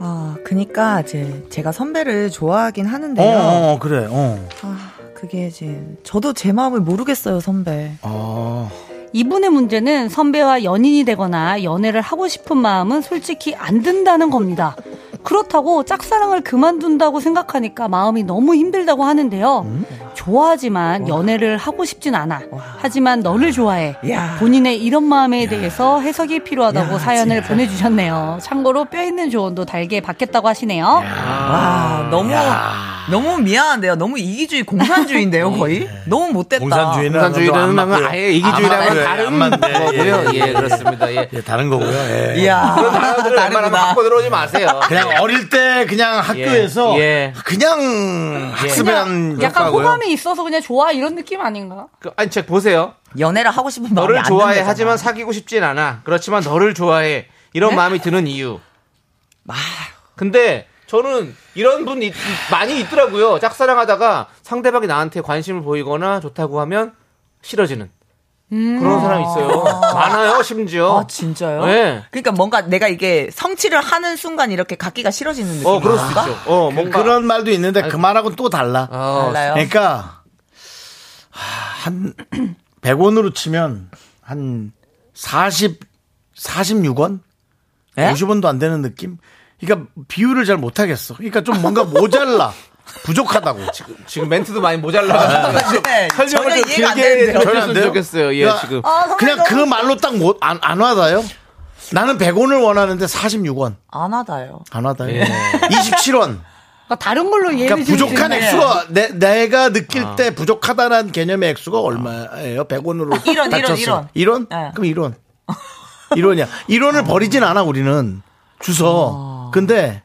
Speaker 10: 아, 그니까 이제 제가 선배를 좋아하긴
Speaker 1: 어,
Speaker 10: 하는데요.
Speaker 1: 어, 어, 그래. 어.
Speaker 10: 아, 그게 이제 저도 제 마음을 모르겠어요, 선배.
Speaker 1: 어.
Speaker 3: 이분의 문제는 선배와 연인이 되거나 연애를 하고 싶은 마음은 솔직히 안 든다는 겁니다. 그렇다고 짝사랑을 그만둔다고 생각하니까 마음이 너무 힘들다고 하는데요. 좋아하지만 연애를 하고 싶진 않아. 하지만 너를 좋아해. 본인의 이런 마음에 대해서 해석이 필요하다고 사연을 보내주셨네요. 참고로 뼈 있는 조언도 달게 받겠다고 하시네요.
Speaker 2: 아,
Speaker 10: 와, 너무 너무 미안한데요. 너무 이기주의 공산주의인데요,
Speaker 2: 네.
Speaker 10: 거의. 너무 못됐다.
Speaker 1: 공산주의는
Speaker 2: 공산주의랑은 아예 이기주의랑은 다른 거고요. 예, 그렇습니다. 예.
Speaker 1: 다른 거고요. 예.
Speaker 2: 그런 단어들을 웬만하면 바꿔 들어오지 마세요.
Speaker 1: 그냥 어릴 때 그냥 학교에서
Speaker 2: 예.
Speaker 1: 그냥 학습에 한
Speaker 3: 그냥 약간 호감이 있어서 그냥 좋아 이런 느낌 아닌가?
Speaker 2: 그, 아니 책 보세요.
Speaker 10: 연애를 하고 싶은 마음이
Speaker 2: 너를
Speaker 10: 안
Speaker 2: 좋아해
Speaker 10: 든다잖아.
Speaker 2: 하지만 사귀고 싶진 않아. 그렇지만 너를 좋아해 이런
Speaker 10: 네?
Speaker 2: 마음이 드는 이유. 근데 저는 이런 분 있- 많이 있더라고요. 짝사랑하다가 상대방이 나한테 관심을 보이거나 좋다고 하면 싫어지는 그런 사람 있어요. 많아요 심지어.
Speaker 10: 음. 아, 진짜요?
Speaker 2: 네.
Speaker 10: 그러니까 뭔가 내가 이게 성취를 하는 순간 이렇게 갖기가 싫어지는 느낌.
Speaker 2: 어 그럴 수 있죠. 어 뭔가
Speaker 1: 뭐 그런 말도 있는데 그 말하고는 또 달라.
Speaker 2: 어,
Speaker 10: 달라요.
Speaker 1: 그러니까 한 100원으로 치면 한 40, 46원?
Speaker 10: 예?
Speaker 1: 50원도 안 되는 느낌? 그러니까 비율을 잘 못하겠어. 그러니까 좀 뭔가 모자라. 부족하다고.
Speaker 2: 지금 멘트도 많이 모자라.
Speaker 10: 네,
Speaker 2: 그러니까 설명을
Speaker 10: 전혀
Speaker 2: 좀
Speaker 10: 이해가 안
Speaker 2: 길게
Speaker 10: 되는데요.
Speaker 1: 전혀 안 돼요?
Speaker 2: 해줬으면 네, 좋겠어요. 예
Speaker 1: 그러니까
Speaker 2: 지금.
Speaker 10: 아,
Speaker 1: 그냥 그 말로 딱 못, 안, 안 와닿아요? 나는 100원을 원하는데 46원.
Speaker 10: 안 하다요.
Speaker 1: 안 와닿아요.
Speaker 2: 예.
Speaker 1: 27원.
Speaker 3: 그러니까 다른 걸로 이해를
Speaker 1: 그러니까 부족한
Speaker 3: 주시는데.
Speaker 1: 액수가 내, 내가 느낄
Speaker 2: 아.
Speaker 1: 때 부족하다는 개념의 액수가 얼마예요? 100원으로
Speaker 10: 일원, 일원, 일원.
Speaker 1: 일원?
Speaker 10: 네.
Speaker 1: 그럼 1원. 1원이야. 1원을 버리진 않아 우리는.
Speaker 10: 아.
Speaker 1: 주서. 근데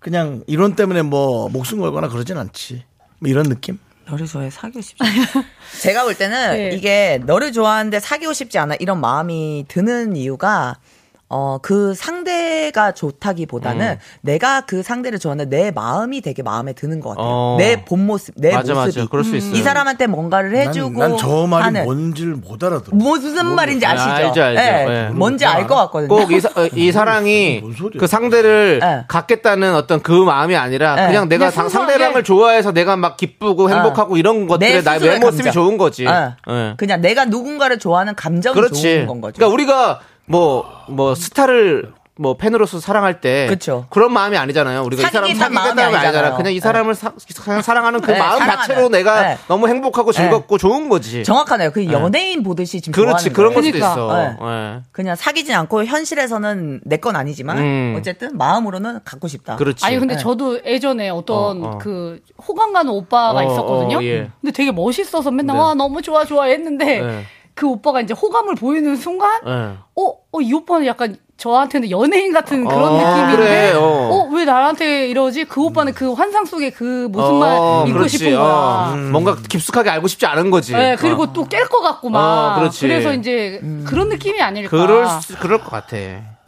Speaker 1: 그냥 1원 때문에 뭐 목숨 걸거나 그러진 않지. 뭐 이런 느낌?
Speaker 10: 너를 좋아해 사귀고 싶지 않아. 네. 제가 볼 때는 이게 너를 좋아하는데 사귀고 싶지 않아 이런 마음이 드는 이유가 어 그 상대가 좋다기보다는
Speaker 2: 음.
Speaker 10: 내가 그 상대를 좋아하는데 내 마음이 되게 마음에 드는 것 같아요.
Speaker 2: 어.
Speaker 10: 내 본 모습, 내
Speaker 2: 맞아,
Speaker 10: 모습이 음.
Speaker 2: 맞아. 그럴 수 있어요.
Speaker 10: 이 사람한테 뭔가를 해주고
Speaker 1: 난 저 말이
Speaker 10: 하는
Speaker 1: 뭔지를 못 알아들어.
Speaker 10: 무슨 말인지
Speaker 2: 아,
Speaker 10: 아시죠?
Speaker 2: 알죠, 알죠.
Speaker 10: 예.
Speaker 2: 예.
Speaker 10: 뭔지 알 것 같거든요. 아.
Speaker 2: 꼭 이 사랑이
Speaker 1: 음. 뭔 소리야.
Speaker 2: 그 상대를
Speaker 10: 예.
Speaker 2: 갖겠다는 어떤 그 마음이 아니라
Speaker 10: 예.
Speaker 2: 그냥 내가
Speaker 3: 그냥
Speaker 2: 당-
Speaker 3: 순수하게.
Speaker 2: 상대방을 좋아해서 내가 막 기쁘고 행복하고 이런 것들에
Speaker 10: 내
Speaker 2: 나의
Speaker 10: 스스로의
Speaker 2: 내 모습이
Speaker 10: 감정.
Speaker 2: 좋은 거지.
Speaker 10: 예.
Speaker 2: 예.
Speaker 10: 그냥 내가 누군가를 좋아하는 감정이
Speaker 2: 그렇지.
Speaker 10: 좋은 건 거죠.
Speaker 2: 그러니까 우리가 뭐 뭐 스타를 뭐 팬으로서 사랑할 때
Speaker 10: 그쵸.
Speaker 2: 그런 마음이 아니잖아요. 우리가 이 사람
Speaker 10: 그렇죠. 사귀겠다는
Speaker 2: 사귀겠다는
Speaker 10: 마음이
Speaker 2: 마음이 아니잖아.
Speaker 10: 아니잖아요.
Speaker 2: 그냥 이
Speaker 10: 예.
Speaker 2: 사람을 사, 그냥 사랑하는 그
Speaker 10: 예,
Speaker 2: 마음
Speaker 10: 사랑하는.
Speaker 2: 자체로 내가
Speaker 10: 예.
Speaker 2: 너무 행복하고 즐겁고 좋은 거지.
Speaker 10: 정확하네요. 그 연예인 보듯이 지금
Speaker 2: 예. 그렇지.
Speaker 10: 좋아하는
Speaker 2: 그런
Speaker 10: 거예요.
Speaker 2: 것도
Speaker 3: 그러니까.
Speaker 2: 있어. 예.
Speaker 10: 그냥 사귀진 않고 현실에서는 내 건 아니지만
Speaker 2: 음.
Speaker 10: 어쨌든 마음으로는 갖고 싶다.
Speaker 2: 그렇지. 네.
Speaker 3: 아니 근데 저도 예전에 어떤
Speaker 2: 어, 어.
Speaker 3: 그 호감 가는 오빠가
Speaker 2: 어,
Speaker 3: 있었거든요.
Speaker 2: 어, 예.
Speaker 3: 근데 되게 멋있어서 맨날
Speaker 2: 네.
Speaker 3: 와 너무 좋아 좋아 했는데
Speaker 2: 네.
Speaker 3: 그 오빠가 이제 호감을 보이는 순간
Speaker 2: 예.
Speaker 3: 어, 어, 이 오빠는 약간 저한테는 연예인 같은 그런
Speaker 2: 어,
Speaker 3: 느낌인데,
Speaker 2: 그래, 어.
Speaker 3: 어. 왜 나한테 이러지? 그 오빠는 그 환상 속의 그 모습만
Speaker 2: 어,
Speaker 3: 있고
Speaker 2: 그렇지.
Speaker 3: 싶은
Speaker 2: 어,
Speaker 3: 거야.
Speaker 2: 음. 뭔가 깊숙하게 알고 싶지 않은 거지.
Speaker 3: 네, 그리고
Speaker 2: 어.
Speaker 3: 또 깰 것 같고 막.
Speaker 2: 어, 그렇지.
Speaker 3: 그래서 이제 그런 느낌이 아닐까.
Speaker 2: 그럴 수- 그럴 것 같아.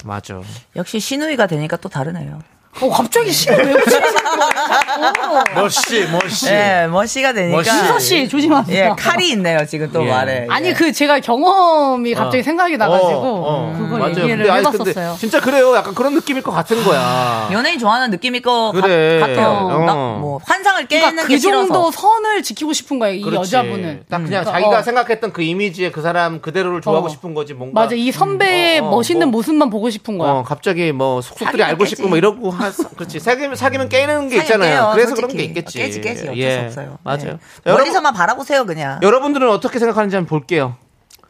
Speaker 2: 맞아.
Speaker 10: 역시 신우이가 되니까 또 다르네요.
Speaker 3: 어, 갑자기 시를왜 붙이시는 거예요?
Speaker 1: 멋씨, 멋씨.
Speaker 10: 예, 머시가 되니까.
Speaker 3: 윤서 씨 조심하세요.
Speaker 10: 예, 칼이 있네요, 지금 또
Speaker 2: 예.
Speaker 10: 말에.
Speaker 3: 아니 그 제가 경험이 갑자기
Speaker 2: 어.
Speaker 3: 생각이 나가지고
Speaker 2: 어, 어.
Speaker 3: 그걸
Speaker 2: 맞아요.
Speaker 3: 얘기를
Speaker 2: 근데 아니,
Speaker 3: 해봤었어요.
Speaker 2: 근데 진짜 그래요. 약간 그런 느낌일 것 같은 거야.
Speaker 10: 연예인 좋아하는 느낌일 것 같-
Speaker 2: 그래.
Speaker 10: 같아요.
Speaker 2: 어.
Speaker 10: 나- 뭐, 환상을 깨는
Speaker 3: 그러니까
Speaker 10: 게
Speaker 3: 그 정도
Speaker 10: 싫어서.
Speaker 3: 선을 지키고 싶은 거예요 이
Speaker 2: 그렇지. 음,
Speaker 3: 여자분은.
Speaker 2: 딱 그냥
Speaker 3: 그러니까,
Speaker 2: 자기가
Speaker 3: 어.
Speaker 2: 생각했던 그 이미지에 그 사람 그대로를 좋아하고
Speaker 3: 어.
Speaker 2: 싶은 거지 뭔가.
Speaker 3: 맞아 이 선배의
Speaker 2: 음, 어, 어,
Speaker 3: 멋있는
Speaker 2: 뭐.
Speaker 3: 모습만 보고 싶은 거야.
Speaker 2: 어, 갑자기 뭐 속속들이
Speaker 10: 사귀면
Speaker 2: 알고
Speaker 10: 깨지.
Speaker 2: 싶고 뭐 이러고 하, 그렇지. 사귀면 사귀면 깨는 게
Speaker 10: 사귀면
Speaker 2: 있잖아요.
Speaker 10: 깨요,
Speaker 2: 그래서
Speaker 10: 솔직히.
Speaker 2: 그런 게 있겠지. 예.
Speaker 10: 깨지, 깨지. 어쩔 수 없어요.
Speaker 2: 맞아요.
Speaker 10: 네.
Speaker 2: 여러분,
Speaker 10: 머리서만 바라보세요, 그냥.
Speaker 2: 여러분들은 어떻게 생각하는지 한번 볼게요.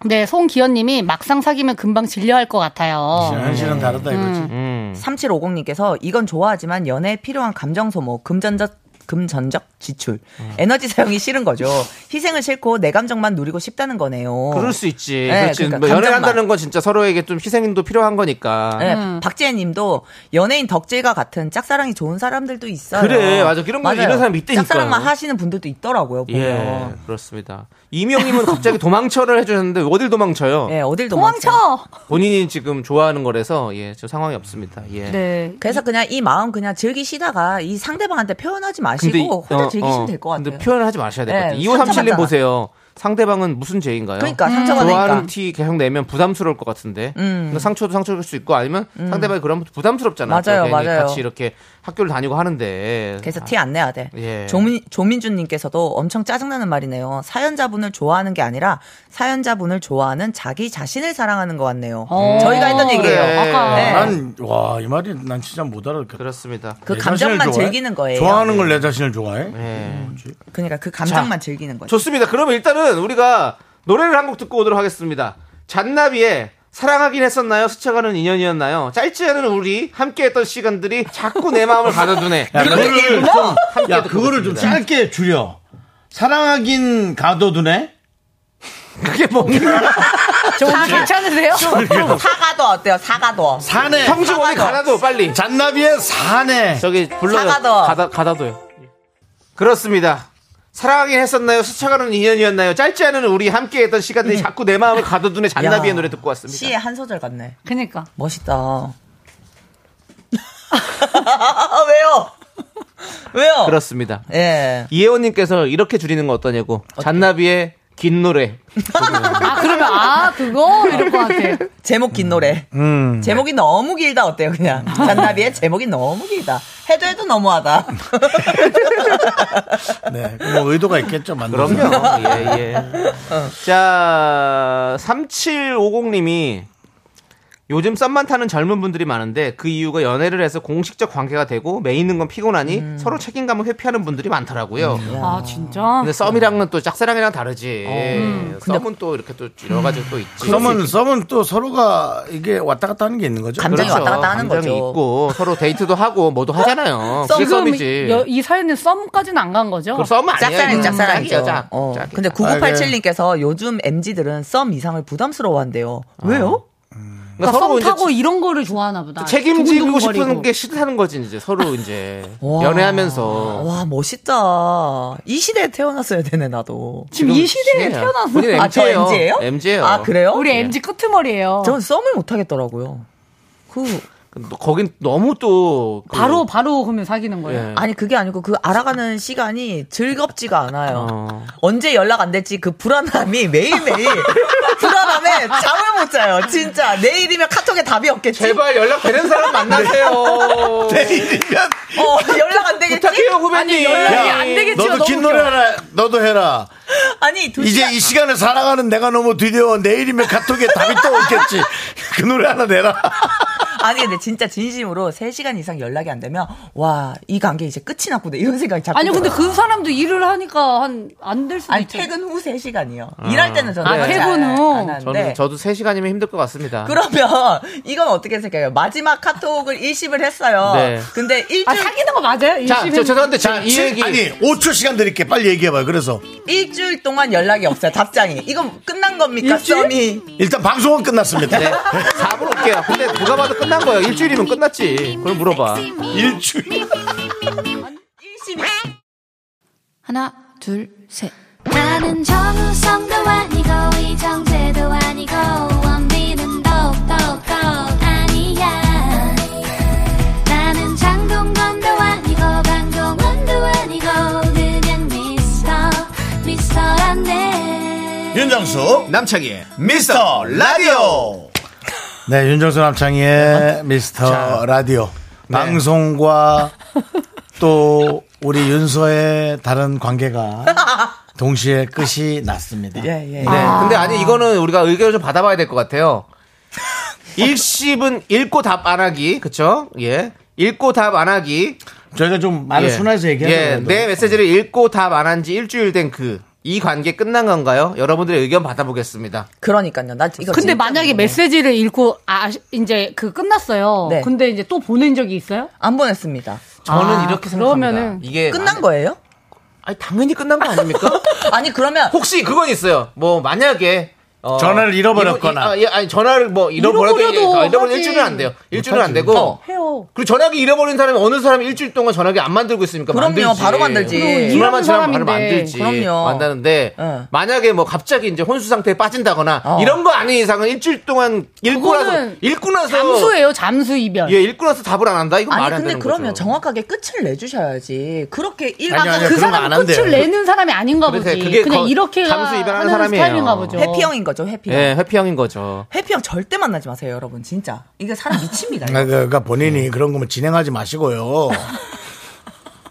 Speaker 3: 네, 송기현님이 막상 사귀면 금방 질려할 것 같아요.
Speaker 2: 네.
Speaker 1: 현실은 다르다 이거지.
Speaker 2: 음.
Speaker 10: 3750님께서 이건 좋아하지만 연애에 필요한 감정 소모, 금전적 금전적 지출.
Speaker 2: 음.
Speaker 10: 에너지 사용이 싫은 거죠. 희생을 싫고 내 감정만 누리고 싶다는 거네요.
Speaker 2: 그럴 수 있지.
Speaker 10: 네,
Speaker 2: 그렇지.
Speaker 10: 그러니까
Speaker 2: 뭐 연애를
Speaker 10: 감정만.
Speaker 2: 한다는 건 진짜 서로에게 좀 희생도 필요한 거니까.
Speaker 10: 네,
Speaker 3: 음.
Speaker 10: 박재현 님도 연예인 덕질과 같은 짝사랑이 좋은 사람들도 있어요.
Speaker 2: 그래, 맞아. 이런 거, 이런 사람이 있다니까요.
Speaker 10: 짝사랑만 하시는 분들도 있더라고요, 보면.
Speaker 2: 예, 그렇습니다. 이명님은 갑자기 도망쳐를 해주셨는데 어딜 도망쳐요?
Speaker 10: 예, 어딜
Speaker 3: 도망쳐.
Speaker 2: 본인이 지금 좋아하는 거라서 예, 저 상황이 없습니다. 예.
Speaker 10: 네, 그래서 그냥 이 마음 그냥 즐기시다가 이 상대방한테 표현하지 마시고
Speaker 2: 근데 이-
Speaker 10: 혼자
Speaker 2: 어,
Speaker 10: 즐기시면
Speaker 2: 어.
Speaker 10: 될 것 같아요.
Speaker 2: 근데 표현을 하지 마셔야 될 것
Speaker 10: 네,
Speaker 2: 같아요. 2537님
Speaker 10: 상처받잖아.
Speaker 2: 보세요. 상대방은 무슨 죄인가요?
Speaker 10: 그러니까, 상처받으니까.
Speaker 2: 어? 좋아하는 티 계속 내면 부담스러울 것 같은데.
Speaker 10: 음.
Speaker 2: 근데 상처도 상처일 수 있고 아니면
Speaker 10: 음.
Speaker 2: 상대방이 그러면 부담스럽잖아요.
Speaker 10: 맞아요,
Speaker 2: 괜히
Speaker 10: 맞아요.
Speaker 2: 같이 이렇게 학교를 다니고 하는데. 아,
Speaker 10: 그래서 티 안 내야 돼.
Speaker 2: 예.
Speaker 10: 조민, 조민준님께서도 엄청 짜증나는 말이네요. 사연자분을 좋아하는 게 아니라 사연자분을 좋아하는 자기 자신을 사랑하는 것 같네요.
Speaker 2: 음,
Speaker 3: 어.
Speaker 10: 저희가 했던 얘기예요. 네.
Speaker 3: 아,
Speaker 1: 난와이 말이 난 진짜 못 알아듣겠다.
Speaker 2: 그렇습니다.
Speaker 10: 그 감정만 즐기는 거예요. 네.
Speaker 1: 좋아하는 걸 내 자신을 좋아해?
Speaker 2: 네.
Speaker 10: 그러니까 그 감정만
Speaker 2: 자,
Speaker 10: 즐기는 거죠.
Speaker 2: 좋습니다. 그러면 일단은 우리가 노래를 한 곡 듣고 오도록 하겠습니다. 잔나비의 사랑하긴 했었나요? 스쳐가는 인연이었나요? 짧지 않은 우리 함께했던 시간들이 자꾸 내 마음을 가둬두네.
Speaker 1: 야,
Speaker 2: 이런
Speaker 1: 그거를
Speaker 2: 느낌으로
Speaker 1: 좀,
Speaker 2: 함께
Speaker 1: 뭐? 야,
Speaker 2: 듣고
Speaker 1: 그거를 좀
Speaker 2: 오겠습니다.
Speaker 1: 짧게 줄여. 사랑하긴 가둬두네?
Speaker 2: 그게 뭔가.
Speaker 10: 다
Speaker 3: 괜찮으세요?
Speaker 10: 사과도 어때요? 사과도.
Speaker 1: 사내.
Speaker 2: 형주 어디 가다도 빨리.
Speaker 1: 잔나비의 사내.
Speaker 2: 저기 불러요.
Speaker 10: 사과도.
Speaker 2: 가다 가다도요. 그렇습니다. 사랑하긴 했었나요? 스쳐가는 인연이었나요? 짧지 않은 우리 함께했던 시간들이 자꾸 내 마음을 가둬두네. 잔나비의
Speaker 10: 야.
Speaker 2: 노래 듣고 왔습니다.
Speaker 10: 시의 한 소절 같네.
Speaker 3: 그니까.
Speaker 10: 멋있다. 왜요? 왜요?
Speaker 2: 그렇습니다.
Speaker 10: 예.
Speaker 2: 이혜원님께서 이렇게 줄이는 거 어떠냐고. 잔나비의 긴 노래.
Speaker 3: 아, 그러면, 아, 그거? 이럴 것 같아.
Speaker 10: 제목 긴 노래.
Speaker 1: 음.
Speaker 10: 제목이 너무 길다 어때요 그냥 잔나비의 제목이 너무 길다 해도 해도 너무하다
Speaker 1: 네. 뭐 의도가 있겠죠, 만든
Speaker 2: 그럼요.
Speaker 1: 사람.
Speaker 2: 예, 예. 자, 3750님이 요즘 썸만 타는 젊은 분들이 많은데 그 이유가 연애를 해서 공식적 관계가 되고 매이는 건 피곤하니
Speaker 10: 음.
Speaker 2: 서로 책임감을 회피하는 분들이 많더라고요.
Speaker 3: 아, 진짜?
Speaker 2: 근데 썸이랑은 또 짝사랑이랑 다르지.
Speaker 10: 어.
Speaker 2: 예,
Speaker 10: 음. 근데-
Speaker 2: 썸은 또 이렇게 또 여러 가지 또 있지.
Speaker 1: 썸은, 썸은 또 서로가 이게 왔다 갔다 하는 게 있는 거죠?
Speaker 10: 감정이
Speaker 2: 그렇죠.
Speaker 10: 왔다 갔다 하는
Speaker 2: 감정이
Speaker 10: 거죠.
Speaker 2: 있고 서로 데이트도 하고 뭐도 하잖아요. 그게
Speaker 3: 지금
Speaker 2: 썸이지.
Speaker 3: 여- 이 사연은 썸까지는 안 간 거죠?
Speaker 2: 그럼 썸은 아니야.
Speaker 10: 짝사랑
Speaker 2: 이건
Speaker 10: 짝사랑이죠
Speaker 2: 짝이야, 짝.
Speaker 10: 어.
Speaker 2: 짝이야.
Speaker 10: 근데
Speaker 2: 네.
Speaker 10: 9987님께서 요즘 MZ들은 썸 이상을 부담스러워한대요
Speaker 2: 아.
Speaker 10: 왜요?
Speaker 3: 그러니까
Speaker 2: 그러니까 서로
Speaker 3: 썸
Speaker 2: 이제
Speaker 3: 타고 이런 거를 좋아하나 보다.
Speaker 2: 책임지고
Speaker 3: 두근두근거리고.
Speaker 2: 싶은 게 싫다는 거지 이제 서로 이제
Speaker 10: 와.
Speaker 2: 연애하면서
Speaker 10: 와 멋있다 이 시대에 태어났어야 되네 나도
Speaker 3: 지금 이 시대에
Speaker 2: 시대야.
Speaker 3: 태어나서
Speaker 2: 본인
Speaker 10: 아, 저
Speaker 2: MZ 예요.
Speaker 10: MZ 예요?
Speaker 2: MZ 예요.
Speaker 10: 아 그래요?
Speaker 3: 우리 MG 끄트머리예요.
Speaker 10: 전 썸을 못 하겠더라고요 그
Speaker 2: 근데 거긴 너무 또 그-
Speaker 3: 바로 바로 그러면 사귀는 거예요.
Speaker 2: 예.
Speaker 10: 아니 그게 아니고 그 알아가는 시간이 즐겁지가 않아요.
Speaker 2: 어.
Speaker 10: 언제 연락 안 될지 그 불안함이 매일매일 불안함에 잠을 못 자요. 진짜 내일이면 카톡에 답이 없겠지.
Speaker 2: 제발 연락 되는 사람 만나세요.
Speaker 1: 네. 내일이면.
Speaker 10: 어 연락 안 되겠지.
Speaker 2: 부탁해요 후배님.
Speaker 3: 연락이 안 되겠지.
Speaker 1: 너도
Speaker 3: 너무
Speaker 1: 긴
Speaker 3: 웃겨.
Speaker 1: 노래 하나, 너도 해라.
Speaker 10: 아니 두
Speaker 1: 이제
Speaker 10: 시간
Speaker 1: 이 시간을 살아가는 내가 너무 드디어 내일이면 카톡에 답이 또 없겠지. 그 노래 하나 내라.
Speaker 10: 아니 근데 진짜 진심으로 3 시간 이상 연락이 안 되면 와 이 관계 이제 끝이 났구나 이런 생각이 자꾸.
Speaker 3: 아니 근데
Speaker 10: 들어요.
Speaker 3: 그 사람도 일을 하니까 한 안 될 수도
Speaker 10: 아니
Speaker 3: 있죠.
Speaker 10: 퇴근 후3 시간이요. 일할 때는 저는
Speaker 3: 아,
Speaker 10: 그렇지
Speaker 3: 퇴근
Speaker 10: 않-
Speaker 3: 후.
Speaker 10: 안 하는데.
Speaker 1: 네.
Speaker 2: 저는 저도 3 시간이면 힘들 것 같습니다.
Speaker 10: 그러면 이건 어떻게 생각해요? 마지막 카톡을 일심을 했어요.
Speaker 2: 네.
Speaker 10: 근데 일주일
Speaker 3: 아 사귀는 거 맞아요?
Speaker 2: 자, 저 죄송한데 지금 이
Speaker 1: 칠-
Speaker 2: 얘기
Speaker 1: 아니, 5초 시간 드릴게. 빨리 얘기해봐요. 그래서.
Speaker 10: 일주일 동안 연락이 없어요. 답장이. 이건 끝난 겁니까? 썸이.
Speaker 1: 일단 방송은 끝났습니다.
Speaker 2: 네, 4분 올게요. 근데 누가 봐도 끝난 거예요. 일주일이면 끝났지. 그걸 물어봐.
Speaker 1: 일주일.
Speaker 9: 하나, 둘, 셋.
Speaker 6: 나는 정우성도 아니고 이정재도 아니고 원빈은 더욱더 아니야 나는 장동건도 아니고 강동원도 아니고 그냥 미스터 미스터란데
Speaker 1: 윤정수 어? 남창희의 미스터 라디오 네 윤정수 남창희의 미스터 라디오 방송과 또 우리 윤서의 다른 관계가 동시에 끝이 났습니다
Speaker 10: 예, 예.
Speaker 2: 네. 근데 아니 이거는 우리가 의견을 좀 받아봐야 될 것 같아요. 일십은 읽고 답 안 하기, 그쵸? 예. 읽고 답 안 하기.
Speaker 1: 저희가 좀 말을
Speaker 2: 예.
Speaker 1: 순화해서
Speaker 2: 예.
Speaker 1: 얘기하는
Speaker 2: 내 메시지를 읽고 답 안 한 지 일주일 된 그. 이 관계 끝난 건가요? 여러분들의 의견 받아보겠습니다.
Speaker 10: 그러니까요. 나 이거
Speaker 3: 근데
Speaker 10: 진짜
Speaker 3: 만약에
Speaker 10: 궁금해.
Speaker 3: 메시지를 읽고 아 이제 그 끝났어요.
Speaker 10: 네.
Speaker 3: 근데 이제 또 보낸 적이 있어요?
Speaker 10: 안 보냈습니다.
Speaker 2: 저는
Speaker 10: 아,
Speaker 2: 이렇게 생각합니다.
Speaker 10: 그러면은
Speaker 2: 이게
Speaker 10: 끝난
Speaker 2: 만약-
Speaker 10: 거예요?
Speaker 2: 아니 당연히 끝난 거 아닙니까?
Speaker 10: 아니 그러면
Speaker 2: 혹시 그건 있어요. 뭐 만약에 어,
Speaker 1: 전화를 잃어버렸거나.
Speaker 2: 이거- 이- 아, 예, 아니 전화를 뭐 잃어버려도
Speaker 3: 잃어버려도
Speaker 2: 아, 잃어버려
Speaker 3: 하지.
Speaker 2: 일주일은 안 돼요. 일주일은 안
Speaker 3: 못하지.
Speaker 2: 되고
Speaker 3: 어, 해요.
Speaker 2: 그리고 전화기 잃어버린 사람이 어느 사람이 일주일 동안 전화기 안 만들고 있으니까
Speaker 10: 그럼요,
Speaker 2: 만들지.
Speaker 10: 바로 만들지. 그럼 일하는
Speaker 2: 주말만 지나면 바로
Speaker 10: 사람인데.
Speaker 2: 만들지.
Speaker 10: 그럼요. 예.
Speaker 2: 만드는데 만약에 뭐 갑자기 이제 혼수 상태에 빠진다거나
Speaker 10: 어.
Speaker 2: 이런 거 아닌 이상은 일주일 동안 읽고 나서
Speaker 3: 그거는
Speaker 2: 읽고 나서
Speaker 3: 잠수예요, 잠수 이별.
Speaker 2: 예, 읽고 나서 답을 안 한다. 이거
Speaker 10: 아니
Speaker 2: 말이 안
Speaker 10: 근데
Speaker 2: 되는
Speaker 10: 그러면
Speaker 2: 거죠.
Speaker 10: 정확하게 끝을 내주셔야지. 그렇게 일
Speaker 2: 아니, 아니,
Speaker 3: 그
Speaker 2: 그런 거안
Speaker 3: 사람은 끝을
Speaker 2: 한대요.
Speaker 3: 내는 사람이 아닌가
Speaker 2: 그래서
Speaker 3: 보지.
Speaker 2: 그게
Speaker 3: 그냥
Speaker 2: 거-
Speaker 3: 이렇게
Speaker 2: 잠수 이별하는
Speaker 3: 하는
Speaker 2: 사람이에요.
Speaker 3: 스타일인가 보죠.
Speaker 10: 해피형인 거죠, 해피형.
Speaker 2: 예, 회피형인 거죠.
Speaker 10: 해피형 절대 만나지 마세요, 여러분. 진짜. 이게 사람 미칩니다. 이거.
Speaker 1: 아, 그러니까 본인이 그런 거면 진행하지 마시고요.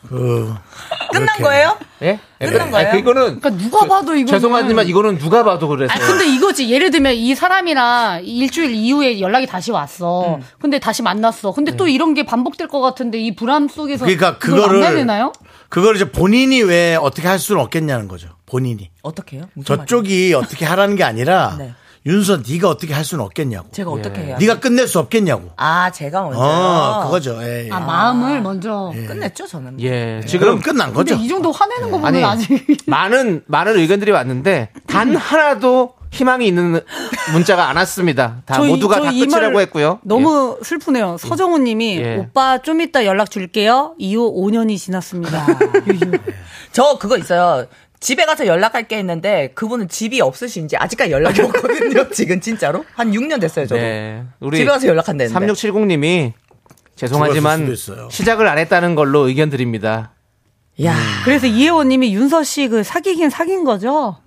Speaker 1: 그
Speaker 10: 끝난
Speaker 1: 이렇게.
Speaker 10: 거예요?
Speaker 2: 예?
Speaker 10: 끝난
Speaker 2: 예,
Speaker 10: 거예요?
Speaker 2: 아니, 그거는
Speaker 3: 그러니까 누가 봐도 이거
Speaker 2: 죄송하지만 이거는 누가 봐도 그래서
Speaker 3: 아 근데 이거지 예를 들면 이 사람이랑 일주일 이후에 연락이 다시 왔어. 근데 다시 만났어. 근데 또 이런 게 반복될 것 같은데 이 불안 속에서
Speaker 1: 그러니까
Speaker 3: 이걸
Speaker 1: 그거를-
Speaker 3: 만나야 되나요?
Speaker 1: 그걸 이제 본인이 왜 어떻게 할 수는 없겠냐는 거죠. 본인이.
Speaker 10: 어떻게 해요? 무슨
Speaker 1: 저쪽이 어떻게 하라는 게 아니라 윤선 네가 어떻게 할 수는 없겠냐고.
Speaker 10: 제가 어떻게 해요?
Speaker 1: 네가 끝낼 수 없겠냐고.
Speaker 10: 아, 제가 먼저.
Speaker 1: 어, 그거죠. 예, 예.
Speaker 3: 아 마음을 먼저
Speaker 10: 끝냈죠, 저는.
Speaker 2: 예,
Speaker 1: 그럼
Speaker 2: 지금
Speaker 1: 끝난
Speaker 3: 근데
Speaker 1: 거죠.
Speaker 3: 이 정도 화내는 거
Speaker 2: 아니.
Speaker 3: 보면 아직
Speaker 2: 많은 많은 의견들이 왔는데 단 하나도 희망이 있는 문자가 안 왔습니다. 다
Speaker 3: 저 이-
Speaker 2: 모두가
Speaker 3: 저
Speaker 2: 다
Speaker 3: 이
Speaker 2: 끝이라고
Speaker 3: 말
Speaker 2: 했고요.
Speaker 3: 너무 슬프네요. 서정우 님이
Speaker 2: 예.
Speaker 3: 오빠 좀 이따 연락 줄게요. 이후 5년이 지났습니다.
Speaker 10: 저 그거 있어요. 집에 가서 연락할 게 있는데 그분은 집이 없으신지 아직까지 연락이 없거든요. 지금 진짜로 한 6년 됐어요,
Speaker 2: 예.
Speaker 10: 저도.
Speaker 2: 네.
Speaker 10: 집에 가서 연락한다는데.
Speaker 2: 3670님이 죄송하지만
Speaker 1: 죽었을 수도 있어요.
Speaker 2: 시작을 안 했다는 걸로 의견 드립니다.
Speaker 10: 야,
Speaker 3: 그래서 이혜원 님이 윤서 씨 그 사귀긴 사귄 거죠?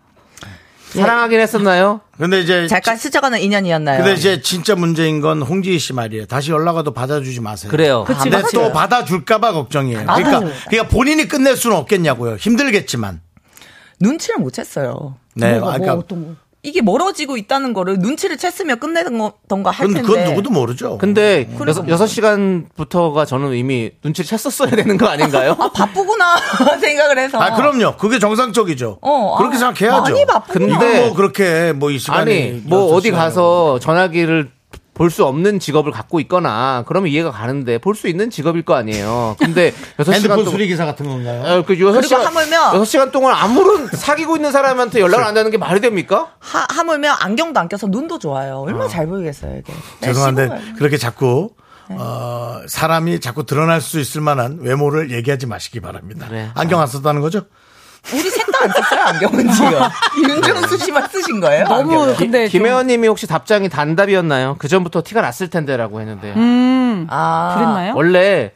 Speaker 2: 사랑하긴 했었나요?
Speaker 1: 근데 이제
Speaker 10: 잠깐 스쳐가는 인연이었나요?
Speaker 1: 근데 이제 진짜 문제인 건 홍지희 씨 말이에요. 다시 연락 와도 받아주지 마세요.
Speaker 2: 그래요.
Speaker 10: 그치,
Speaker 1: 근데
Speaker 10: 맞아요.
Speaker 1: 또 받아줄까봐 걱정이에요. 그러니까,
Speaker 10: 맞아요.
Speaker 1: 그러니까 본인이 끝낼 수는 없겠냐고요. 힘들겠지만.
Speaker 10: 눈치를 못 챘어요.
Speaker 1: 네,
Speaker 3: 뭐가,
Speaker 1: 그러니까
Speaker 3: 뭐 어떤 거.
Speaker 10: 이게 멀어지고 있다는 거를 눈치를 챘으면 끝내던가 할
Speaker 1: 그건,
Speaker 10: 텐데.
Speaker 1: 그건 누구도 모르죠.
Speaker 2: 근데
Speaker 10: 그래서
Speaker 2: 여섯 시간부터가 저는 이미 눈치를 챘었어야 되는 거 아닌가요?
Speaker 10: 아, 바쁘구나 생각을 해서.
Speaker 1: 아 그럼요. 그게 정상적이죠.
Speaker 10: 어, 아,
Speaker 1: 그렇게 생각해야죠.
Speaker 10: 많이 바쁘구나. 어.
Speaker 1: 근데 뭐 그렇게 뭐 이 시간에
Speaker 2: 아니 뭐
Speaker 1: 여섯
Speaker 2: 어디
Speaker 1: 시간에
Speaker 2: 가서 전화기를 볼 수 없는 직업을 갖고 있거나 그러면 이해가 가는데 볼 수 있는 직업일 거 아니에요. 근데 여섯 시간
Speaker 1: 핸드폰
Speaker 2: 동안
Speaker 1: 수리 기사 같은 건가요?
Speaker 2: 아, 그 여섯
Speaker 10: 그리고
Speaker 2: 시간
Speaker 10: 하물며-
Speaker 2: 여섯 시간 동안 아무런 사귀고 있는 사람한테 연락을 안 하는 게 말이 됩니까?
Speaker 10: 하, 하물며 안경도 안 껴서 눈도 좋아요. 얼마나 잘 보이겠어요, 이게. 네,
Speaker 1: 죄송한데 그렇게 자꾸 어, 사람이 자꾸 드러날 수 있을 만한 외모를 얘기하지 마시기 바랍니다.
Speaker 2: 그래.
Speaker 1: 안경 안 썼다는 거죠?
Speaker 10: 우리 셋 다 안 썼어요, 안경은 지금. 윤정수 씨만 쓰신 거예요?
Speaker 3: 너무
Speaker 10: 안경을?
Speaker 3: 근데 좀-
Speaker 2: 김혜원님이 혹시 답장이 단답이었나요? 그 전부터 티가 났을 텐데라고 했는데
Speaker 3: 음.
Speaker 10: 아.
Speaker 3: 그랬나요?
Speaker 2: 원래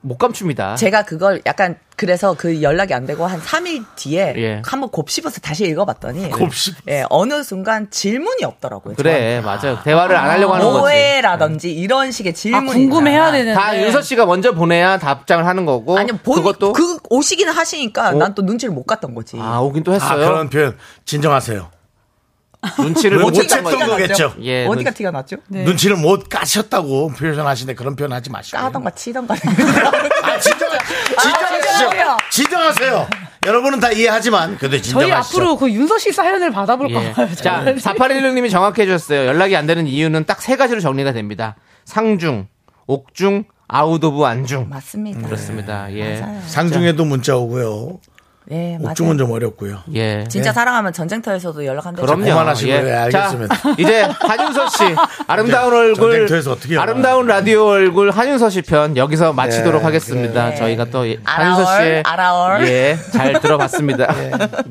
Speaker 2: 못 감춥니다.
Speaker 10: 제가 그걸 약간 그래서 그 연락이 안 되고 한 3일 뒤에
Speaker 2: 예.
Speaker 10: 한번 곱씹어서 다시 읽어봤더니
Speaker 1: 곱씹.
Speaker 10: 예, 어느 순간 질문이 없더라고요.
Speaker 2: 그래 맞아요. 대화를 안 하려고 하는
Speaker 10: 저한테.
Speaker 2: 거지.
Speaker 10: 오해라든지 이런 식의
Speaker 3: 아,
Speaker 10: 질문이
Speaker 3: 궁금해야 되는데.
Speaker 2: 다 윤서 씨가 먼저 보내야 답장을 하는 거고
Speaker 1: 어?
Speaker 10: 아니 본,
Speaker 2: 그것도
Speaker 10: 그 오시기는 하시니까
Speaker 2: 오.
Speaker 10: 난 또 눈치를 못 갔던 거지.
Speaker 2: 아 오긴 또
Speaker 1: 아
Speaker 2: 했어요.
Speaker 1: 그런 표현 진정하세요.
Speaker 2: 눈치를 못
Speaker 1: 왜
Speaker 2: 챘던
Speaker 1: 어쨌든
Speaker 2: 거죠.
Speaker 1: 거겠죠.
Speaker 2: 예,
Speaker 10: 어디가
Speaker 2: 눈-
Speaker 10: 티가 났죠?
Speaker 1: 눈치를 못 까셨다고 표현하시는데 그런 표현 하지 마시고.
Speaker 10: 까던가 치던가.
Speaker 1: 아, 진정, 진정하시죠.
Speaker 10: 진정하세요.
Speaker 1: 진정하세요. 여러분은 다 이해하지만 그래도
Speaker 3: 저희
Speaker 1: 진정하시죠.
Speaker 3: 앞으로 그 윤서 씨 사연을 받아볼까
Speaker 2: 예.
Speaker 3: 봐요.
Speaker 2: 자, 4816님이 정확해 주셨어요. 연락이 안 되는 이유는 딱 세 가지로 정리가 됩니다. 상중, 옥중, 아웃 오브 안중.
Speaker 10: 맞습니다.
Speaker 2: 음, 그렇습니다. 예.
Speaker 1: 상중에도 문자 오고요.
Speaker 10: 예, 맞아요.
Speaker 1: 옥중은 좀 어렵고요.
Speaker 2: 예.
Speaker 10: 진짜 사랑하면 전쟁터에서도 연락한다.
Speaker 2: 그럼요.
Speaker 1: 그만하시고요. 예, 알겠습니다.
Speaker 2: 자, 이제 한윤서 씨 아름다운 얼굴
Speaker 1: 전쟁터에서 어떻게 연락을
Speaker 2: 아름다운 라디오 얼굴 한윤서 씨 편 여기서
Speaker 1: 예,
Speaker 2: 마치도록 하겠습니다. 저희가 또 예, 한윤서
Speaker 10: 알아올,
Speaker 2: 씨의
Speaker 10: 알아올.
Speaker 2: 예, 잘 들어봤습니다.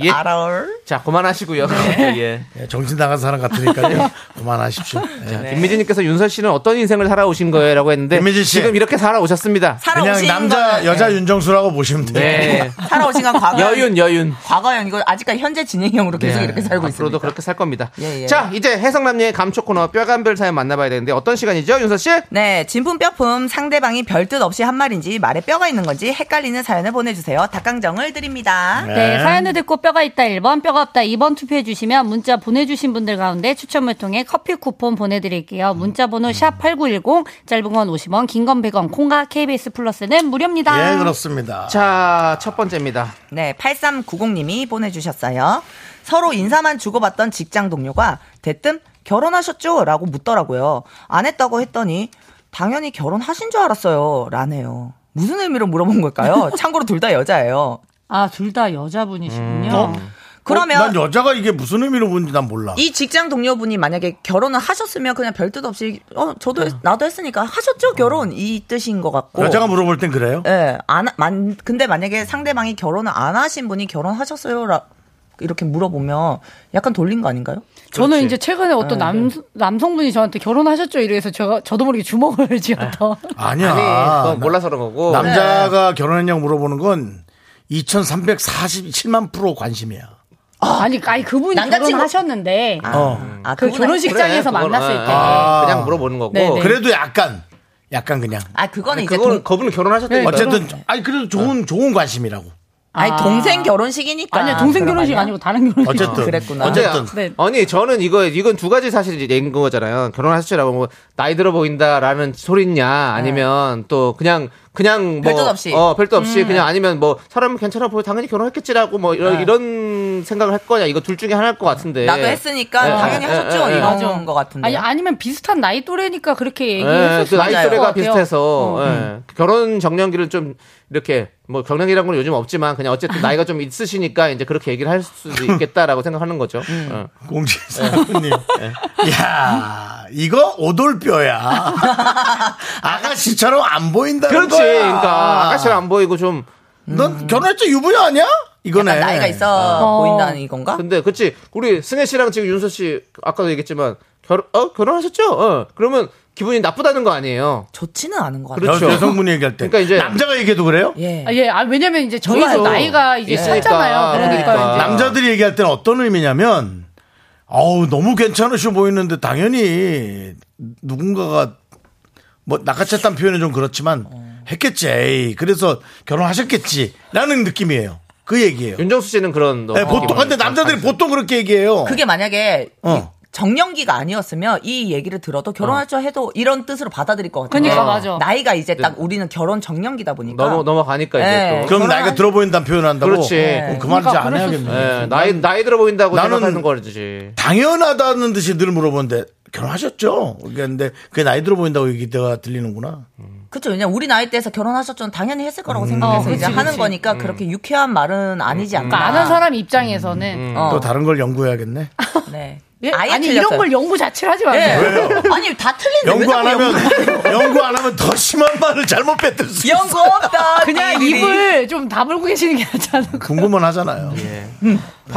Speaker 2: 예.
Speaker 10: 알아올. 네.
Speaker 2: 자, 그만하시고요. 예.
Speaker 1: 예, 정신 나간 사람 같으니까요. 그만하십시오. 예.
Speaker 10: 네.
Speaker 2: 김미진님께서 윤서 씨는 어떤 인생을 살아오신 거예요라고 했는데
Speaker 1: 김미진 씨.
Speaker 2: 지금 이렇게 살아오셨습니다.
Speaker 1: 그냥
Speaker 10: 살아오신
Speaker 1: 남자
Speaker 10: 거는,
Speaker 1: 여자
Speaker 10: 예.
Speaker 1: 윤정수라고 보시면 돼요.
Speaker 2: 네.
Speaker 10: 살아오신 건 과거
Speaker 2: 여윤 여윤.
Speaker 10: 과거형이고 아직까지 현재 진행형으로 계속
Speaker 2: 네.
Speaker 10: 이렇게
Speaker 2: 앞으로도
Speaker 10: 살고 있습니다.
Speaker 2: 그렇게 살 겁니다.
Speaker 10: 예, 예.
Speaker 2: 자, 이제 해성남녀의 감초 코너 뼈간별 사연 만나봐야 되는데 어떤 시간이죠, 윤서 씨?
Speaker 10: 네, 진품 뼈품 상대방이 별뜻 없이 한 말인지 말에 뼈가 있는 건지 헷갈리는 사연을 보내주세요. 닭강정을 드립니다.
Speaker 3: 네, 사연을 듣고 뼈가 있다 1번, 뼈가 없다 2번 투표해 주시면 문자 보내주신 분들 가운데 추첨을 통해 커피 쿠폰 보내드릴게요. 문자 번호 샵8910, 짧은 건 50원, 긴 건 100원, 콩과 KBS 플러스는 무료입니다.
Speaker 1: 예, 그렇습니다.
Speaker 2: 자, 첫 번째입니다.
Speaker 10: 네, 8390님이 보내주셨어요. 서로 인사만 주고받던 직장 동료가 대뜸 결혼하셨죠? 라고 묻더라고요. 안 했다고 했더니 당연히 결혼하신 줄 알았어요. 라네요. 무슨 의미로 물어본 걸까요? 참고로 둘 다 여자예요.
Speaker 3: 아, 둘 다 여자분이시군요.
Speaker 1: 어?
Speaker 10: 그러면
Speaker 1: 어, 난 여자가 이게 무슨 의미로 보는지 난 몰라.
Speaker 10: 이 직장 동료분이 만약에 결혼을 하셨으면 그냥 별 뜻 없이 어 저도 했- 나도 했으니까 하셨죠 결혼 이 뜻인 것 같고
Speaker 1: 네. 어. 여자가 물어볼 땐 그래요?
Speaker 10: 예, 안, 하- 만, 근데 만약에 상대방이 결혼을 안 하신 분이 결혼하셨어요? 라, 이렇게 물어보면 약간 돌린 거 아닌가요?
Speaker 3: 저는 이제 최근에 어떤
Speaker 10: 네.
Speaker 3: 남, 남성분이 저한테 결혼하셨죠? 이래서 제가, 저도 모르게 주먹을 쥐었던.
Speaker 1: 아니야.
Speaker 2: 아니, 그건
Speaker 1: 나-
Speaker 2: 몰라서 그런
Speaker 10: 네.
Speaker 2: 거고.
Speaker 1: 남자가 결혼했냐고 물어보는 건 2,347만 프로 관심이야.
Speaker 3: 아니, 아니, 그분이
Speaker 10: 남자친구-
Speaker 3: 결혼하셨는데.
Speaker 1: 어.
Speaker 10: 아,
Speaker 3: 그
Speaker 10: 그분은-
Speaker 3: 결혼식장에서
Speaker 2: 그래, 그건,
Speaker 3: 만났을 때.
Speaker 1: 아.
Speaker 2: 그냥 물어보는 거고.
Speaker 3: 네네.
Speaker 2: 그래,
Speaker 1: 그래도 약간, 약간 그냥.
Speaker 10: 아, 그거는 이제
Speaker 2: 그거는
Speaker 10: 동, 네,
Speaker 2: 그분은 결혼하셨다니까.
Speaker 1: 어쨌든, 아니, 그래도 좋은, 좋은 관심이라고.
Speaker 10: 아니, 동생 결혼식이니까.
Speaker 3: 아니야, 동생 결혼식
Speaker 10: 그런 거
Speaker 3: 아니고 다른 결혼식.
Speaker 1: 어쨌든.
Speaker 10: 그랬구나.
Speaker 1: 어쨌든.
Speaker 3: 네.
Speaker 2: 아니 저는 이거 이건 두 가지 사실 얘인 거잖아요. 결혼하셨죠라고 뭐 나이 들어 보인다라는 소리냐 아니면 또 그냥 그냥 뭐
Speaker 10: 네. 별뜻 없이. 음.
Speaker 2: 어 별도 없이 그냥 아니면 뭐 사람 괜찮아 보여 당연히 결혼했겠지라고 뭐 이런, 이런 생각을 할 거냐 이거 둘 중에 하나일 것 같은데.
Speaker 10: 네. 나도 했으니까
Speaker 3: 예.
Speaker 2: 네.
Speaker 10: 당연히
Speaker 2: 네.
Speaker 10: 하셨죠.
Speaker 2: 네. 네.
Speaker 10: 이런
Speaker 3: 맞아.
Speaker 10: 거 같은데.
Speaker 3: 아니, 아니면 비슷한 나이 또래니까
Speaker 2: 예,
Speaker 3: 그렇게 얘기했을
Speaker 2: 또
Speaker 3: 수도
Speaker 2: 나이
Speaker 3: 있을 것
Speaker 2: 또래가
Speaker 3: 같아요.
Speaker 2: 비슷해서
Speaker 3: 어.
Speaker 2: 예.
Speaker 10: 음.
Speaker 2: 결혼 정년기를 좀 이렇게 뭐 경량이란 건 요즘 없지만 그냥 어쨌든 나이가 좀 있으시니까 이제 그렇게 얘기를 할 수도 있겠다라고 생각하는 거죠.
Speaker 10: 음.
Speaker 2: 예.
Speaker 1: 공지사님.
Speaker 10: 네.
Speaker 1: 네. 야 이거 오돌뼈야. 아가씨처럼 안 보인다는
Speaker 2: 그렇지.
Speaker 1: 거야.
Speaker 2: 그러니까 아까처럼 안 보이고 좀
Speaker 1: 넌 결혼할 때 유부녀 아니야? 이거네.
Speaker 10: 음. 약간 나이가 있어 보인다는 이건가?
Speaker 2: 근데 그치 우리 승혜 씨랑 지금 윤서 씨 아까도 얘기했지만 결혼 어 결혼하셨죠? 어 그러면 기분이 나쁘다는 거 아니에요?
Speaker 10: 좋지는 않은 것 같아요.
Speaker 2: 그렇죠.
Speaker 1: 여- 여성분이 얘기할 때.
Speaker 2: 그러니까 이제-
Speaker 1: 남자가 얘기해도 그래요?
Speaker 10: 예.
Speaker 3: 아, 예, 아, 왜냐면 이제 저희도
Speaker 2: 네. 그렇죠.
Speaker 3: 나이가 이제
Speaker 2: 있으니까.
Speaker 3: 살잖아요. 그러니까
Speaker 2: 그러니까.
Speaker 3: 이제.
Speaker 1: 남자들이 얘기할 때는 어떤 의미냐면 어우 너무 괜찮으셔 보이는데 당연히 누군가가 뭐 낚아챘다는 표현은 좀 그렇지만
Speaker 2: 어.
Speaker 1: 했겠지 에이, 그래서 결혼하셨겠지라는 느낌이에요 그 얘기예요
Speaker 2: 윤정수 씨는 그러니까 그런
Speaker 1: 네, 보통 근데 남자들이 보통 그렇게 얘기해요
Speaker 10: 그게 만약에
Speaker 1: 어.
Speaker 10: 이- 정년기가 아니었으면 이 얘기를 들어도 결혼하죠 해도 이런 뜻으로 받아들일 것 같아요.
Speaker 3: 그러니까, 맞아. 네.
Speaker 10: 나이가 이제 딱 우리는 결혼 정년기다 보니까
Speaker 2: 넘어 넘어가니까
Speaker 10: 네.
Speaker 2: 이제 또
Speaker 1: 그럼
Speaker 10: 결혼한-
Speaker 1: 나이가 들어 보인다는 표현을 한다고
Speaker 2: 그렇지.
Speaker 1: 어, 그 말이지 안 해야겠네
Speaker 2: 예, 나이 나이 들어 보인다고
Speaker 1: 나는-
Speaker 2: 생각하는 거지.
Speaker 1: 당연하다는 듯이 늘 물어보는데 결혼하셨죠 그런데 그게 나이 들어 보인다고 얘기가 들리는구나
Speaker 10: 그렇죠. 왜냐 우리 나이 때에서 결혼하셨죠 당연히 했을 거라고 생각해서
Speaker 3: 어,
Speaker 10: 이제
Speaker 3: 그치,
Speaker 10: 하는
Speaker 3: 그치.
Speaker 10: 거니까 그렇게 유쾌한 말은 아니지 않나.
Speaker 3: 그러니까 아는 사람 입장에서는.
Speaker 2: 음,
Speaker 10: 어.
Speaker 1: 또 다른 걸 연구해야겠네
Speaker 10: 네.
Speaker 3: 예?
Speaker 10: 아예
Speaker 3: 아니,
Speaker 10: 틀렸어요.
Speaker 3: 이런 걸 연구 자체를 하지
Speaker 10: 예.
Speaker 3: 마세요.
Speaker 10: 네. 아니 다 틀린데
Speaker 1: 연구 안
Speaker 10: 왜 자꾸
Speaker 1: 하면 연구 안 하면 더 심한 말을 잘못 뱉을 수 있어.
Speaker 10: 연구 없다.
Speaker 3: 그냥
Speaker 10: 띠리리.
Speaker 3: 입을 좀 다물고 계시는 게 낫지 않을까.
Speaker 1: 궁금은 하잖아요.
Speaker 2: 예.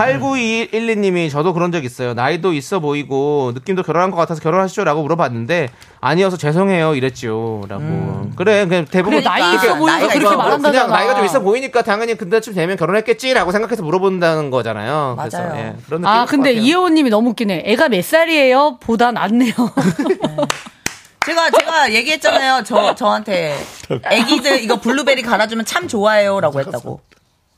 Speaker 2: 89212님이 저도 그런 적 있어요. 나이도 있어 보이고 느낌도 결혼한 것 같아서 결혼하시죠라고 물어봤는데 아니어서 죄송해요 이랬지요라고. 그래 그냥 대부분
Speaker 3: 그래, 나이
Speaker 10: 그러니까
Speaker 3: 있어 보이고
Speaker 10: 나이가
Speaker 3: 그렇게
Speaker 10: 있어.
Speaker 3: 말한다잖아.
Speaker 2: 그냥 나이가 좀 있어 보이니까 당연히 그때쯤 되면 결혼했겠지라고 생각해서 물어본다는 거잖아요. 그래서,
Speaker 10: 맞아요.
Speaker 2: 예, 그런 느낌인
Speaker 3: 아,
Speaker 2: 것
Speaker 3: 근데
Speaker 2: 같아요.
Speaker 3: 이혜원님이 너무 웃기네. 애가 몇 살이에요? 보다 낫네요.
Speaker 10: 제가 제가 얘기했잖아요. 저 저한테 애기들 이거 블루베리 갈아주면 참 좋아해요라고 했다고.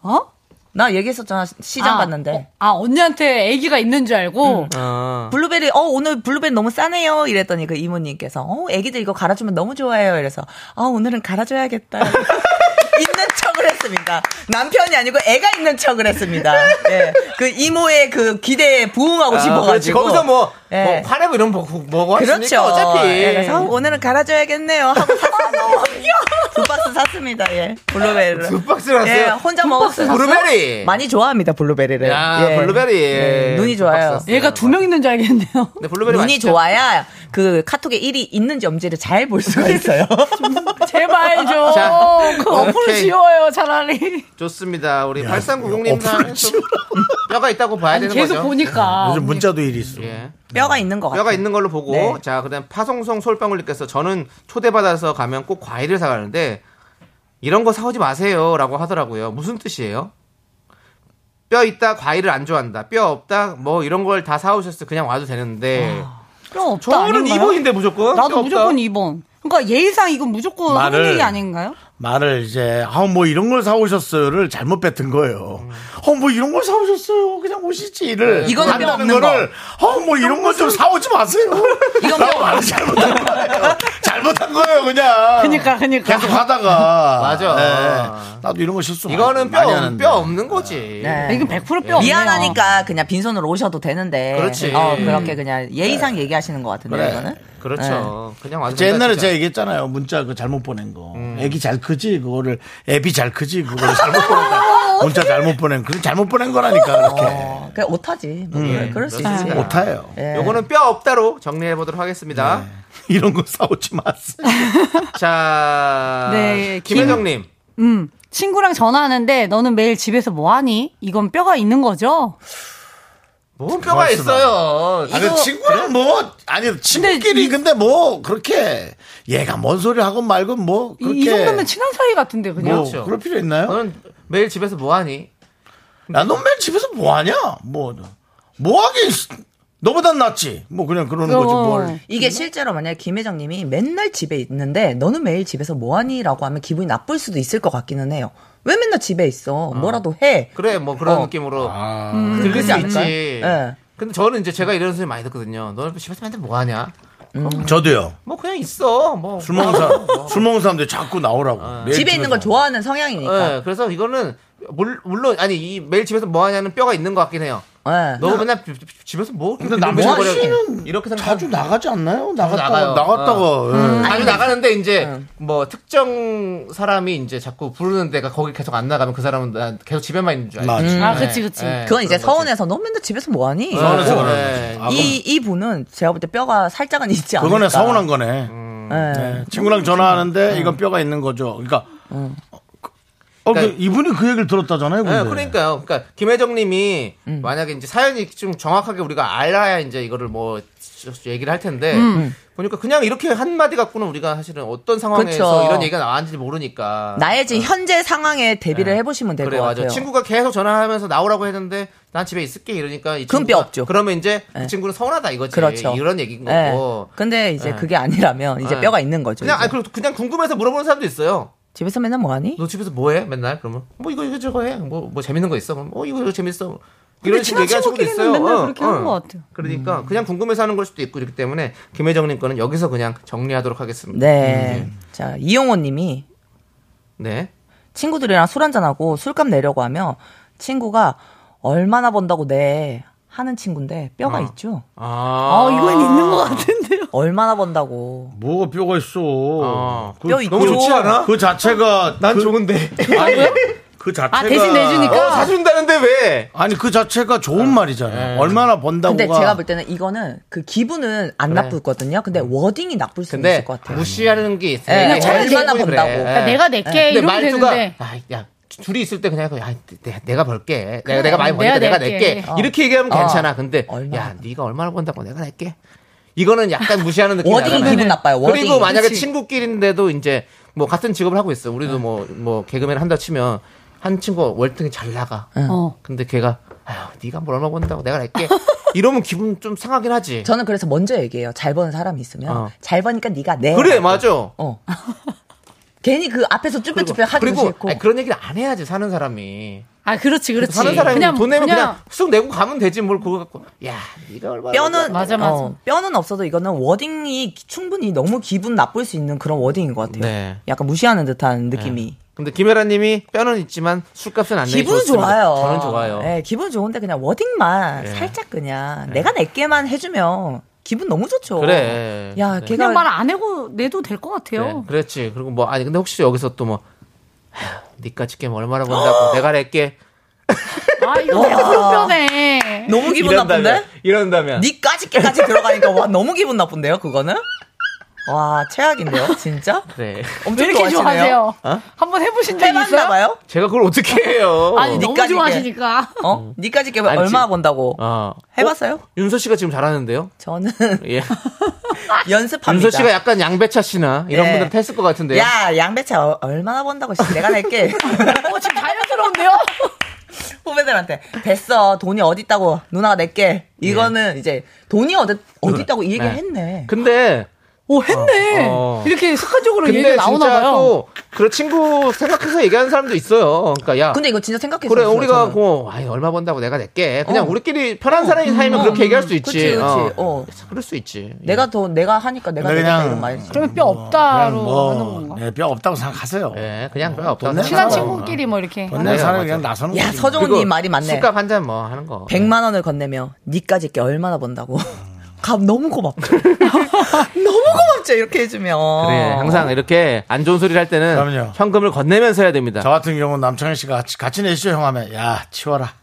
Speaker 3: 어?
Speaker 10: 나 얘기했었잖아 시장
Speaker 3: 아,
Speaker 10: 갔는데.
Speaker 3: 어, 아, 언니한테 애기가 있는 줄 알고.
Speaker 2: 아.
Speaker 10: 블루베리 어 오늘 블루베리 너무 싸네요 이랬더니 그 이모님께서 어 애기들 이거 갈아주면 너무 좋아해요 이래서 아 오늘은 갈아줘야겠다 있는 척을 했습니다 남편이 아니고 애가 있는 척을 했습니다 예그 이모의 그 기대에 부응하고
Speaker 2: 아, 그렇지.
Speaker 10: 싶어가지고
Speaker 2: 거기서 뭐,
Speaker 10: 예.
Speaker 2: 뭐 화내고 이런 거 뭐- 뭐고 하니까
Speaker 10: 그렇죠
Speaker 2: 어차피
Speaker 10: 예, 그래서 어, 오늘은 갈아줘야겠네요 하고 샀어요 너무 귀여워 두 박스 샀습니다 예 블루베리를
Speaker 2: 두 박스를 샀어요?
Speaker 10: 예 혼자 먹었어요
Speaker 2: 블루베리.
Speaker 10: 많이 좋아합니다 블루베리를
Speaker 2: 야,
Speaker 10: 예.
Speaker 2: 블루베리.
Speaker 10: 예, 눈이
Speaker 2: 두 박스
Speaker 10: 좋아요.
Speaker 2: 샀어요.
Speaker 3: 얘가 두 명 있는 줄 알겠네요.
Speaker 2: 근데 블루베리
Speaker 10: 눈이
Speaker 2: 맛있죠?
Speaker 10: 좋아야 그 카톡에 일이 있는지 없는지를 잘 볼 수가 있어요.
Speaker 3: 제발 좀.
Speaker 2: 자,
Speaker 3: 그 어플
Speaker 2: 오케이.
Speaker 3: 지워요, 차라리.
Speaker 2: 좋습니다. 우리 8390님
Speaker 1: 이거 어플을
Speaker 2: 사연 좀 뼈가 있다고 봐야
Speaker 3: 아니,
Speaker 2: 되는
Speaker 3: 계속
Speaker 2: 거죠. 네.
Speaker 3: 보니까.
Speaker 1: 요즘 문자도 일이 있어.
Speaker 2: 예.
Speaker 3: 음.
Speaker 10: 뼈가 있는 것 같아요.
Speaker 2: 뼈가 있는 걸로 보고
Speaker 10: 네.
Speaker 2: 자 그다음 파송송 솔방울님께서 저는 초대받아서 가면 꼭 과일을 사가는데 이런 거 사오지 마세요라고 하더라고요 무슨 뜻이에요? 뼈 있다 과일을 안 좋아한다 뼈 없다 뭐 이런 걸 다 사오셨어 그냥 와도 되는데
Speaker 3: 그럼 없다.
Speaker 2: 저는
Speaker 3: 아, 아닌가요?
Speaker 2: 2번인데 무조건 뼈
Speaker 3: 나도
Speaker 2: 없다.
Speaker 3: 무조건 2번. 그러니까 예의상 이건 무조건
Speaker 1: 말을-
Speaker 3: 하는 얘기 아닌가요?
Speaker 1: 말을 이제 아 뭐 이런 걸 사오셨어요를 잘못 뱉은 거예요. 어 뭐 이런 걸 사오셨어요. 그냥 오시지를 어, 뭐
Speaker 10: 이거는 뼈
Speaker 1: 한다는
Speaker 10: 없는
Speaker 1: 거를 어뭐 이런 걸 좀 사오지 마세요.
Speaker 10: 이건 뼈
Speaker 1: 라고 말을 잘못한 거예요. 잘못한 거예요, 그냥.
Speaker 3: 그러니까, 그니까, 그니까.
Speaker 1: 계속 하다가.
Speaker 2: 맞아.
Speaker 1: 네. 나도 이런 거 실수 많이-
Speaker 2: 이거는 뼈,
Speaker 1: 많이
Speaker 2: 없-
Speaker 1: 하는데.
Speaker 2: 뼈 없는 거지.
Speaker 3: 아, 네.
Speaker 10: 이건
Speaker 3: 100%뼈
Speaker 10: 미안하니까 그냥 빈손으로 오셔도 되는데.
Speaker 2: 그렇지.
Speaker 10: 어, 그렇게 그냥 예의상 얘기하시는 것 같은데,
Speaker 1: 그래.
Speaker 10: 이거는.
Speaker 2: 그렇죠.
Speaker 3: 네.
Speaker 2: 그냥 와서
Speaker 1: 제 옛날에
Speaker 2: 생각해.
Speaker 1: 제가 얘기했잖아요. 문자 그 잘못 보낸 거.
Speaker 2: 음.
Speaker 1: 애기 잘 크지? 그거를, 애비 잘 크지? 그거를 잘못 보냈다. 문자 잘못 보낸, 그래 잘못 보낸 거라니까, 그렇게.
Speaker 2: 어.
Speaker 10: 그냥 오타지. 뭐
Speaker 1: 음.
Speaker 10: 그럴 수
Speaker 1: 그렇지.
Speaker 10: 있지.
Speaker 1: 못해요.
Speaker 10: 예.
Speaker 3: 네.
Speaker 2: 요거는 뼈 없다로 정리해 보도록 하겠습니다.
Speaker 1: 네. 이런 거 싸우지 마세요.
Speaker 2: 자,
Speaker 3: 네,
Speaker 2: 김혜정님.
Speaker 3: 음. 친구랑 전화하는데 너는 매일 집에서 뭐 하니? 이건 뼈가 있는 거죠?
Speaker 2: 뭔 뼈가 어, 있어요.
Speaker 1: 아니,
Speaker 2: 이거-
Speaker 1: 친구랑 뭐, 아니, 친구끼리 근데, 뭐, 그렇게, 얘가 뭔 소리 하건 말건 뭐,
Speaker 3: 이,
Speaker 1: 그렇게.
Speaker 3: 이 정도면 친한 사이 같은데 그냥.
Speaker 1: 뭐, 그럴 필요
Speaker 10: 어?
Speaker 1: 있나요?
Speaker 2: 너는 매일 집에서 뭐 하니?
Speaker 1: 야, 넌맨 집에서 뭐 하냐? 뭐, 뭐 하긴, 너보단 낫지. 뭐, 그냥 그러는 거지, 뭘.
Speaker 10: 이게 실제로 만약에 김혜정 님이 맨날 집에 있는데 너는 매일 집에서 뭐 하니? 라고 하면 기분이 나쁠 수도 있을 것 같기는 해요. 왜 맨날 집에 있어? 뭐라도 해.
Speaker 2: 그래, 뭐 그런
Speaker 10: 어.
Speaker 2: 느낌으로 들릴 수
Speaker 10: 그러지
Speaker 2: 있지.
Speaker 10: 않을까요? 예.
Speaker 2: 근데 저는 이제 제가 이런 소리 많이 듣거든요. 너는 집에서 맨날 뭐 하냐?
Speaker 3: 음.
Speaker 1: 저도요.
Speaker 2: 뭐 그냥 있어. 뭐
Speaker 1: 술 먹는 사람, 술 먹는 사람들 자꾸 나오라고. 내
Speaker 10: 집에 있는 걸 좋아하는 성향이니까.
Speaker 2: 예, 그래서 이거는 물- 물론 아니 이 매일 집에서 뭐 하냐는 뼈가 있는 것 같긴 해요.
Speaker 10: 예.
Speaker 2: 너 맨날 집- 집- 집에서 뭐
Speaker 1: 근데
Speaker 2: 이렇게
Speaker 1: 남자
Speaker 2: 놀고 그래.
Speaker 1: 씨는
Speaker 2: 이렇게 생각
Speaker 1: 자주 나가지 않나요? 나갔다,
Speaker 2: 나가요. 음.
Speaker 1: 나갔다가. 예.
Speaker 2: 자주 나가는데 이제 뭐 특정 사람이 이제 자꾸 부르는 데가 거기 계속 안 나가면 그 사람은 난 계속 집에만 있는 줄 알고.
Speaker 1: 맞아.
Speaker 3: 아, 그치, 그치.
Speaker 10: 그건 이제 서운해서 너 맨날 집에서 뭐 하니?
Speaker 1: 서운해서
Speaker 10: 라고.
Speaker 1: 그러는 거지. 아,
Speaker 10: 이, 이 분은 제가 볼 때 뼈가 살짝은 있지 않을까.
Speaker 1: 그거는 서운한 거네.
Speaker 10: 예.
Speaker 1: 네. 친구랑 전화하는데 이건 뼈가 있는 거죠. 그러니까. 어, 그,
Speaker 2: 그러니까-
Speaker 1: 이분이 그 얘기를 들었다잖아요.
Speaker 10: 네.
Speaker 1: 근데.
Speaker 2: 그러니까요. 그러니까 김혜정님이
Speaker 10: 음.
Speaker 2: 만약에 이제 사연이 좀 정확하게 우리가 알아야 이제 이거를 뭐 얘기를 할 텐데
Speaker 10: 음,
Speaker 2: 보니까 그냥 이렇게 한 마디 갖고는 우리가 사실은 어떤 상황에서
Speaker 10: 그쵸.
Speaker 2: 이런 얘기가 나왔는지 모르니까
Speaker 10: 나의 지금 현재 상황에 대비를 해보시면
Speaker 2: 아.
Speaker 10: 될 것
Speaker 2: 네. 그래 맞아.
Speaker 10: 같아요.
Speaker 2: 요 친구가 계속 전화하면서 나오라고 했는데 난 집에 있을게 이러니까 이
Speaker 10: 그건
Speaker 2: 친구가-
Speaker 10: 뼈 없죠.
Speaker 2: 그러면 이제
Speaker 10: 네.
Speaker 2: 그 친구는 서운하다 이거지.
Speaker 10: 그렇죠.
Speaker 2: 이런 얘기인
Speaker 10: 예.
Speaker 2: 거고.
Speaker 10: 근데 이제
Speaker 2: 예.
Speaker 10: 그게 아니라면 이제
Speaker 2: 예.
Speaker 10: 뼈가 있는 거죠. 그렇죠.
Speaker 2: 그냥
Speaker 10: 이제.
Speaker 2: 아니 그리고 그냥 궁금해서 물어보는 사람도 있어요.
Speaker 10: 집에서 맨날 뭐 하니?
Speaker 2: 너 집에서 뭐 해? 맨날 그러면 뭐 이거 이거 저거 해. 뭐 뭐 재밌는 거 있어? 그럼 어 이거 이거 재밌어.
Speaker 3: 근데
Speaker 2: 이런 식으로
Speaker 3: 친한
Speaker 2: 얘기할 친구도
Speaker 3: 친구끼리는
Speaker 2: 있어요.
Speaker 3: 맨날
Speaker 2: 어,
Speaker 3: 그렇게
Speaker 2: 어.
Speaker 3: 하는 것 같아요.
Speaker 2: 그러니까
Speaker 10: 음.
Speaker 2: 그냥 궁금해서 하는 걸 수도 있고 그렇기 때문에 김혜정님 거는 여기서 그냥 정리하도록 하겠습니다.
Speaker 10: 네.
Speaker 2: 예.
Speaker 10: 자, 이용호 님이
Speaker 2: 네.
Speaker 10: 친구들이랑 술 한잔하고 술값 내려고 하면 친구가 얼마나 번다고 내 하는 친구인데 뼈가 있죠.
Speaker 2: 아,
Speaker 3: 이건 있는 것 같은데요.
Speaker 10: 얼마나 번다고.
Speaker 1: 뭐가 뼈가 있어.
Speaker 2: 아.
Speaker 1: 그,
Speaker 10: 뼈 있고. 너무 좋지
Speaker 2: 않아?
Speaker 1: 그 자체가. 난
Speaker 2: 좋은데.
Speaker 1: 그 자체가.
Speaker 3: 아, 대신 내주니까?
Speaker 2: 어, 사준다는데 왜?
Speaker 1: 아니, 그 자체가 좋은 말이잖아. 요 얼마나 번다고가.
Speaker 10: 근데 제가 볼 때는 이거는 그 기분은 안 나쁘거든요. 근데 워딩이 나쁠 수 있을
Speaker 2: 음. 근데
Speaker 10: 것 같아요.
Speaker 2: 무시하는 게
Speaker 3: 네.
Speaker 2: 있어.
Speaker 10: 예,
Speaker 2: 요 네.
Speaker 10: 차라리 얼마나 번다고.
Speaker 3: 그러니까 내가 낼게
Speaker 2: 근데
Speaker 3: 이러면
Speaker 2: 네, 말투가
Speaker 3: 되는데.
Speaker 2: 아, 야 둘이 있을 때 그냥 야, 내, 내가 벌게 내가, 내가 많이 버니까 내가
Speaker 3: 내가 낼게.
Speaker 2: 낼게,
Speaker 3: 어.
Speaker 2: 이렇게 얘기하면
Speaker 10: 어.
Speaker 2: 괜찮아 근데
Speaker 10: 얼마나
Speaker 2: 야 네가 얼마나 번다고 내가 낼게 이거는 약간 무시하는 느낌
Speaker 10: 워딩이 기분 나빠요, 워딩이.
Speaker 2: 그리고 만약에
Speaker 10: 그치.
Speaker 2: 친구끼리인데도 이제 뭐 같은 직업을 하고 있어 우리도 뭐 뭐 개그맨 한다 치면 한 친구가 월등히 잘 나가
Speaker 3: 어.
Speaker 2: 근데 걔가 아유 네가 뭘 얼마 번다고 내가 낼게 이러면 기분 좀 상하긴 하지
Speaker 10: 저는 그래서 먼저 얘기해요. 잘 버는 사람이 있으면
Speaker 2: 어.
Speaker 10: 잘 버니까 네가 내.
Speaker 2: 그래 맞아
Speaker 10: 어. 괜히 그 앞에서 쭈뼛쭈뼛 하기도
Speaker 2: 그리고
Speaker 10: 싫고.
Speaker 2: 아니, 그런 얘기를 안 해야지 사는 사람이
Speaker 3: 아, 그렇지, 그렇지.
Speaker 2: 사는 사람이 그냥, 돈 내면 그냥, 쑥 내고 가면 되지 뭘 그거 갖고 야 네가 얼마
Speaker 10: 뼈는
Speaker 3: 맞아, 맞아.
Speaker 10: 어, 뼈는 없어도 이거는 워딩이 충분히 너무 기분 나쁠 수 있는 그런 워딩인 것 같아요.
Speaker 2: 네.
Speaker 10: 약간 무시하는 듯한 느낌이.
Speaker 2: 근데 김혜라님이 뼈는 있지만 술값은 안 내고
Speaker 10: 기분
Speaker 2: 네, 좋습니다.
Speaker 10: 좋아요.
Speaker 2: 저는 좋아요. 네.
Speaker 10: 네, 기분 좋은데 그냥 워딩만 살짝 그냥 내가 내게만 해주면 기분 너무 좋죠.
Speaker 2: 그래.
Speaker 10: 야,
Speaker 2: 네.
Speaker 10: 걔가
Speaker 3: 그냥 말 안 해고 내도 될 것 같아요.
Speaker 2: 네, 그렇지. 그리고 뭐 아니 근데 혹시 여기서 또 뭐 니까지 게임 얼마나 번다고 내가 낼게
Speaker 3: 아, 이거 되게 불편해.
Speaker 10: 너무 기분 나쁜데?
Speaker 2: 이런다면
Speaker 10: 니까지 깨까지 들어가니까 와 너무 기분 나쁜데요, 그거는? 와 최악인데요, 진짜?
Speaker 2: 그래.
Speaker 3: 왜
Speaker 10: 엄청
Speaker 3: 이렇게
Speaker 10: 좋아하시네요.
Speaker 3: 좋아하세요? 한번 해보신 적 있어요?
Speaker 10: 해봤나봐요.
Speaker 2: 제가 그걸 어떻게 해요?
Speaker 3: 아니, 너무
Speaker 10: 니까지
Speaker 3: 좋아하시니까.
Speaker 10: 어? 니까지 깨면
Speaker 2: 음. 아니지.
Speaker 10: 얼마 번다고?
Speaker 2: 어.
Speaker 10: 해봤어요?
Speaker 2: 어? 윤서 씨가 지금 잘하는데요.
Speaker 10: 저는
Speaker 2: 예.
Speaker 10: 연습합니다.
Speaker 2: 윤서 씨가 약간 양배차 씨나 이런
Speaker 10: 네.
Speaker 2: 분들 했을 것 같은데요.
Speaker 10: 야 양배차 어- 얼마나 번다고 씨, 내가 낼게.
Speaker 3: 어, 지금 자연스러운데요?
Speaker 10: 후배들한테 됐어 돈이 어디 있다고 누나가 낼게 이거는 이제 돈이 어디 어디 있다고 이 얘기
Speaker 2: 네.
Speaker 10: 했네
Speaker 2: 근데
Speaker 3: 오
Speaker 1: 아,
Speaker 3: 했네.
Speaker 2: 어.
Speaker 3: 이렇게 습관적으로
Speaker 2: 근데
Speaker 3: 얘기가
Speaker 2: 진짜
Speaker 3: 나오나 봐요.
Speaker 2: 또 그런 친구 생각해서 얘기하는 사람도 있어요. 그러니까 야.
Speaker 10: 근데 이거 진짜 생각해서
Speaker 2: 그래
Speaker 10: 했어요,
Speaker 2: 우리가
Speaker 10: 저는.
Speaker 2: 뭐 아이 얼마 번다고 내가 낼게. 그냥
Speaker 10: 어.
Speaker 2: 우리끼리 편한 사람이
Speaker 10: 어,
Speaker 2: 사이면
Speaker 10: 음,
Speaker 2: 그렇게
Speaker 10: 음,
Speaker 2: 얘기할 수 있지.
Speaker 10: 그치, 그치.
Speaker 2: 어.
Speaker 10: 어.
Speaker 2: 그럴 수 있지.
Speaker 10: 내가 더 내가 하니까 내가
Speaker 1: 근데
Speaker 10: 내겠다
Speaker 1: 그냥-
Speaker 10: 이런 말이지.
Speaker 3: 그러면 뼈 어, 없다로 하는 건가?
Speaker 1: 네, 아, 뼈 없다고 생각하세요.
Speaker 2: 네, 그냥 뼈 없다고
Speaker 1: 어,
Speaker 3: 친한 친구끼리 뭐 이렇게.
Speaker 1: 돈내
Speaker 3: 하는
Speaker 1: 사람이
Speaker 3: 거죠.
Speaker 1: 그냥 나서는
Speaker 10: 야
Speaker 1: 거지.
Speaker 2: 음.
Speaker 10: 서정훈
Speaker 2: 어. 그리고
Speaker 10: 님 말이 맞네.
Speaker 2: 술값 한 잔 뭐 하는 거.
Speaker 10: 100만 원을 건네며 니까지 게 얼마나 번다고.
Speaker 2: 음.
Speaker 10: 값 너무 고맙죠. 너무 고맙죠 이렇게 해주면.
Speaker 2: 그래 항상 이렇게 안 좋은 소리를 할 때는
Speaker 1: 그럼요.
Speaker 2: 현금을 건네면서 해야 됩니다.
Speaker 1: 저 같은 경우는 남창희 씨가 같이, 같이 내시죠, 형 하면. 야, 치워라.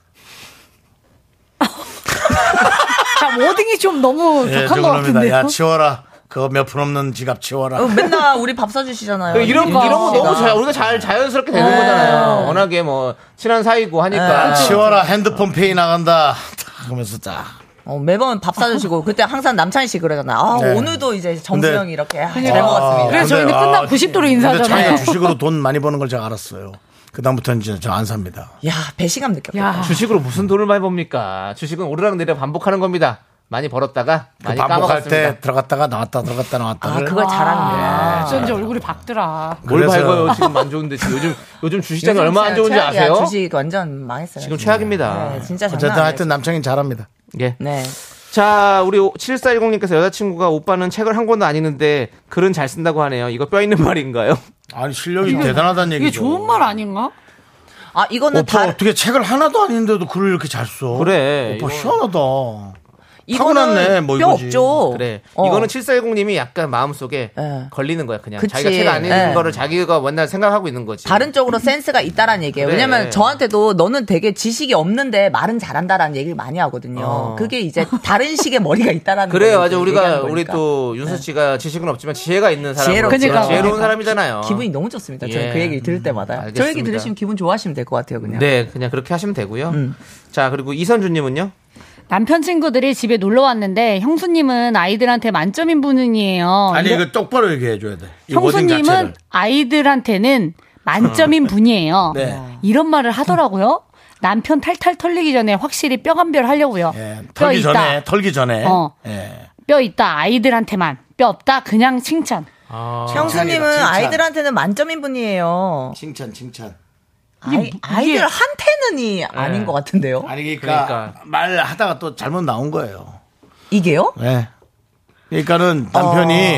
Speaker 3: 자, 워딩이 좀 너무
Speaker 1: 예,
Speaker 3: 격한 것
Speaker 1: 저겁니다.
Speaker 3: 같은데요.
Speaker 1: 야, 치워라. 그거 몇 푼 없는 지갑 치워라.
Speaker 10: 어, 맨날 우리 밥 사주시잖아요.
Speaker 2: 그러니까 이런
Speaker 10: 윤정
Speaker 2: 이런 거
Speaker 10: 씨가.
Speaker 2: 너무 잘 우리가 잘 자연스럽게
Speaker 10: 어.
Speaker 2: 되는 거잖아요. 워낙에 뭐 친한 사이고 하니까.
Speaker 1: 야, 치워라. 핸드폰 페이 나간다. 탁 하면서 딱.
Speaker 10: 어, 매번 밥 사주시고 그때 항상 남찬 씨 그러잖아. 아
Speaker 1: 네.
Speaker 10: 오늘도 이제 정수영이
Speaker 1: 근데-
Speaker 10: 이렇게 아, 잘 먹었습니다.
Speaker 3: 그래서 저희는
Speaker 1: 아,
Speaker 3: 끝나고 90도로
Speaker 1: 근데 자기가
Speaker 3: 인사하잖아요.
Speaker 1: 주식으로 돈 많이 버는 걸 제가 알았어요. 그다음부터는 이제 저 안 삽니다.
Speaker 10: 야 배신감 느꼈다.
Speaker 1: 아,
Speaker 3: 야,
Speaker 2: 주식으로 무슨 돈을 많이 봅니까? 주식은 오르락 내려 반복하는 겁니다. 많이 벌었다가
Speaker 1: 그
Speaker 2: 많이
Speaker 1: 반복할
Speaker 2: 까먹었습니다.
Speaker 1: 때 들어갔다가 나왔다 들어갔다 나왔다.
Speaker 10: 아 그걸
Speaker 2: 네.
Speaker 10: 잘하는데.
Speaker 3: 어쩐지 얼굴이 박더라.
Speaker 2: 뭘
Speaker 1: 그래서요.
Speaker 2: 밝아요 지금 안 좋은데 지금 요즘 요즘 주식장이
Speaker 10: 요즘
Speaker 2: 얼마나 안 좋은지
Speaker 10: 진짜 최악이야.
Speaker 2: 아세요?
Speaker 10: 주식 완전 망했어요.
Speaker 2: 지금 최악입니다.
Speaker 10: 네, 진짜 장난
Speaker 1: 어쨌든
Speaker 10: 아니에요.
Speaker 1: 하여튼 남창이 잘합니다.
Speaker 2: 예.
Speaker 10: 네.
Speaker 2: 자, 우리 7410님께서 여자친구가 오빠는 책을 한 권도 안 읽는데 글은 잘 쓴다고 하네요. 이거 뼈 있는 말인가요?
Speaker 1: 아니 실력이 대단하다는 얘기죠.
Speaker 3: 이게 좋은 말 아닌가?
Speaker 10: 아 이거는
Speaker 1: 오빠
Speaker 10: 다
Speaker 1: 어떻게 책을 하나도 안 읽는데도 글을 이렇게 잘 써?
Speaker 2: 그래,
Speaker 1: 오빠
Speaker 2: 네, 이거는-
Speaker 1: 희한하다. 타고났네,
Speaker 10: 이거는
Speaker 1: 뭐
Speaker 10: 뼈
Speaker 1: 이거지.
Speaker 10: 없죠.
Speaker 2: 그래.
Speaker 10: 어.
Speaker 2: 이거는 7410님이 약간 마음속에
Speaker 10: 예.
Speaker 2: 걸리는 거야, 그냥.
Speaker 10: 그치.
Speaker 2: 자기가 책 안 읽는
Speaker 10: 예.
Speaker 2: 거를 자기가 맨날 생각하고 있는 거지.
Speaker 10: 다른 쪽으로 센스가 있다라는 얘기예요.
Speaker 2: 그래.
Speaker 10: 왜냐면 저한테도 너는 되게 지식이 없는데 말은 잘한다라는 얘기를 많이 하거든요.
Speaker 2: 어.
Speaker 10: 그게 이제 다른 식의 머리가 있다라는
Speaker 2: 그래요,
Speaker 10: 걸
Speaker 2: 맞아.
Speaker 10: 이제
Speaker 2: 우리가,
Speaker 10: 얘기하는
Speaker 2: 우리
Speaker 10: 거니까. 예.
Speaker 2: 또, 윤서 씨가 지식은 없지만 지혜가 있는 사람.
Speaker 10: 지혜롭죠.
Speaker 3: 그러니까.
Speaker 2: 지혜로운 사람이잖아요.
Speaker 10: 기분이 너무 좋습니다.
Speaker 2: 예.
Speaker 10: 저는 그 얘기 들을 때마다.
Speaker 2: 알겠습니다.
Speaker 10: 저 얘기 들으시면 기분 좋아하시면 될 것 같아요, 그냥.
Speaker 2: 네, 그냥 그렇게 하시면 되고요.
Speaker 10: 음.
Speaker 2: 자, 그리고 이선주님은요?
Speaker 3: 남편 친구들이 집에 놀러 왔는데 형수님은 아이들한테 만점인 분이에요.
Speaker 1: 아니 이거 똑바로 얘기해 줘야 돼. 이 워딩
Speaker 3: 형수님은
Speaker 1: 자체를. 어.
Speaker 3: 아이들한테는 만점인 분이에요.
Speaker 1: 네.
Speaker 3: 이런 말을 하더라고요. 남편 탈탈 털리기 전에 확실히 뼈감별 하려고요.
Speaker 1: 예,
Speaker 3: 뼈
Speaker 1: 털기
Speaker 3: 있다.
Speaker 1: 전에 털기 전에.
Speaker 3: 어.
Speaker 1: 예.
Speaker 3: 뼈 있다. 아이들한테만. 뼈 없다. 그냥 칭찬.
Speaker 10: 형수님은
Speaker 1: 칭찬이다, 칭찬.
Speaker 10: 아이들한테는 만점인 분이에요.
Speaker 1: 칭찬 칭찬.
Speaker 2: 뭐,
Speaker 10: 아이, 아이들한테는이
Speaker 2: 예.
Speaker 10: 아닌 것 같은데요.
Speaker 1: 아니 그러니까,
Speaker 2: 그러니까.
Speaker 1: 말하다가 또 잘못 나온 거예요.
Speaker 10: 이게요?
Speaker 1: 예. 그러니까는 남편이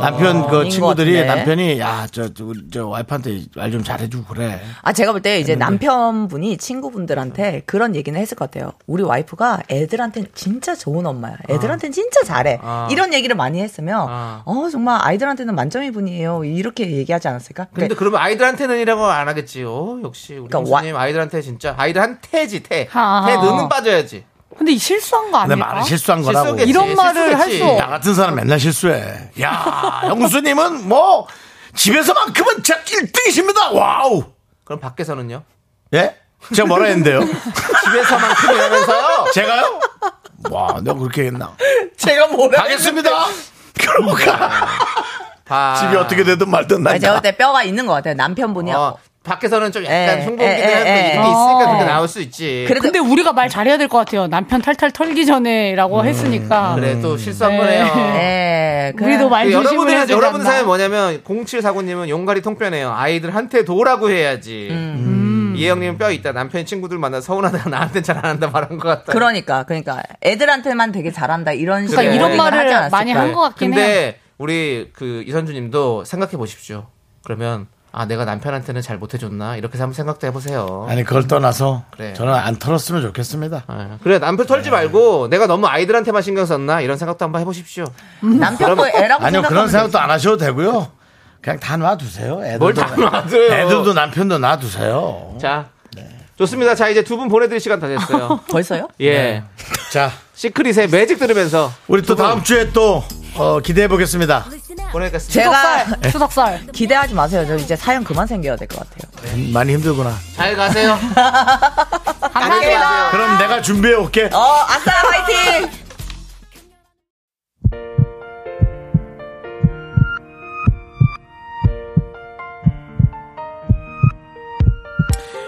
Speaker 1: 남편 그
Speaker 10: 인것
Speaker 1: 친구들이
Speaker 10: 같은데.
Speaker 1: 남편이 야저저 저, 저 와이프한테 말 좀 잘해주고 그래.
Speaker 10: 아, 제가 볼 때 이제 남편분이 친구분들한테 그런 얘기는 했을 것 같아요. 우리 와이프가 애들한테는 진짜 좋은 엄마야. 애들한테는 진짜 잘해.
Speaker 2: 아.
Speaker 10: 이런 얘기를 많이 했으면,
Speaker 2: 아.
Speaker 10: 어, 정말 아이들한테는 만점이 분이에요. 이렇게 얘기하지 않았을까?
Speaker 3: 네.
Speaker 2: 근데
Speaker 10: 그러니까
Speaker 2: 그러면 아이들한테는이라고 안 하겠지요. 역시 우리
Speaker 10: 그러니까
Speaker 2: 형수님 아이들한테 진짜 아이들한테지 태.
Speaker 3: 아.
Speaker 2: 태 너는 빠져야지.
Speaker 3: 근데 이 실수한 거
Speaker 1: 근데
Speaker 3: 아닐까?
Speaker 1: 말을 실수한 거라고.
Speaker 2: 실수겠지.
Speaker 3: 이런 말을
Speaker 2: 실수겠지.
Speaker 3: 할 수-
Speaker 1: 나 같은 사람 맨날 실수해. 야 형수님은 뭐 집에서만큼은 제 1등이십니다. 와우.
Speaker 2: 그럼 밖에서는요?
Speaker 1: 예? 제가 뭐라 했는데요?
Speaker 2: 집에서만큼 이러면서
Speaker 1: 제가요? 와, 내가 그렇게 했나?
Speaker 10: 제가 뭐라.
Speaker 1: 가겠습니다. 그러고 가.
Speaker 2: 다
Speaker 1: 아, 집이 어떻게 되든 말든 나.
Speaker 10: 아, 제가 볼 때 뼈가 있는 것 같아요. 남편분이.
Speaker 2: 어,
Speaker 10: 요
Speaker 2: 밖에서는 좀
Speaker 10: 에,
Speaker 2: 약간
Speaker 3: 예,
Speaker 2: 흉보기도
Speaker 10: 에,
Speaker 2: 하고 이런
Speaker 10: 에,
Speaker 3: 에.
Speaker 2: 게 있으니까 그렇게
Speaker 3: 어.
Speaker 2: 나올 수 있지. 그래,
Speaker 10: 그래도
Speaker 3: 근데 우리가 말 잘해야 될 것 같아요. 남편 탈탈 털기 전에라고
Speaker 1: 음,
Speaker 3: 했으니까.
Speaker 2: 또 실수한
Speaker 3: 네.
Speaker 2: 거네요.
Speaker 10: 예. 그래.
Speaker 3: 음. 우리도 말
Speaker 2: 그
Speaker 3: 조심을
Speaker 2: 여러분들
Speaker 3: 해야 되지
Speaker 2: 여러분
Speaker 3: 않나.
Speaker 2: 사연 뭐냐면 0749님은 용가리 통뼈네요. 아이들한테 도라고 해야지.
Speaker 3: 음.
Speaker 2: 이혜영님은 뼈 있다. 남편 친구들 만나 서운하다. 나한테 잘 안 한다 말한 것 같다.
Speaker 10: 그러니까, 그러니까. 애들한테만 되게 잘한다. 이런
Speaker 3: 그러니까
Speaker 10: 식의
Speaker 3: 이런
Speaker 10: 얘기를 하지
Speaker 3: 말을
Speaker 10: 않았을까?
Speaker 3: 많이 한 것 같긴
Speaker 2: 네. 근데
Speaker 3: 해요.
Speaker 2: 우리 그 이선주님도 생각해 보십시오. 그러면 아 내가 남편한테는 잘 못해줬나 이렇게 한번 생각도 해보세요.
Speaker 1: 아니 그걸 떠나서
Speaker 2: 그래요.
Speaker 1: 저는 안 털었으면 좋겠습니다.
Speaker 2: 아, 그래 남편 털지
Speaker 1: 네.
Speaker 2: 말고 내가 너무 아이들한테만 신경 썼나 이런 생각도 한번 해보십시오.
Speaker 10: 남편도 애라고
Speaker 1: 아니요 그런
Speaker 10: 생각하면
Speaker 1: 생각도 안 하셔도 되고요. 그냥 다 놔두세요.
Speaker 2: 뭘
Speaker 1: 애들도,
Speaker 2: 다 놔둬요.
Speaker 1: 애들도 네. 남편도 놔두세요.
Speaker 2: 자 좋습니다. 자 이제 두 분 보내드릴 시간 다 됐어요.
Speaker 10: 벌써요?
Speaker 1: 네.
Speaker 2: 예
Speaker 1: 자,
Speaker 2: 시크릿의 매직 들으면서
Speaker 1: 우리 또 다음 주에 또 어, 기대해 보겠습니다.
Speaker 2: 보내겠습니다.
Speaker 10: 제가
Speaker 3: 추석살, 추석살.
Speaker 10: 기대하지 마세요. 저 이제 사연 그만 생겨야 될 것 같아요.
Speaker 1: 많이 힘들구나.
Speaker 2: 잘 가세요.
Speaker 3: 감사합니다.
Speaker 1: 그럼 내가 준비해 올게.
Speaker 10: 어, 아싸, 화이팅!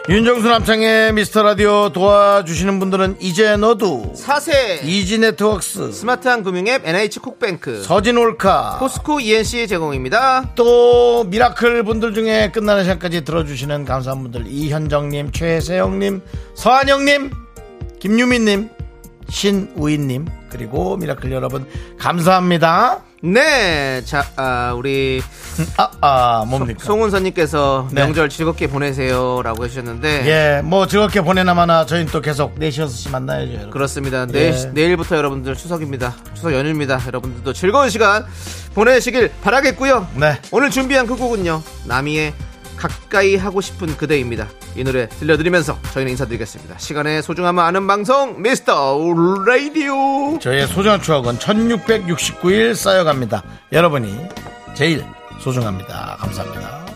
Speaker 1: 윤정수 남창의 미스터 라디오 도와주시는 분들은 이제 너도
Speaker 2: 사세
Speaker 1: 이지 네트웍스
Speaker 2: 스마트한 금융앱 NH 콕뱅크
Speaker 1: 서진올카
Speaker 2: 포스코 ENC 제공입니다.
Speaker 1: 또 미라클 분들 중에 끝나는 시간까지 들어주시는 감사한 분들 이현정님, 최세영님, 서한영님, 김유민님, 신우인님 그리고 미라클 여러분 감사합니다.
Speaker 2: 네, 자 아, 우리
Speaker 1: 아, 아 뭡니까?
Speaker 2: 송은선님께서
Speaker 1: 네.
Speaker 2: 명절 즐겁게 보내세요라고 해주셨는데
Speaker 1: 예, 뭐 즐겁게 보내나마나 저희는 또 계속 4시 6시 만나야죠. 여러분.
Speaker 2: 그렇습니다. 내,
Speaker 1: 예.
Speaker 2: 내일부터 여러분들 추석입니다. 추석 연휴입니다. 여러분들도 즐거운 시간 보내시길 바라겠고요.
Speaker 1: 네.
Speaker 2: 오늘 준비한 그 끝곡은요. 남이의 가까이 하고 싶은 그대입니다. 이 노래 들려드리면서 저희는 인사드리겠습니다. 시간의 소중함을 아는 방송 미스터 라디오.
Speaker 1: 저희의 소중한 추억은 1669일 쌓여갑니다. 여러분이 제일 소중합니다. 감사합니다.